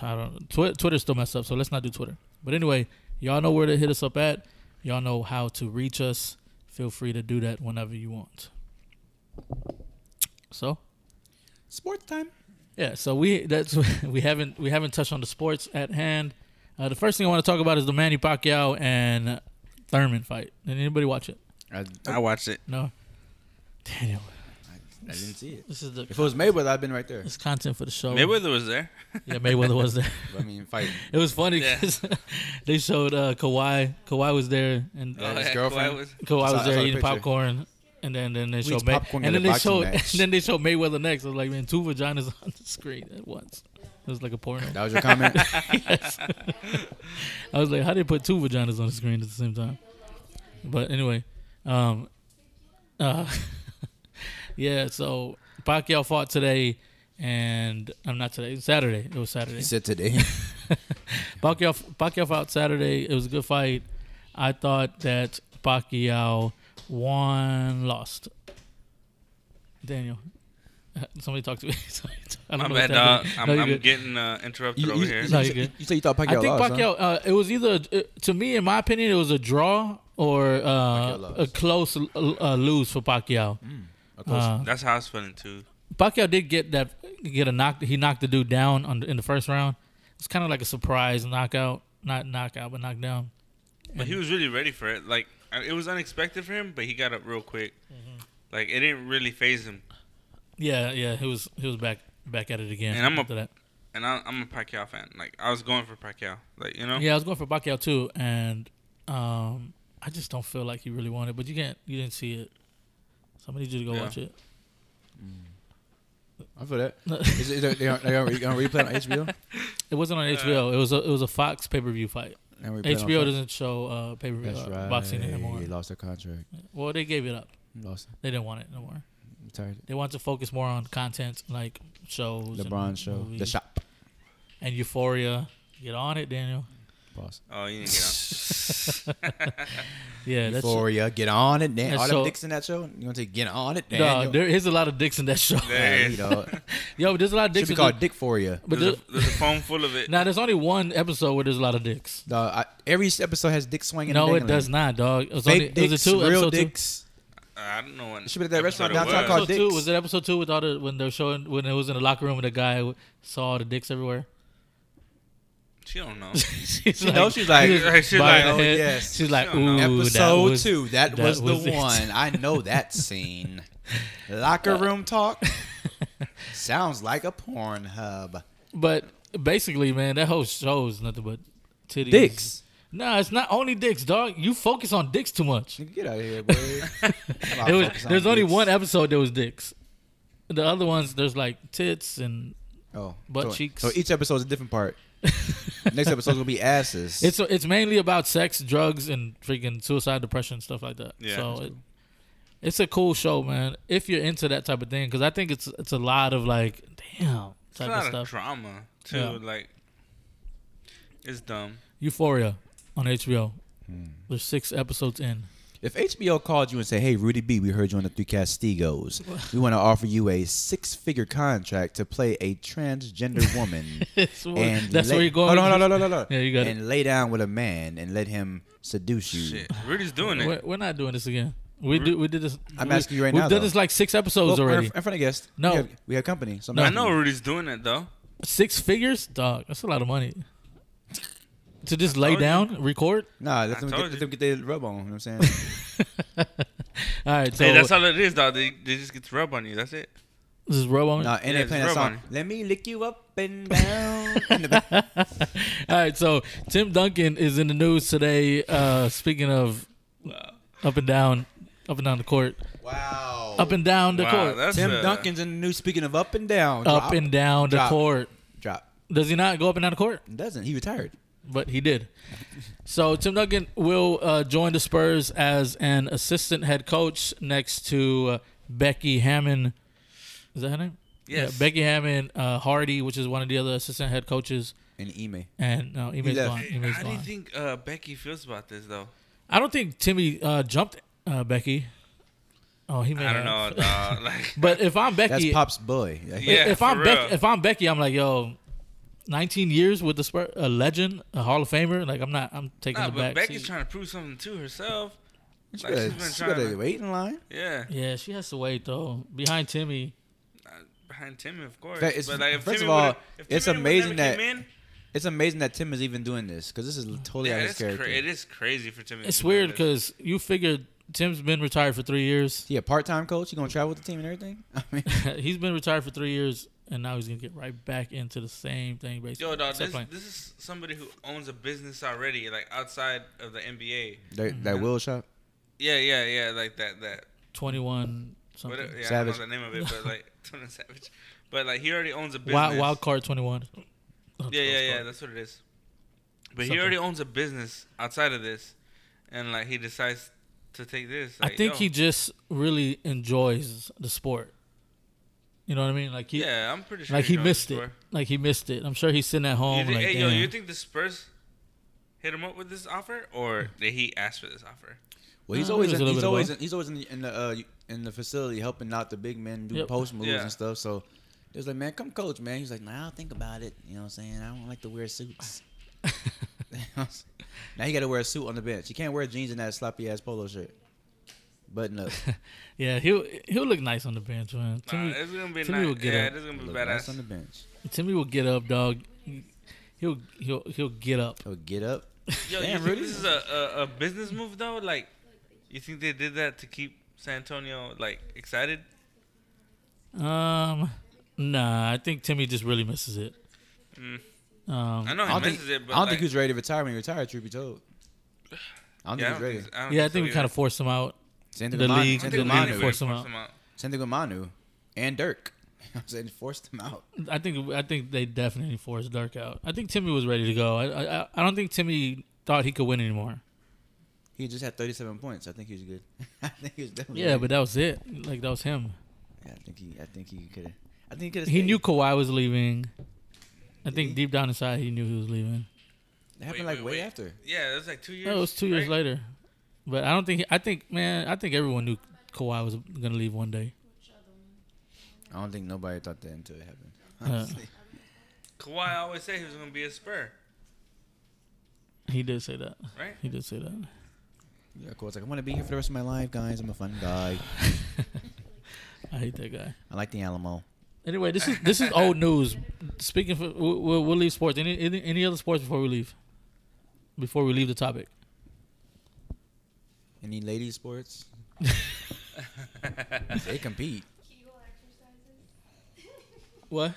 [SPEAKER 5] I don't Twitter, Twitter's still messed up, so let's not do Twitter. But anyway, y'all know where to hit us up at. Y'all know how to reach us. Feel free to do that whenever you want. So
[SPEAKER 6] Sports time.
[SPEAKER 5] yeah, so we that's we haven't we haven't touched on the sports at hand. Uh, the first thing I want to talk about is the Manny Pacquiao and Thurman fight. Did anybody watch it?
[SPEAKER 6] I,
[SPEAKER 7] I watched it.
[SPEAKER 5] No. Daniel,
[SPEAKER 6] I didn't see it.
[SPEAKER 5] this is the
[SPEAKER 6] If it was Mayweather, I'd been right there.
[SPEAKER 5] this content for the show.
[SPEAKER 7] Mayweather was there.
[SPEAKER 5] Yeah, Mayweather was there.
[SPEAKER 6] I mean, fighting.
[SPEAKER 5] It was funny
[SPEAKER 7] Yeah.
[SPEAKER 5] because they showed uh, Kawhi. Kawhi was there, and
[SPEAKER 7] Oh,
[SPEAKER 5] uh,
[SPEAKER 7] yeah, Kawhi
[SPEAKER 6] girlfriend?
[SPEAKER 7] was-
[SPEAKER 5] Kawhi
[SPEAKER 6] I saw-
[SPEAKER 5] was
[SPEAKER 6] I
[SPEAKER 5] there
[SPEAKER 6] saw the
[SPEAKER 5] eating
[SPEAKER 6] picture.
[SPEAKER 5] popcorn, And then, then they
[SPEAKER 6] We
[SPEAKER 5] show
[SPEAKER 6] eat
[SPEAKER 5] May-
[SPEAKER 6] popcorn
[SPEAKER 5] and
[SPEAKER 6] at a
[SPEAKER 5] then they
[SPEAKER 6] boxing
[SPEAKER 5] show
[SPEAKER 6] match.
[SPEAKER 5] then they show Mayweather next. I was like, man, two vaginas on the screen at once. It was like a porno.
[SPEAKER 6] That was your comment?
[SPEAKER 5] yes. I was like, how they put two vaginas on the screen at the same time? But anyway, um, uh, yeah. So Pacquiao fought today, and I'm not today. Saturday. It was Saturday. He
[SPEAKER 6] said today.
[SPEAKER 5] Pacquiao Pacquiao fought Saturday. It was a good fight. I thought that Pacquiao won, lost. Daniel, somebody talk to me. Sorry. I
[SPEAKER 7] My
[SPEAKER 5] don't know
[SPEAKER 7] bad,
[SPEAKER 5] what's happening.
[SPEAKER 7] dog. I'm,
[SPEAKER 5] No, you're
[SPEAKER 7] I'm
[SPEAKER 5] good.
[SPEAKER 7] getting uh, interrupted over here.
[SPEAKER 5] No, you're good. I think Pacquiao. Uh, it was either uh, to me, in my opinion, it was a draw or uh, a close uh, uh, lose for Pacquiao.
[SPEAKER 7] Mm.
[SPEAKER 5] Uh,
[SPEAKER 7] That's how I was feeling too.
[SPEAKER 5] Pacquiao did get that get a knock. He knocked the dude down on, in the first round. It's kind of like a surprise knockout, not knockout, but knockdown.
[SPEAKER 7] But he was really ready for it. Like I- it was unexpected for him, but he got up real quick. Like it didn't really phase him.
[SPEAKER 5] Yeah, yeah, he was he was back back at it again.
[SPEAKER 7] And I'm
[SPEAKER 5] after that.
[SPEAKER 7] a and I, I'm a Pacquiao fan. Like I was going for Pacquiao. Like you know.
[SPEAKER 5] Yeah, I was going for Pacquiao too, and um, I just don't feel like he really won it. But you can't, you didn't see it. So I need you to go
[SPEAKER 6] Yeah.
[SPEAKER 5] watch it.
[SPEAKER 6] I feel that. Is it- is it- they don't- they don't- they don't replay it on HBO?
[SPEAKER 5] It wasn't
[SPEAKER 7] Uh,
[SPEAKER 5] on HBO. It was a it was a Fox pay per view fight.
[SPEAKER 6] And we played on
[SPEAKER 5] HBO
[SPEAKER 6] Fox.
[SPEAKER 5] doesn't show uh, pay per view
[SPEAKER 6] That's
[SPEAKER 5] uh, boxing
[SPEAKER 6] right.
[SPEAKER 5] anymore.
[SPEAKER 6] They lost their contract.
[SPEAKER 5] Well, they gave it up.
[SPEAKER 6] Lost.
[SPEAKER 5] They didn't want it no more.
[SPEAKER 6] Retired.
[SPEAKER 5] They want to focus more on content like shows, and
[SPEAKER 6] LeBron show, The
[SPEAKER 5] movies.
[SPEAKER 6] Shop.
[SPEAKER 5] and Euphoria. Get on it, Daniel.
[SPEAKER 6] Boss.
[SPEAKER 7] Oh, you didn't get on.
[SPEAKER 5] yeah, that's
[SPEAKER 6] Euphoria, get on it, Dan.
[SPEAKER 5] That's
[SPEAKER 6] All them
[SPEAKER 5] so-
[SPEAKER 6] dicks in that show. You gonna say get on it, Dan?
[SPEAKER 5] No,
[SPEAKER 6] yo?
[SPEAKER 5] there is a lot of dicks in that show.
[SPEAKER 6] There is. Yeah, you know.
[SPEAKER 5] Yo, but there's a lot of
[SPEAKER 6] Should
[SPEAKER 5] dicks.
[SPEAKER 6] be
[SPEAKER 5] in
[SPEAKER 6] called
[SPEAKER 5] the-
[SPEAKER 6] Dickphoria.
[SPEAKER 5] But
[SPEAKER 6] There's
[SPEAKER 5] there-
[SPEAKER 7] There's a phone full of it. Uh,
[SPEAKER 5] Now there's only one episode where there's a lot of dicks.
[SPEAKER 6] No, I, every episode has dick swinging.
[SPEAKER 5] No,
[SPEAKER 6] and
[SPEAKER 5] it
[SPEAKER 6] dangling.
[SPEAKER 5] does not, dog. It was
[SPEAKER 6] Fake
[SPEAKER 5] only it was
[SPEAKER 6] dicks,
[SPEAKER 5] a two
[SPEAKER 6] real
[SPEAKER 5] episode
[SPEAKER 6] dicks.
[SPEAKER 7] I don't know when.
[SPEAKER 6] It should be at that
[SPEAKER 7] episode
[SPEAKER 6] restaurant
[SPEAKER 7] it
[SPEAKER 6] downtown
[SPEAKER 7] was.
[SPEAKER 6] called
[SPEAKER 5] Episode two was it episode two with all the when they were showing when it was in the locker room and the guy w- saw all the dicks everywhere.
[SPEAKER 7] She don't know.
[SPEAKER 5] she's
[SPEAKER 6] She knows she's like,
[SPEAKER 5] she's
[SPEAKER 6] she's
[SPEAKER 5] bobbing
[SPEAKER 6] like,
[SPEAKER 5] her
[SPEAKER 6] oh,
[SPEAKER 5] head.
[SPEAKER 6] yes.
[SPEAKER 5] She's like,
[SPEAKER 6] She don't
[SPEAKER 5] ooh,
[SPEAKER 6] know. Episode
[SPEAKER 5] that was,
[SPEAKER 6] two, that was the
[SPEAKER 5] it."
[SPEAKER 6] one. I know that scene.
[SPEAKER 5] Uh,
[SPEAKER 6] Locker room talk sounds like a porn hub.
[SPEAKER 5] But basically, man, that whole show is nothing but titties.
[SPEAKER 6] Dicks.
[SPEAKER 5] Nah, it's not only dicks, dog. You focus on dicks too much.
[SPEAKER 6] Get out of here, boy.
[SPEAKER 5] It was, there's only one episode that was dicks. The other ones, there's like tits and
[SPEAKER 6] oh so,
[SPEAKER 5] butt cheeks.
[SPEAKER 6] So each episode is a different part. Next episode's gonna be asses.
[SPEAKER 5] It's it's mainly about sex, drugs, and freaking suicide, depression, stuff like that.
[SPEAKER 6] Yeah.
[SPEAKER 5] So it, it's a cool show, man. If you're into that type of thing, because I think it's it's a lot of like, damn,
[SPEAKER 7] It's a
[SPEAKER 5] type
[SPEAKER 7] lot
[SPEAKER 5] of stuff.
[SPEAKER 7] of drama too.
[SPEAKER 5] Yeah.
[SPEAKER 7] Like it's dumb.
[SPEAKER 5] Euphoria on HBO.
[SPEAKER 6] Hmm.
[SPEAKER 5] There's six episodes in.
[SPEAKER 6] If HBO called you and said, "Hey, Rudy B, we heard you on the Three Castigos. We want to offer you a six-figure contract to play a transgender woman,"
[SPEAKER 5] That's what- that's where you're going
[SPEAKER 6] Hold on, hold on,
[SPEAKER 5] with this?
[SPEAKER 6] hold on, hold on.
[SPEAKER 5] Yeah, you got
[SPEAKER 6] And lay down with a man and let him seduce you.
[SPEAKER 7] Rudy's doing it.
[SPEAKER 5] We're, we're not doing this again. We do. We did this.
[SPEAKER 6] I'm
[SPEAKER 5] we-
[SPEAKER 6] asking you right
[SPEAKER 5] we've
[SPEAKER 6] now.
[SPEAKER 5] done
[SPEAKER 6] though.
[SPEAKER 5] this like six episodes
[SPEAKER 6] Well, we're
[SPEAKER 5] already.
[SPEAKER 6] In front of guests.
[SPEAKER 5] No.
[SPEAKER 6] we have, we have company. So I'm
[SPEAKER 5] No.
[SPEAKER 7] I
[SPEAKER 6] asking
[SPEAKER 7] know
[SPEAKER 6] you.
[SPEAKER 7] Rudy's doing it though.
[SPEAKER 5] Six figures, dog. That's a lot of money. To just lay
[SPEAKER 7] told you.
[SPEAKER 5] down, record.
[SPEAKER 6] Nah, let
[SPEAKER 7] I
[SPEAKER 6] them,
[SPEAKER 7] told
[SPEAKER 6] get,
[SPEAKER 7] you.
[SPEAKER 6] let them get their rub on. You know what I'm saying?
[SPEAKER 5] All right. So
[SPEAKER 7] hey, that's all it is, dog. They, they just get to rub on you. That's it.
[SPEAKER 5] this is rub on it.
[SPEAKER 6] Nah, and
[SPEAKER 7] Yeah,
[SPEAKER 6] they playing
[SPEAKER 7] just
[SPEAKER 6] that
[SPEAKER 7] rub
[SPEAKER 6] song. Let me lick you up and down. in the back.
[SPEAKER 5] All right, so Tim Duncan is in the news today. Uh, speaking of up and down, up and down the court. Wow. Up and down the court.
[SPEAKER 6] Tim Duncan's in the news. Speaking of up and down,
[SPEAKER 5] Up
[SPEAKER 6] drop,
[SPEAKER 5] and down the
[SPEAKER 6] drop,
[SPEAKER 5] court.
[SPEAKER 6] Drop.
[SPEAKER 5] Does he not go up and down the court?
[SPEAKER 6] Doesn't he retired?
[SPEAKER 5] But he did. So Tim Duncan will uh, join the Spurs as an assistant head coach next to uh, Becky Hammond. Is that her name?
[SPEAKER 6] Yes.
[SPEAKER 5] Becky Hammond uh, Hardy, which is one of the other assistant head coaches.
[SPEAKER 6] And Ime.
[SPEAKER 5] And no,
[SPEAKER 6] He
[SPEAKER 5] Ime's
[SPEAKER 6] left.
[SPEAKER 5] gone. Ime's
[SPEAKER 7] How do you
[SPEAKER 5] gone.
[SPEAKER 7] think uh, Becky feels about this though?
[SPEAKER 5] I don't think Timmy uh, jumped uh, Becky. Oh, he may
[SPEAKER 7] I don't
[SPEAKER 5] have.
[SPEAKER 7] know, dawg. Like-
[SPEAKER 5] but if I'm
[SPEAKER 6] That's
[SPEAKER 5] Becky,
[SPEAKER 6] Pop's boy.
[SPEAKER 5] If-
[SPEAKER 7] Yeah,
[SPEAKER 5] if I'm
[SPEAKER 7] for
[SPEAKER 5] Becky,
[SPEAKER 7] real.
[SPEAKER 5] if I'm Becky, I'm like, yo, 19 years with the Spurs, a legend, a Hall of Famer. Like I'm not. I'm taking
[SPEAKER 7] Nah,
[SPEAKER 5] the
[SPEAKER 7] but
[SPEAKER 5] back.
[SPEAKER 7] Becky's
[SPEAKER 5] seat.
[SPEAKER 7] trying to prove something to herself.
[SPEAKER 6] She gotta- she gotta wait in line.
[SPEAKER 7] Yeah, Uh,
[SPEAKER 5] Yeah, she has to wait though. Behind Timmy,
[SPEAKER 7] behind Timmy, of course.
[SPEAKER 6] In fact, it's-
[SPEAKER 7] but like, if
[SPEAKER 6] first
[SPEAKER 7] Timmy
[SPEAKER 6] of all,
[SPEAKER 7] would've- if
[SPEAKER 6] it's
[SPEAKER 7] Timmy would've
[SPEAKER 6] amazing
[SPEAKER 7] never
[SPEAKER 6] that
[SPEAKER 7] came in,
[SPEAKER 6] it's amazing that Tim is even doing this because this is totally
[SPEAKER 7] yeah,
[SPEAKER 6] out of his
[SPEAKER 7] it's cra-
[SPEAKER 6] character.
[SPEAKER 7] it is crazy for Timmy. to
[SPEAKER 5] it's
[SPEAKER 7] do
[SPEAKER 5] weird
[SPEAKER 7] this.
[SPEAKER 5] because you figured Tim's been retired for three years.
[SPEAKER 6] Yeah, part time coach. You gonna travel with the team and everything? I mean,
[SPEAKER 5] he's been retired for three years, and now he's gonna get right back into the same thing. Basically,
[SPEAKER 7] Yo, dog,
[SPEAKER 5] Except
[SPEAKER 7] this,
[SPEAKER 5] playing.
[SPEAKER 7] this is somebody who owns a business already, like outside of the NBA.
[SPEAKER 6] that, that will shop.
[SPEAKER 7] Yeah, yeah, yeah, like that that
[SPEAKER 5] 21 something.
[SPEAKER 7] Whatever, yeah, I don't know the name of it, but like Tuna Savage. But like he already owns a business.
[SPEAKER 5] wild, wild card Oh, 21.
[SPEAKER 7] Yeah, yeah, yeah. That's what it is. But he
[SPEAKER 5] Something.
[SPEAKER 7] already owns a business outside of this, and like he decides to take this.
[SPEAKER 5] I
[SPEAKER 7] Like,
[SPEAKER 5] think
[SPEAKER 7] yo.
[SPEAKER 5] he just really enjoys the sport. You know what I mean? Like he,
[SPEAKER 7] Yeah, I'm pretty sure
[SPEAKER 5] Like
[SPEAKER 7] he
[SPEAKER 5] he
[SPEAKER 7] knows
[SPEAKER 5] missed
[SPEAKER 7] the
[SPEAKER 5] it.
[SPEAKER 7] score.
[SPEAKER 5] Like he missed it. I'm sure he's sitting at
[SPEAKER 7] You
[SPEAKER 5] home.
[SPEAKER 7] think,
[SPEAKER 5] like,
[SPEAKER 7] hey, yo,
[SPEAKER 5] "Damn."
[SPEAKER 7] you think the Spurs hit him up with this offer, or did he ask for this offer?
[SPEAKER 6] Well,
[SPEAKER 7] Uh,
[SPEAKER 6] he's always in, he's always in, he's always in the in the, uh, in the facility helping out the big men do
[SPEAKER 7] Yep.
[SPEAKER 6] post moves
[SPEAKER 7] Yeah.
[SPEAKER 6] and stuff. So it was like, man, come coach, man. He's like, nah, I'll think about it. You know what I'm saying? I don't like to wear suits. now he got to wear a suit on the bench. He can't wear jeans and that sloppy ass polo shirt. Button up.
[SPEAKER 5] yeah, he'll he'll look nice on the bench, man. Timmy,
[SPEAKER 7] it's gonna be
[SPEAKER 5] Timmy
[SPEAKER 7] nice.
[SPEAKER 5] will get
[SPEAKER 7] Yeah,
[SPEAKER 5] up.
[SPEAKER 7] it's gonna be
[SPEAKER 6] Look
[SPEAKER 7] badass.
[SPEAKER 6] nice on the bench.
[SPEAKER 5] Timmy will get up, dog. He'll he'll he'll get up.
[SPEAKER 6] He'll get up.
[SPEAKER 7] Yo, you think this is a, a, a business move though? Like, you think they did that to keep San Antonio like excited?
[SPEAKER 5] Um, nah, I think Timmy just really misses it.
[SPEAKER 7] Mm.
[SPEAKER 5] Um,
[SPEAKER 7] I know he
[SPEAKER 6] I don't
[SPEAKER 7] misses
[SPEAKER 6] think,
[SPEAKER 7] it, but
[SPEAKER 6] I don't
[SPEAKER 7] like,
[SPEAKER 6] think he was ready to retire when he retired. Truth be told, I don't
[SPEAKER 7] Yeah, I
[SPEAKER 6] think
[SPEAKER 7] don't
[SPEAKER 6] he was
[SPEAKER 7] think so- I
[SPEAKER 6] ready.
[SPEAKER 7] don't
[SPEAKER 5] Yeah, I think we kind of forced him out.
[SPEAKER 6] Same
[SPEAKER 5] the
[SPEAKER 6] thing with Manu.
[SPEAKER 5] league,
[SPEAKER 6] Same
[SPEAKER 5] the
[SPEAKER 6] thing with
[SPEAKER 5] league
[SPEAKER 6] Manu.
[SPEAKER 5] forced him out.
[SPEAKER 6] Same thing with Manu and Dirk. I'm saying forced him out.
[SPEAKER 5] I think I think they definitely forced Dirk out. I think Timmy was ready to go. I I, I- I don't think Timmy thought he could win anymore.
[SPEAKER 6] He just had 37 points. I think he was good. I think he was definitely.
[SPEAKER 5] Yeah,
[SPEAKER 6] good.
[SPEAKER 5] but that was it. Like that was him.
[SPEAKER 6] Yeah, I think he. I think he could. I think he could.
[SPEAKER 5] He knew Kawhi was leaving. I think deep down inside he knew he was leaving.
[SPEAKER 6] It happened like way after.
[SPEAKER 7] Yeah, it was like two years.
[SPEAKER 5] No, it was two years later. But I don't think I think man, I think everyone knew Kawhi was gonna leave one day.
[SPEAKER 6] I don't think nobody thought that until it happened.
[SPEAKER 5] Yeah.
[SPEAKER 6] Honestly.
[SPEAKER 7] Kawhi always said he was gonna be a Spur.
[SPEAKER 5] Uh, He did say that.
[SPEAKER 7] Right.
[SPEAKER 5] He did say that.
[SPEAKER 6] Yeah, cool. It's like I want to be here for the rest of my life, guys. I'm a fun guy.
[SPEAKER 5] I hate that guy.
[SPEAKER 6] I like the Alamo.
[SPEAKER 5] Anyway, this is this is old news. Speaking, for, we'll, we'll we'll leave sports. Any, any any other sports before we leave? Before we leave the topic,
[SPEAKER 6] Any ladies sports? they compete.
[SPEAKER 5] What?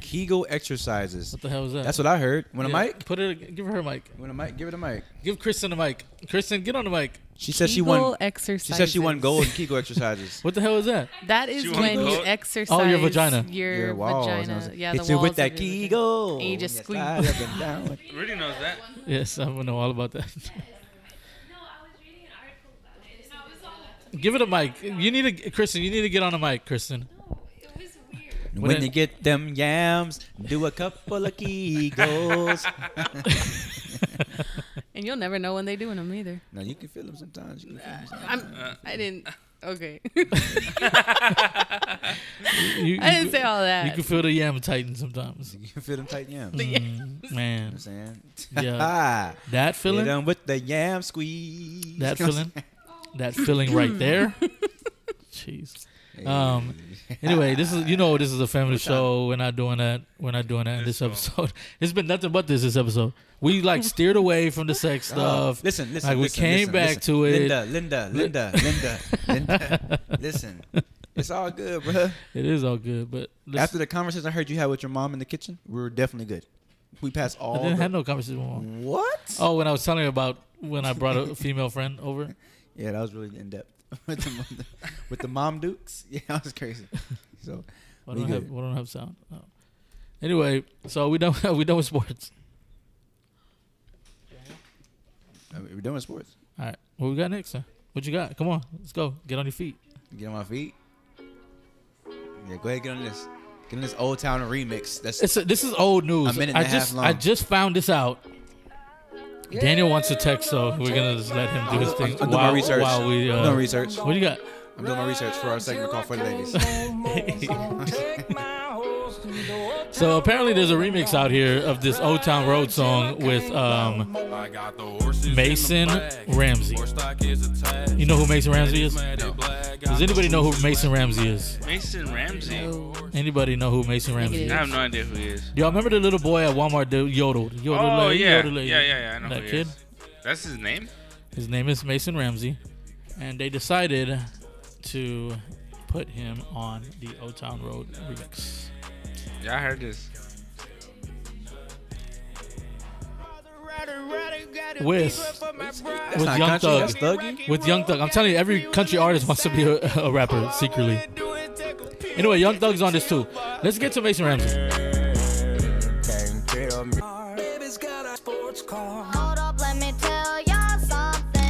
[SPEAKER 6] Kegel exercises. What
[SPEAKER 5] the hell is that?
[SPEAKER 6] That's what I heard. When
[SPEAKER 5] Yeah,
[SPEAKER 6] a mic?
[SPEAKER 5] put it. Give her a mic.
[SPEAKER 6] When a mic, give it a mic.
[SPEAKER 5] Give Kristen a mic. Kristen, get on the mic.
[SPEAKER 6] She said she won.
[SPEAKER 11] Kegel
[SPEAKER 6] She said she won
[SPEAKER 11] exercises.
[SPEAKER 6] gold in Kegel exercises.
[SPEAKER 5] What the hell is that?
[SPEAKER 11] That is
[SPEAKER 5] She wants
[SPEAKER 11] when
[SPEAKER 5] to
[SPEAKER 11] you
[SPEAKER 5] go-
[SPEAKER 11] exercise
[SPEAKER 5] Oh, your vagina.
[SPEAKER 11] Your
[SPEAKER 5] Your walls, I was
[SPEAKER 11] vagina.
[SPEAKER 5] like,
[SPEAKER 11] Yeah,
[SPEAKER 5] hit
[SPEAKER 11] the
[SPEAKER 5] you
[SPEAKER 11] walls
[SPEAKER 5] with
[SPEAKER 11] of
[SPEAKER 5] that
[SPEAKER 11] your vagina.
[SPEAKER 5] Kegel.
[SPEAKER 11] And you just
[SPEAKER 5] Yes,
[SPEAKER 11] squeeze.
[SPEAKER 5] I have been down with-
[SPEAKER 7] Rudy knows that.
[SPEAKER 5] Yes, I know all about that. Give it a mic. You need to, Kristen. You need to get on a mic, Kristen.
[SPEAKER 6] When,
[SPEAKER 5] When
[SPEAKER 6] you
[SPEAKER 5] it-
[SPEAKER 6] get them yams, do a couple of Kegels.
[SPEAKER 11] And you'll never know when they're doing them either.
[SPEAKER 6] now you can feel them sometimes. You can feel them sometimes.
[SPEAKER 11] I'm, I didn't. Okay.
[SPEAKER 5] You-
[SPEAKER 11] I
[SPEAKER 5] you-
[SPEAKER 11] didn't say all that.
[SPEAKER 5] You can feel the yam tighten sometimes.
[SPEAKER 6] You can feel them tight yams.
[SPEAKER 5] Mm, man.
[SPEAKER 6] I'm saying. Ah,
[SPEAKER 5] Yeah. That feeling?
[SPEAKER 6] Hit 'em with the yam squeeze.
[SPEAKER 5] That feeling, that feeling right there. Jeez. Um. Anyway, this is you know this is a family show. We're not doing that. We're not doing that in this episode. It's been nothing but this this episode. We like steered away from the sex
[SPEAKER 6] Oh,
[SPEAKER 5] stuff.
[SPEAKER 6] listen, listen.
[SPEAKER 5] Like we
[SPEAKER 6] listen,
[SPEAKER 5] came
[SPEAKER 6] listen,
[SPEAKER 5] back
[SPEAKER 6] listen.
[SPEAKER 5] to it.
[SPEAKER 6] Linda, Linda, Linda, Linda, Linda. Listen, it's all good, bruh.
[SPEAKER 5] It is all good, but listen,
[SPEAKER 6] After the conversation I heard you had with your mom in the kitchen, we were definitely good. We passed all.
[SPEAKER 5] I didn't
[SPEAKER 6] the-
[SPEAKER 5] have no conversation with mom.
[SPEAKER 6] What?
[SPEAKER 5] Oh, when I was telling you about when I brought a female friend over.
[SPEAKER 6] Yeah, that was really in depth with the, mom- with the mom dukes. Yeah, that was crazy. So
[SPEAKER 5] I
[SPEAKER 6] we
[SPEAKER 5] don't have.
[SPEAKER 6] good.
[SPEAKER 5] We don't have sound. No. Anyway, so we don't. We done with sports.
[SPEAKER 6] I mean, we're done with sports.
[SPEAKER 5] All right. What we got next? Sir? What you got? Come on. Let's go. Get on your feet.
[SPEAKER 6] Get on my feet. Yeah, go ahead. Get on this. Get on this old town remix. That's
[SPEAKER 5] It's a, this is old news.
[SPEAKER 6] A minute and
[SPEAKER 5] I
[SPEAKER 6] a half
[SPEAKER 5] just
[SPEAKER 6] long.
[SPEAKER 5] I just found this out. Daniel wants to text, so we're gonna just let him do his
[SPEAKER 6] I'm,
[SPEAKER 5] thing.
[SPEAKER 6] I'm doing my
[SPEAKER 5] while-
[SPEAKER 6] research.
[SPEAKER 5] While we, uh,
[SPEAKER 6] I'm doing research.
[SPEAKER 5] What do you got?
[SPEAKER 6] I'm doing my research for our segment called For the Ladies.
[SPEAKER 5] So apparently, there's a remix out here of this Old Town Road song with um, Mason Ramsey. You know who Mason Ramsey is? Does anybody know who Mason Ramsey is?
[SPEAKER 7] Mason Ramsey.
[SPEAKER 5] Anybody know who Mason Ramsey is?
[SPEAKER 7] I have no idea who he is.
[SPEAKER 5] Do y'all remember the little boy at Walmart that yodeled? yodeled
[SPEAKER 7] oh
[SPEAKER 5] lady,
[SPEAKER 7] yeah.
[SPEAKER 5] yodeled
[SPEAKER 7] yeah,
[SPEAKER 5] lady?
[SPEAKER 7] yeah, yeah. I know
[SPEAKER 5] That
[SPEAKER 7] who he
[SPEAKER 5] kid.
[SPEAKER 7] is. That's his name.
[SPEAKER 5] His name is Mason Ramsey, and they decided to put him on the O Town Road remix.
[SPEAKER 7] Yeah, I heard this.
[SPEAKER 12] Ready, ready,
[SPEAKER 5] with with
[SPEAKER 6] not
[SPEAKER 5] Young
[SPEAKER 6] country,
[SPEAKER 5] Thug.
[SPEAKER 6] that's thuggy.
[SPEAKER 5] With Young Thug, I'm telling you, every country artist wants to be a, a rapper secretly. Anyway, Young Thug's on this too. Let's get to Mason Ramsey.
[SPEAKER 12] Baby's got a sports car.
[SPEAKER 13] Hold up, let me tell y'all something.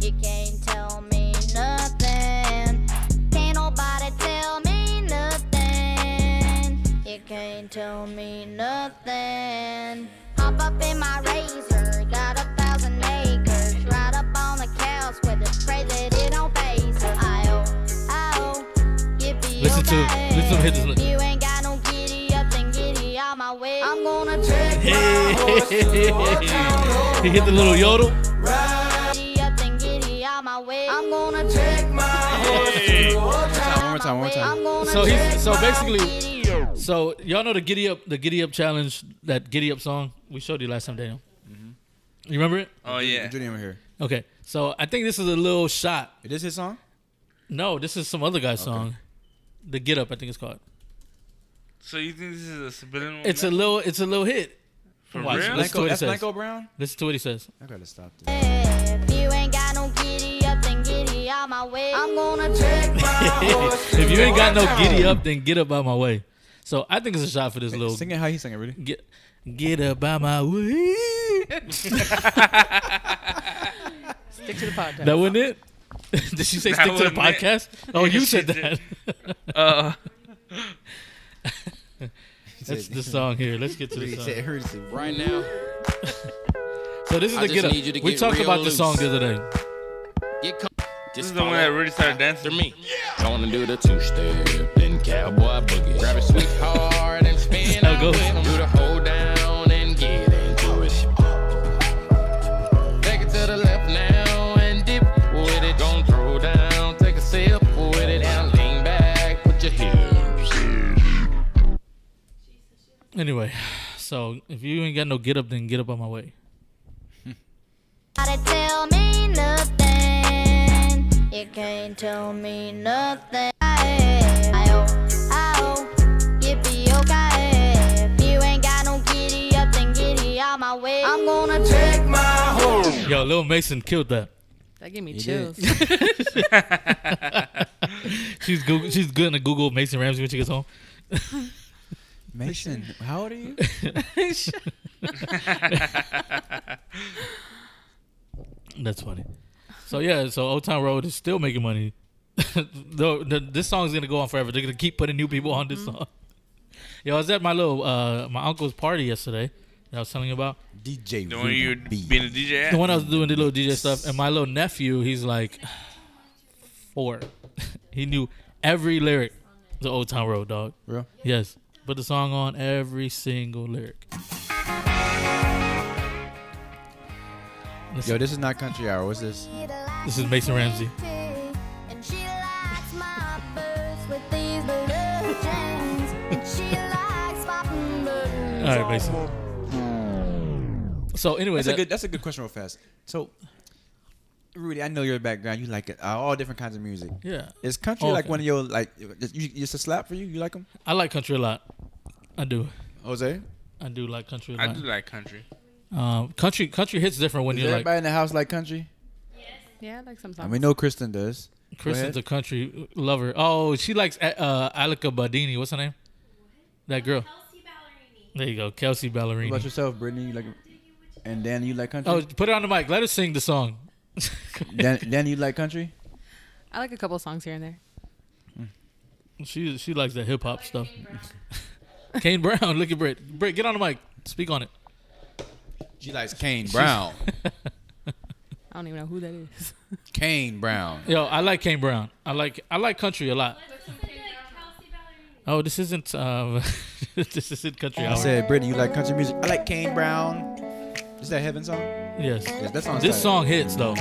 [SPEAKER 13] You can't tell me nothing. Can't nobody tell me nothing. You can't tell me nothing. Hop up in my razor, got a thousand acres. Right up on the cows with it, pray that it don't phase her. I-O, I-O, yippee,
[SPEAKER 5] Listen to listen to hit this.
[SPEAKER 13] you ain't got no giddy up, then giddy out my way. I'm gonna take
[SPEAKER 5] he hit the little yodel.
[SPEAKER 13] giddy up, then giddy out my way. I'm gonna take my
[SPEAKER 6] One more time, one more time.
[SPEAKER 5] So he's so basically so y'all know the giddy up the giddy up challenge that giddy up song we showed you last time Daniel.
[SPEAKER 6] Mm-hmm.
[SPEAKER 5] You remember it?
[SPEAKER 7] Oh yeah.
[SPEAKER 6] Julian here.
[SPEAKER 5] Okay, so I think this is a little shot.
[SPEAKER 6] Is this his song?
[SPEAKER 5] No, this is some other guy's song. The Get Up, I think it's called.
[SPEAKER 7] So you think this is a subliminal?
[SPEAKER 5] It's a
[SPEAKER 7] message?
[SPEAKER 5] little, it's a little hit.
[SPEAKER 7] For
[SPEAKER 5] Watch, Listen
[SPEAKER 7] real?
[SPEAKER 5] to
[SPEAKER 7] Michael-
[SPEAKER 5] what he
[SPEAKER 7] that's
[SPEAKER 5] says.
[SPEAKER 7] Michael Brown?
[SPEAKER 5] Listen to what he says.
[SPEAKER 6] I gotta stop this.
[SPEAKER 13] If you ain't got no giddy up, then giddy out my way. I'm gonna take
[SPEAKER 5] if you ain't got no giddy up, then get up out my way. So I think it's a shot for this little.
[SPEAKER 6] Sing it how you sing it, Rudy.
[SPEAKER 5] Get, get up out my way.
[SPEAKER 11] Stick to the podcast.
[SPEAKER 5] That wasn't it. Did she say stick
[SPEAKER 7] That
[SPEAKER 5] to the
[SPEAKER 7] wasn't it.
[SPEAKER 5] podcast? Oh, you
[SPEAKER 7] She
[SPEAKER 5] said
[SPEAKER 7] did.
[SPEAKER 5] that.
[SPEAKER 7] Uh.
[SPEAKER 5] That's the song here. Let's get to the
[SPEAKER 6] He
[SPEAKER 5] song.
[SPEAKER 6] said, Rudy said,
[SPEAKER 14] Right now.
[SPEAKER 5] So this is
[SPEAKER 14] I
[SPEAKER 5] the
[SPEAKER 14] just
[SPEAKER 5] get up.
[SPEAKER 14] need you to
[SPEAKER 5] we
[SPEAKER 14] get
[SPEAKER 5] talked
[SPEAKER 14] real
[SPEAKER 5] about the
[SPEAKER 14] loose.
[SPEAKER 5] song the other day.
[SPEAKER 14] Get com-
[SPEAKER 7] This is the one that really started dancing
[SPEAKER 14] to me. Gonna do the two step, then cowboy boogie. Grab it sweet hard and spin
[SPEAKER 5] Now go.
[SPEAKER 14] out with 'em. Do the hold down and get into it. Take it to the left now and dip with it. Gonna throw down, take a sip with it, and lean back with your hips.
[SPEAKER 5] Anyway, so if you ain't got no get up, then get up out my way.
[SPEAKER 13] Gotta tell me nothing. You can't tell me nothing. I-O, I-O, yippee, okay. If you ain't got no giddy up, then giddy out my way. I'm gonna take my horse.
[SPEAKER 5] Yo, Lil Mason killed that.
[SPEAKER 11] That gave me
[SPEAKER 5] He
[SPEAKER 11] chills.
[SPEAKER 5] she's Google, she's gonna Google Mason Ramsey when she gets home.
[SPEAKER 6] Mason, how old are you?
[SPEAKER 5] That's funny. So yeah, so Old Town Road is still making money. Though the, this song's gonna go on forever. They're gonna keep putting new people on this song. Yo, I was at my little uh, my uncle's party yesterday that I was telling you about.
[SPEAKER 6] DJ
[SPEAKER 7] The one you being a DJ. At?
[SPEAKER 5] The one I was doing the little DJ stuff, and my little nephew, he's like four. he knew every lyric to Old Town Road, dog.
[SPEAKER 6] Real?
[SPEAKER 5] Yes. Put the song on every single lyric.
[SPEAKER 6] Yo, this is not country hour. What's this?
[SPEAKER 5] This is Mason Ramsey.
[SPEAKER 13] And she likes my birds with these blue chains. And she likes popping
[SPEAKER 5] All
[SPEAKER 13] balloons.
[SPEAKER 5] right, Mason. So anyway,
[SPEAKER 6] that's
[SPEAKER 5] that-
[SPEAKER 6] a good that's a good question real fast. So Rudy, I know your background. You like uh, all different kinds of music.
[SPEAKER 5] Yeah.
[SPEAKER 6] Is country
[SPEAKER 5] All
[SPEAKER 6] like
[SPEAKER 5] of
[SPEAKER 6] one of your like you, it's a slap for you? You like them?
[SPEAKER 5] I like country a lot. I do.
[SPEAKER 6] Jose?
[SPEAKER 5] I do like country a
[SPEAKER 7] I
[SPEAKER 5] lot.
[SPEAKER 7] do like country.
[SPEAKER 5] Um, country country hits different when
[SPEAKER 6] Is
[SPEAKER 5] you're
[SPEAKER 6] everybody
[SPEAKER 5] like
[SPEAKER 6] in the house like country?
[SPEAKER 11] yeah, I like some
[SPEAKER 6] And
[SPEAKER 11] songs.
[SPEAKER 6] we know Kristen does. Go
[SPEAKER 5] Kristen's
[SPEAKER 6] ahead.
[SPEAKER 5] a country lover. Oh, she likes uh, Alika Badini. What's her name? That girl. There you go, Kelsey
[SPEAKER 6] What about
[SPEAKER 5] Ballerini.
[SPEAKER 6] yourself, Brittany? You like and Dan, you like country?
[SPEAKER 5] Oh, put it on the mic. Let her sing the song.
[SPEAKER 6] Dan, Dan, you like country?
[SPEAKER 11] I like a couple songs here and there.
[SPEAKER 5] She she likes that hip hop stuff. Kane Brown, look at Britt. Britt, get on the mic. Speak on it.
[SPEAKER 6] She likes Kane
[SPEAKER 5] She's-
[SPEAKER 6] Brown.
[SPEAKER 11] I don't even know who that is.
[SPEAKER 6] Kane Brown.
[SPEAKER 5] Yo, I like Kane Brown. I like I like country a lot. Oh, this isn't um, this isn't country.
[SPEAKER 6] I
[SPEAKER 5] hour.
[SPEAKER 6] said, Brittany, you like country music? I like Kane Brown. Is that Heaven song?
[SPEAKER 5] Yes.
[SPEAKER 6] Yes, that song's
[SPEAKER 5] This
[SPEAKER 6] tight.
[SPEAKER 5] song hits though.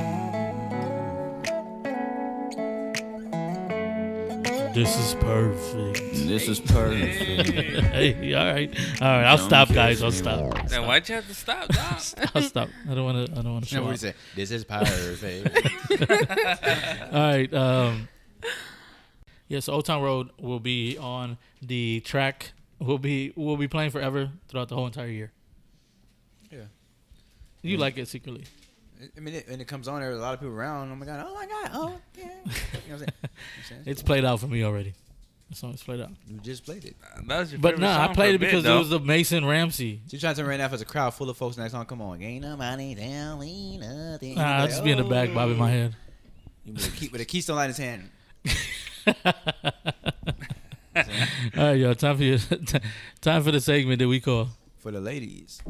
[SPEAKER 5] This is perfect.
[SPEAKER 15] This is perfect.
[SPEAKER 5] hey, all right, all right. I'll stop, guys. I'll stop.
[SPEAKER 7] Now why'd you have to stop? Doc?
[SPEAKER 5] I'll stop. I don't want to. I don't want to.
[SPEAKER 6] No,
[SPEAKER 5] show
[SPEAKER 6] what
[SPEAKER 5] off.
[SPEAKER 6] he said, "This is perfect."
[SPEAKER 5] All right. Um, yes, Old Town Road will be on the track. Will be will be playing forever throughout the whole entire year. You like it secretly.
[SPEAKER 6] I mean, it, and it comes on. There's a lot of people around. Oh my god! Oh my god! Oh, yeah. You know what I'm saying? I'm saying?
[SPEAKER 5] It's played out for me already. The song is played out.
[SPEAKER 6] You just played it.
[SPEAKER 7] That was your
[SPEAKER 5] But
[SPEAKER 7] favorite
[SPEAKER 5] nah, I
[SPEAKER 7] song
[SPEAKER 5] played
[SPEAKER 7] for
[SPEAKER 5] it
[SPEAKER 7] a bit,
[SPEAKER 5] because it
[SPEAKER 7] though.
[SPEAKER 5] was the Mason Ramsey.
[SPEAKER 6] She trying to run off as a crowd full of folks. Next song, come on, ain't nobody telling nothing. oh.
[SPEAKER 5] Nah, I'll just be in the back bobbing my head.
[SPEAKER 6] You With a, key, with a keystone light in his hand.
[SPEAKER 5] All right, y'all. Time for your time for the segment that we call
[SPEAKER 6] for the ladies.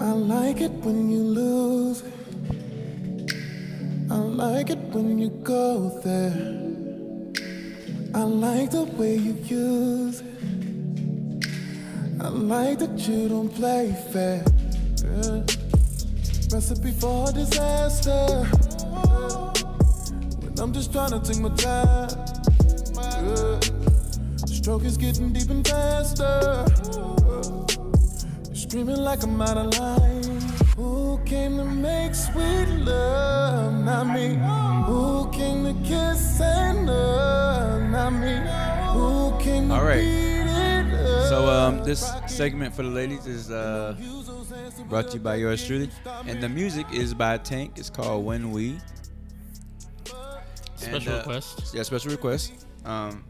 [SPEAKER 12] I like it when you lose. I like it when you go there. I like the way you use. I like that you don't play fair. Yeah. Recipe for disaster. When I'm just trying to take my time. Yeah. Stroke is getting deep and faster. Screaming like I'm out of line. Who came to make sweet love? Not me. Who came to kiss and love? Not me. Who came to
[SPEAKER 6] All right.
[SPEAKER 12] beat it up?
[SPEAKER 6] So um, this segment for the ladies is uh, brought to you by yours truly, and the music is by Tank. It's called When We. uh, And,
[SPEAKER 5] Special request.
[SPEAKER 6] Yeah, special request. Um,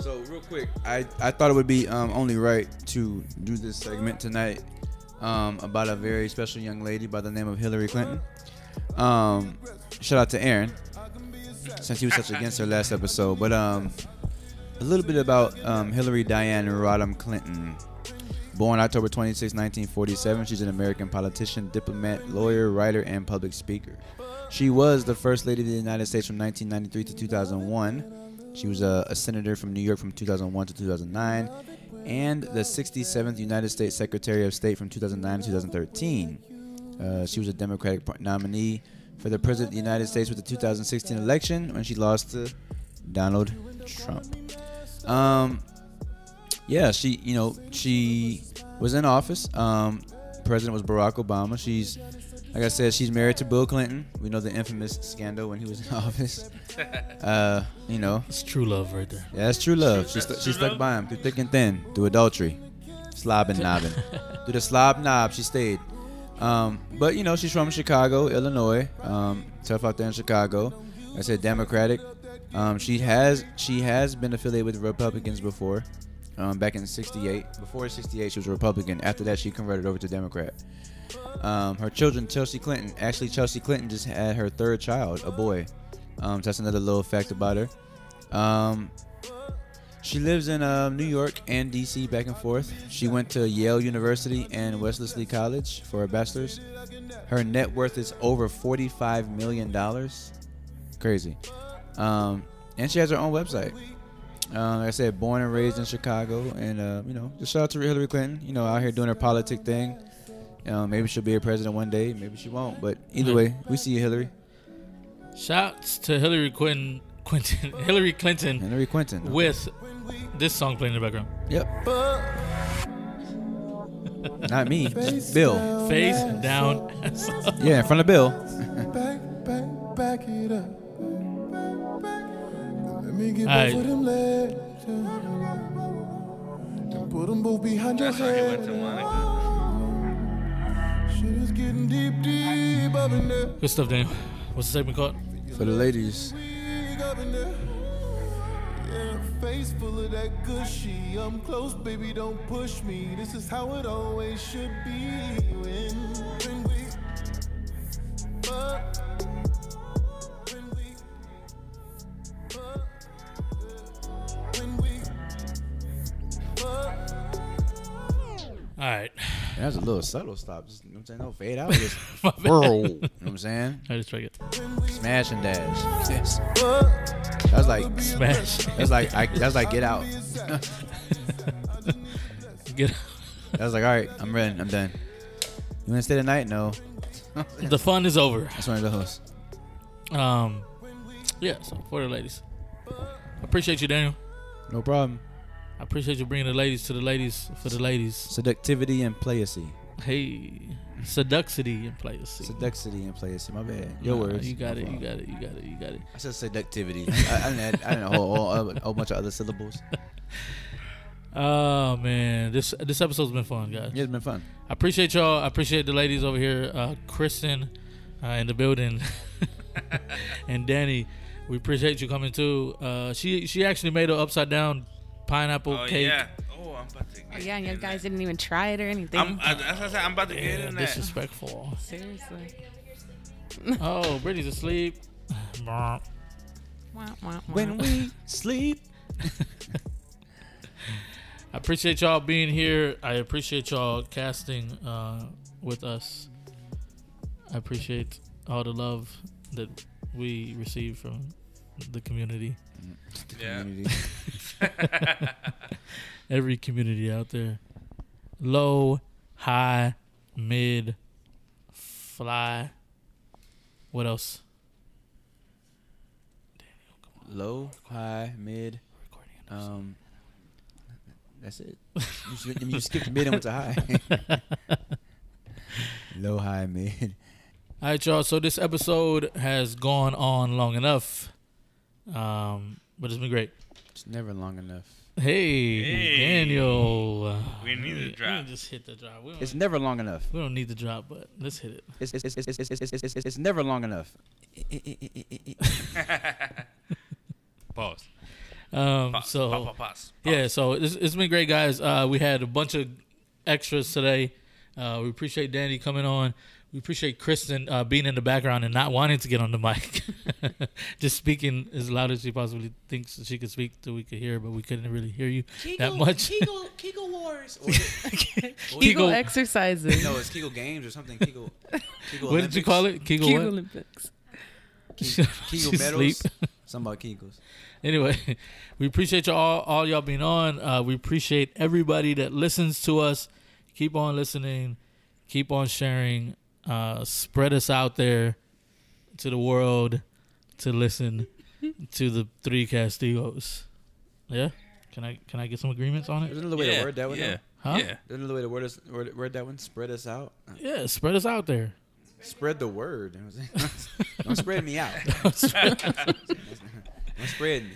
[SPEAKER 6] so real quick, I I thought it would be um, only right to do this segment tonight um, about a very special young lady by the name of Hillary Clinton. Um, shout out to Aaron, since he was such against her last episode. But um, a little bit about um, Hillary Diane Rodham Clinton. Born October 26, 1947, she's an American politician, diplomat, lawyer, writer, and public speaker. She was the first lady of the United States from 1993 to 2001. She was a, a senator from New York from 2001 to 2009, and the 67th United States Secretary of State from 2009 to 2013. Uh, she was a Democratic par- nominee for the President of the United States with the 2016 election when she lost to Donald Trump. Um, yeah, she, you know, she was in office. Um, president was Barack Obama. She's, like I said, she's married to Bill Clinton. We know the infamous scandal when he was in office. Uh, you know,
[SPEAKER 5] it's true love right there.
[SPEAKER 6] Yeah, it's true love. She, stu- she stuck by him through thick and thin, through adultery, slob and knobbing, through the slob knob. She stayed. Um, but you know, she's from Chicago, Illinois. Um, tough out there in Chicago. I said Democratic. Um, she has she has been affiliated with Republicans before. Um, back in '68, before '68, she was a Republican. After that, she converted over to Democrat. Um, her children, Chelsea Clinton. Actually, Chelsea Clinton just had her third child, a boy. Um, so that's another little fact about her. Um, she lives in um, New York and DC back and forth. She went to Yale University and Wesleyan College for her bachelor's. Her net worth is over $45 million. Crazy. Um, and she has her own website. Uh, like I said, born and raised in Chicago. And, uh, you know, just shout out to Hillary Clinton, you know, out here doing her politic thing. Um, maybe she'll be a president one day. Maybe she won't. But either way, we see you, Hillary.
[SPEAKER 5] Shouts to Hillary Clinton, Quentin, Hillary Clinton,
[SPEAKER 6] Hillary Clinton,
[SPEAKER 5] with this song playing in the background.
[SPEAKER 6] Yep. Not me, Bill.
[SPEAKER 5] Face down.
[SPEAKER 6] Yeah, in front of Bill.
[SPEAKER 12] Back, back, back it up. Let me get
[SPEAKER 6] Alright.
[SPEAKER 12] back for them legs. And put them both behind your head. Shit is getting deep, deep up in there.
[SPEAKER 5] Good stuff, Daniel. What's the segment called?
[SPEAKER 6] For the ladies.
[SPEAKER 12] Big up in there. Yeah, face full of that gushy. I'm close, baby, don't push me. This is how it always should be. When, when we fuck. When we fuck. When we fuck.
[SPEAKER 5] All right.
[SPEAKER 6] That was a little subtle stop. Just, you know what I'm saying? No fade out. Just
[SPEAKER 5] My bad.
[SPEAKER 6] whirl. You know what I'm saying?
[SPEAKER 5] I just try it.
[SPEAKER 6] Smash and dash. Yes. That was like
[SPEAKER 5] Smash.
[SPEAKER 6] That's like I, that's like get out.
[SPEAKER 5] get.
[SPEAKER 6] I was like, all right, I'm ready. I'm done. You want to stay tonight? No.
[SPEAKER 5] The fun is over.
[SPEAKER 6] That's one of the hosts.
[SPEAKER 5] Um, yeah. So for the ladies, appreciate you, Daniel.
[SPEAKER 6] No problem.
[SPEAKER 5] I appreciate you bringing the ladies to the ladies for the ladies.
[SPEAKER 6] Seductivity and playacy.
[SPEAKER 5] Hey, seductivity and playacy.
[SPEAKER 6] Seductivity and playacy. My bad. Your
[SPEAKER 5] Nah,
[SPEAKER 6] words.
[SPEAKER 5] You got
[SPEAKER 6] My
[SPEAKER 5] it. You
[SPEAKER 6] fault.
[SPEAKER 5] got it. You got it. You got it.
[SPEAKER 6] I said seductivity. I, I didn't add, I didn't add a whole, whole, a whole bunch of other syllables.
[SPEAKER 5] Oh man, this this episode's been fun, guys.
[SPEAKER 6] Yeah, it's been fun.
[SPEAKER 5] I appreciate y'all. I appreciate the ladies over here, uh, Kristen, uh, in the building, and Danny. We appreciate you coming too. Uh, she she actually made an upside down pineapple
[SPEAKER 7] Oh,
[SPEAKER 5] cake.
[SPEAKER 7] yeah. Oh, I'm about to.
[SPEAKER 11] Oh, yeah, and you guys didn't even try it or anything.
[SPEAKER 7] I'm, I, that's what I said. I'm about to get
[SPEAKER 5] Yeah,
[SPEAKER 7] in that.
[SPEAKER 5] disrespectful.
[SPEAKER 11] Seriously.
[SPEAKER 5] oh, Brittany's asleep. Brr.
[SPEAKER 11] Wah, wah, wah.
[SPEAKER 6] When we sleep.
[SPEAKER 5] I appreciate y'all being here. I appreciate y'all casting uh, with us. I appreciate all the love that we receive from the community.
[SPEAKER 7] Yeah.
[SPEAKER 5] Every community out there. Low, high, mid, fly. What else?
[SPEAKER 6] Low, high, mid. Um, that's it. You, s- I mean, you skipped mid and went to high. Low, high, mid.
[SPEAKER 5] All right, y'all. So this episode has gone on long enough, um, but it's been great.
[SPEAKER 6] It's never long enough.
[SPEAKER 5] Hey,
[SPEAKER 7] Hey.
[SPEAKER 5] Daniel.
[SPEAKER 7] We need to drop.
[SPEAKER 5] just hit the drop. We don't,
[SPEAKER 6] It's never long enough.
[SPEAKER 5] we don't need the drop, but let's hit it.
[SPEAKER 6] It's, it's, it's, it's, it's, it's, it's, it's, it's never long enough.
[SPEAKER 7] Pause.
[SPEAKER 5] Um,
[SPEAKER 7] Pa-
[SPEAKER 5] so
[SPEAKER 7] pa- pa- pause.
[SPEAKER 5] yeah, so it's, it's been great, guys. Uh, we had a bunch of extras today. Uh, we appreciate Danny coming on. We appreciate Kristen uh, being in the background and not wanting to get on the mic, just speaking as loud as she possibly thinks that she could speak, so we could hear, but we couldn't really hear you that much.
[SPEAKER 3] Kegel, Kegel Wars.
[SPEAKER 11] Kegel exercises.
[SPEAKER 6] No, it's Kegel games or something. Kegel. Kegel
[SPEAKER 5] What did you call it? Kegel
[SPEAKER 11] Kegel
[SPEAKER 5] what?
[SPEAKER 11] Olympics.
[SPEAKER 6] Kegel,
[SPEAKER 5] She's
[SPEAKER 6] Kegel medals.
[SPEAKER 5] asleep.
[SPEAKER 6] Something about Kegels.
[SPEAKER 5] anyway, we appreciate y'all all, all y'all being on. Uh, we appreciate everybody that listens to us. Keep on listening. Keep on sharing. Uh, spread us out there to the world to listen to the three Castigos. Yeah. Can I can I get some agreements on
[SPEAKER 6] There's
[SPEAKER 5] it?
[SPEAKER 6] another way
[SPEAKER 7] Yeah,
[SPEAKER 6] to word that one.
[SPEAKER 7] yeah,
[SPEAKER 6] though.
[SPEAKER 5] Huh?
[SPEAKER 7] yeah.
[SPEAKER 6] There's another way to word, us, word, word that one. Spread us out.
[SPEAKER 5] Yeah. Spread us out there.
[SPEAKER 6] Spread the word. Don't spread me out. Don't
[SPEAKER 5] Don't spread-
[SPEAKER 6] spread me.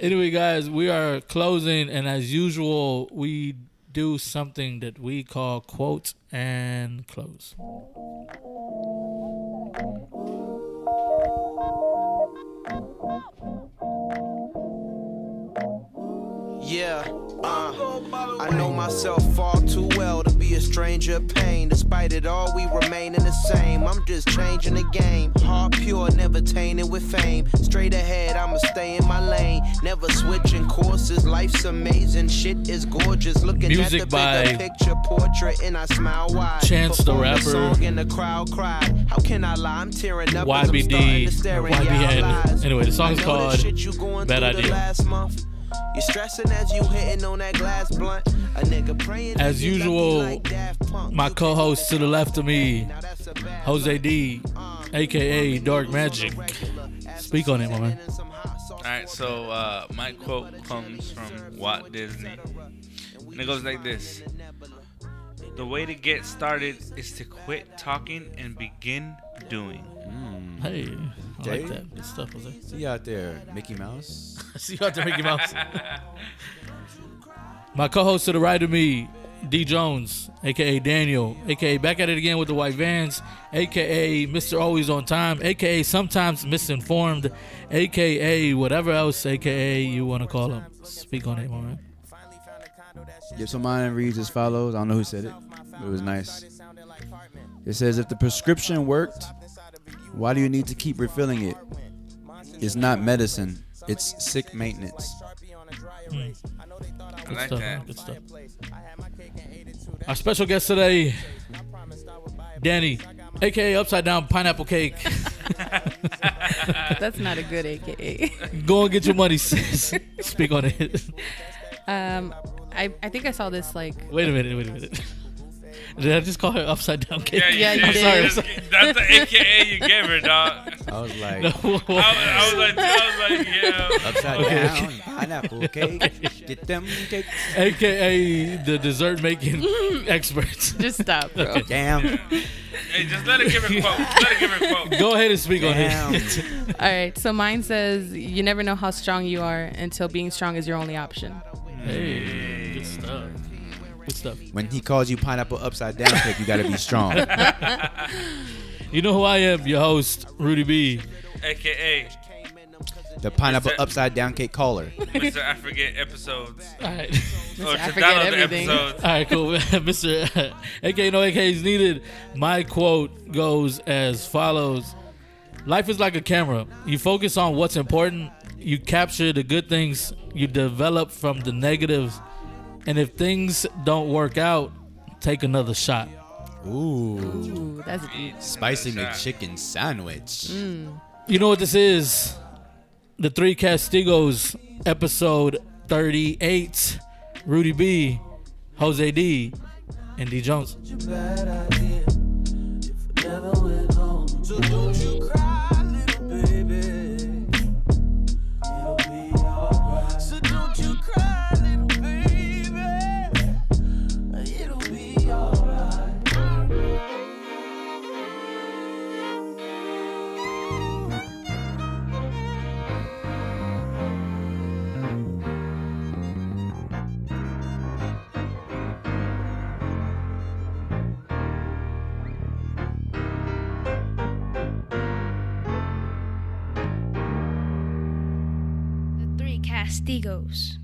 [SPEAKER 5] anyway, guys, we are closing, and as usual, we do something that we call quote and close.
[SPEAKER 15] Yeah, uh, I know myself far too well to be a stranger of pain. Despite it all, we remaining the same. I'm just changing the game. Heart pure, never tainted with fame. Straight ahead, I'ma stay in my lane. Never switching courses. Life's amazing. Shit is gorgeous. Looking
[SPEAKER 5] Music
[SPEAKER 15] at the
[SPEAKER 5] by
[SPEAKER 15] bigger picture, portrait, and I smile wide.
[SPEAKER 5] Chance the
[SPEAKER 15] Perform
[SPEAKER 5] Rapper.
[SPEAKER 15] song and the crowd cried. How can I lie? I'm tearing up. as I'm starting
[SPEAKER 5] YBD,
[SPEAKER 15] to stare in y'all
[SPEAKER 5] YBN.
[SPEAKER 15] eyes.
[SPEAKER 5] Anyway, the
[SPEAKER 15] I
[SPEAKER 5] song's
[SPEAKER 15] know this
[SPEAKER 5] called
[SPEAKER 15] shit you going
[SPEAKER 5] Bad
[SPEAKER 15] through the
[SPEAKER 5] Idea.
[SPEAKER 15] last month. You stressing as you hitting on that glass blunt. A nigga praying
[SPEAKER 5] As
[SPEAKER 15] that you lucky
[SPEAKER 5] usual,
[SPEAKER 15] like Daft Punk.
[SPEAKER 5] my co host to the left of me, Jose D, aka Dark Magic. Speak on it, my man.
[SPEAKER 7] All right, so uh, my quote comes from Walt Disney. And it goes like this The way to get started is to quit talking and begin doing.
[SPEAKER 5] Hey, I like
[SPEAKER 6] Dave?
[SPEAKER 5] that. Good stuff was it?
[SPEAKER 6] See you out there, Mickey Mouse.
[SPEAKER 5] See you out there, Mickey Mouse. My co host to the right of me, D Jones, aka Daniel, aka back at it again with the white vans, aka Mr. Always on Time, aka sometimes misinformed, aka whatever else, aka you want to call him. Speak on it, my man.
[SPEAKER 6] Yeah, so mine reads as follows. I don't know who said it, but it was nice. It says, If the prescription worked, why do you need to keep refilling it? It's not medicine, it's sick maintenance.
[SPEAKER 5] Good stuff. man. Good stuff. Our special guest today, Danny, aka Upside Down Pineapple Cake.
[SPEAKER 11] That's not a good AKA.
[SPEAKER 5] Go and get your money, sis. Speak on it.
[SPEAKER 11] Um, I, I think I saw this like
[SPEAKER 5] Wait a minute. Wait a minute. Did I just call her upside down cake?
[SPEAKER 7] Yeah, you
[SPEAKER 5] I'm
[SPEAKER 7] did.
[SPEAKER 5] sorry.
[SPEAKER 7] You
[SPEAKER 5] I'm
[SPEAKER 7] just-
[SPEAKER 5] sorry.
[SPEAKER 7] that's the AKA you gave her, dog.
[SPEAKER 6] I was like,
[SPEAKER 5] No.
[SPEAKER 7] I, was like, I was like, yeah.
[SPEAKER 6] Upside
[SPEAKER 5] Okay,
[SPEAKER 6] down,
[SPEAKER 5] okay.
[SPEAKER 6] pineapple cake.
[SPEAKER 5] Okay.
[SPEAKER 6] Get them cakes.
[SPEAKER 5] AKA the dessert making experts.
[SPEAKER 11] Just stop, bro.
[SPEAKER 6] Damn.
[SPEAKER 7] Hey, just let her give her quote. Let her give her quote.
[SPEAKER 5] Go ahead and speak on
[SPEAKER 6] Damn.
[SPEAKER 5] it.
[SPEAKER 11] All right. So mine says, "You never know how strong you are until being strong is your only option."
[SPEAKER 5] Hey, good stuff. Good stuff.
[SPEAKER 6] When he calls you pineapple upside down cake, you gotta be strong.
[SPEAKER 5] You know who I am? Your host, Rudy B.
[SPEAKER 7] AKA
[SPEAKER 6] The pineapple upside down cake caller.
[SPEAKER 7] Mr. I Forget episodes.
[SPEAKER 5] All right.
[SPEAKER 7] Or
[SPEAKER 11] I
[SPEAKER 7] to
[SPEAKER 11] Forget
[SPEAKER 7] download the
[SPEAKER 11] Everything.
[SPEAKER 7] episodes.
[SPEAKER 5] All right, cool. Mr. AK, no AK is needed. My quote goes as follows Life is like a camera. You focus on what's important, you capture the good things, you develop from the negatives. And if things don't work out, take another shot.
[SPEAKER 6] Ooh.
[SPEAKER 11] Ooh, that's deep.
[SPEAKER 6] Spicing the chicken sandwich.
[SPEAKER 5] You know what this is? The Three Castigos, episode 38. Rudy B, Jose D, and D Jones.
[SPEAKER 12] bad idea if I never went home. So don't you cry, little baby. It'll be alright. So don't you cry, little baby. It'll be alright.
[SPEAKER 2] The three Castigos.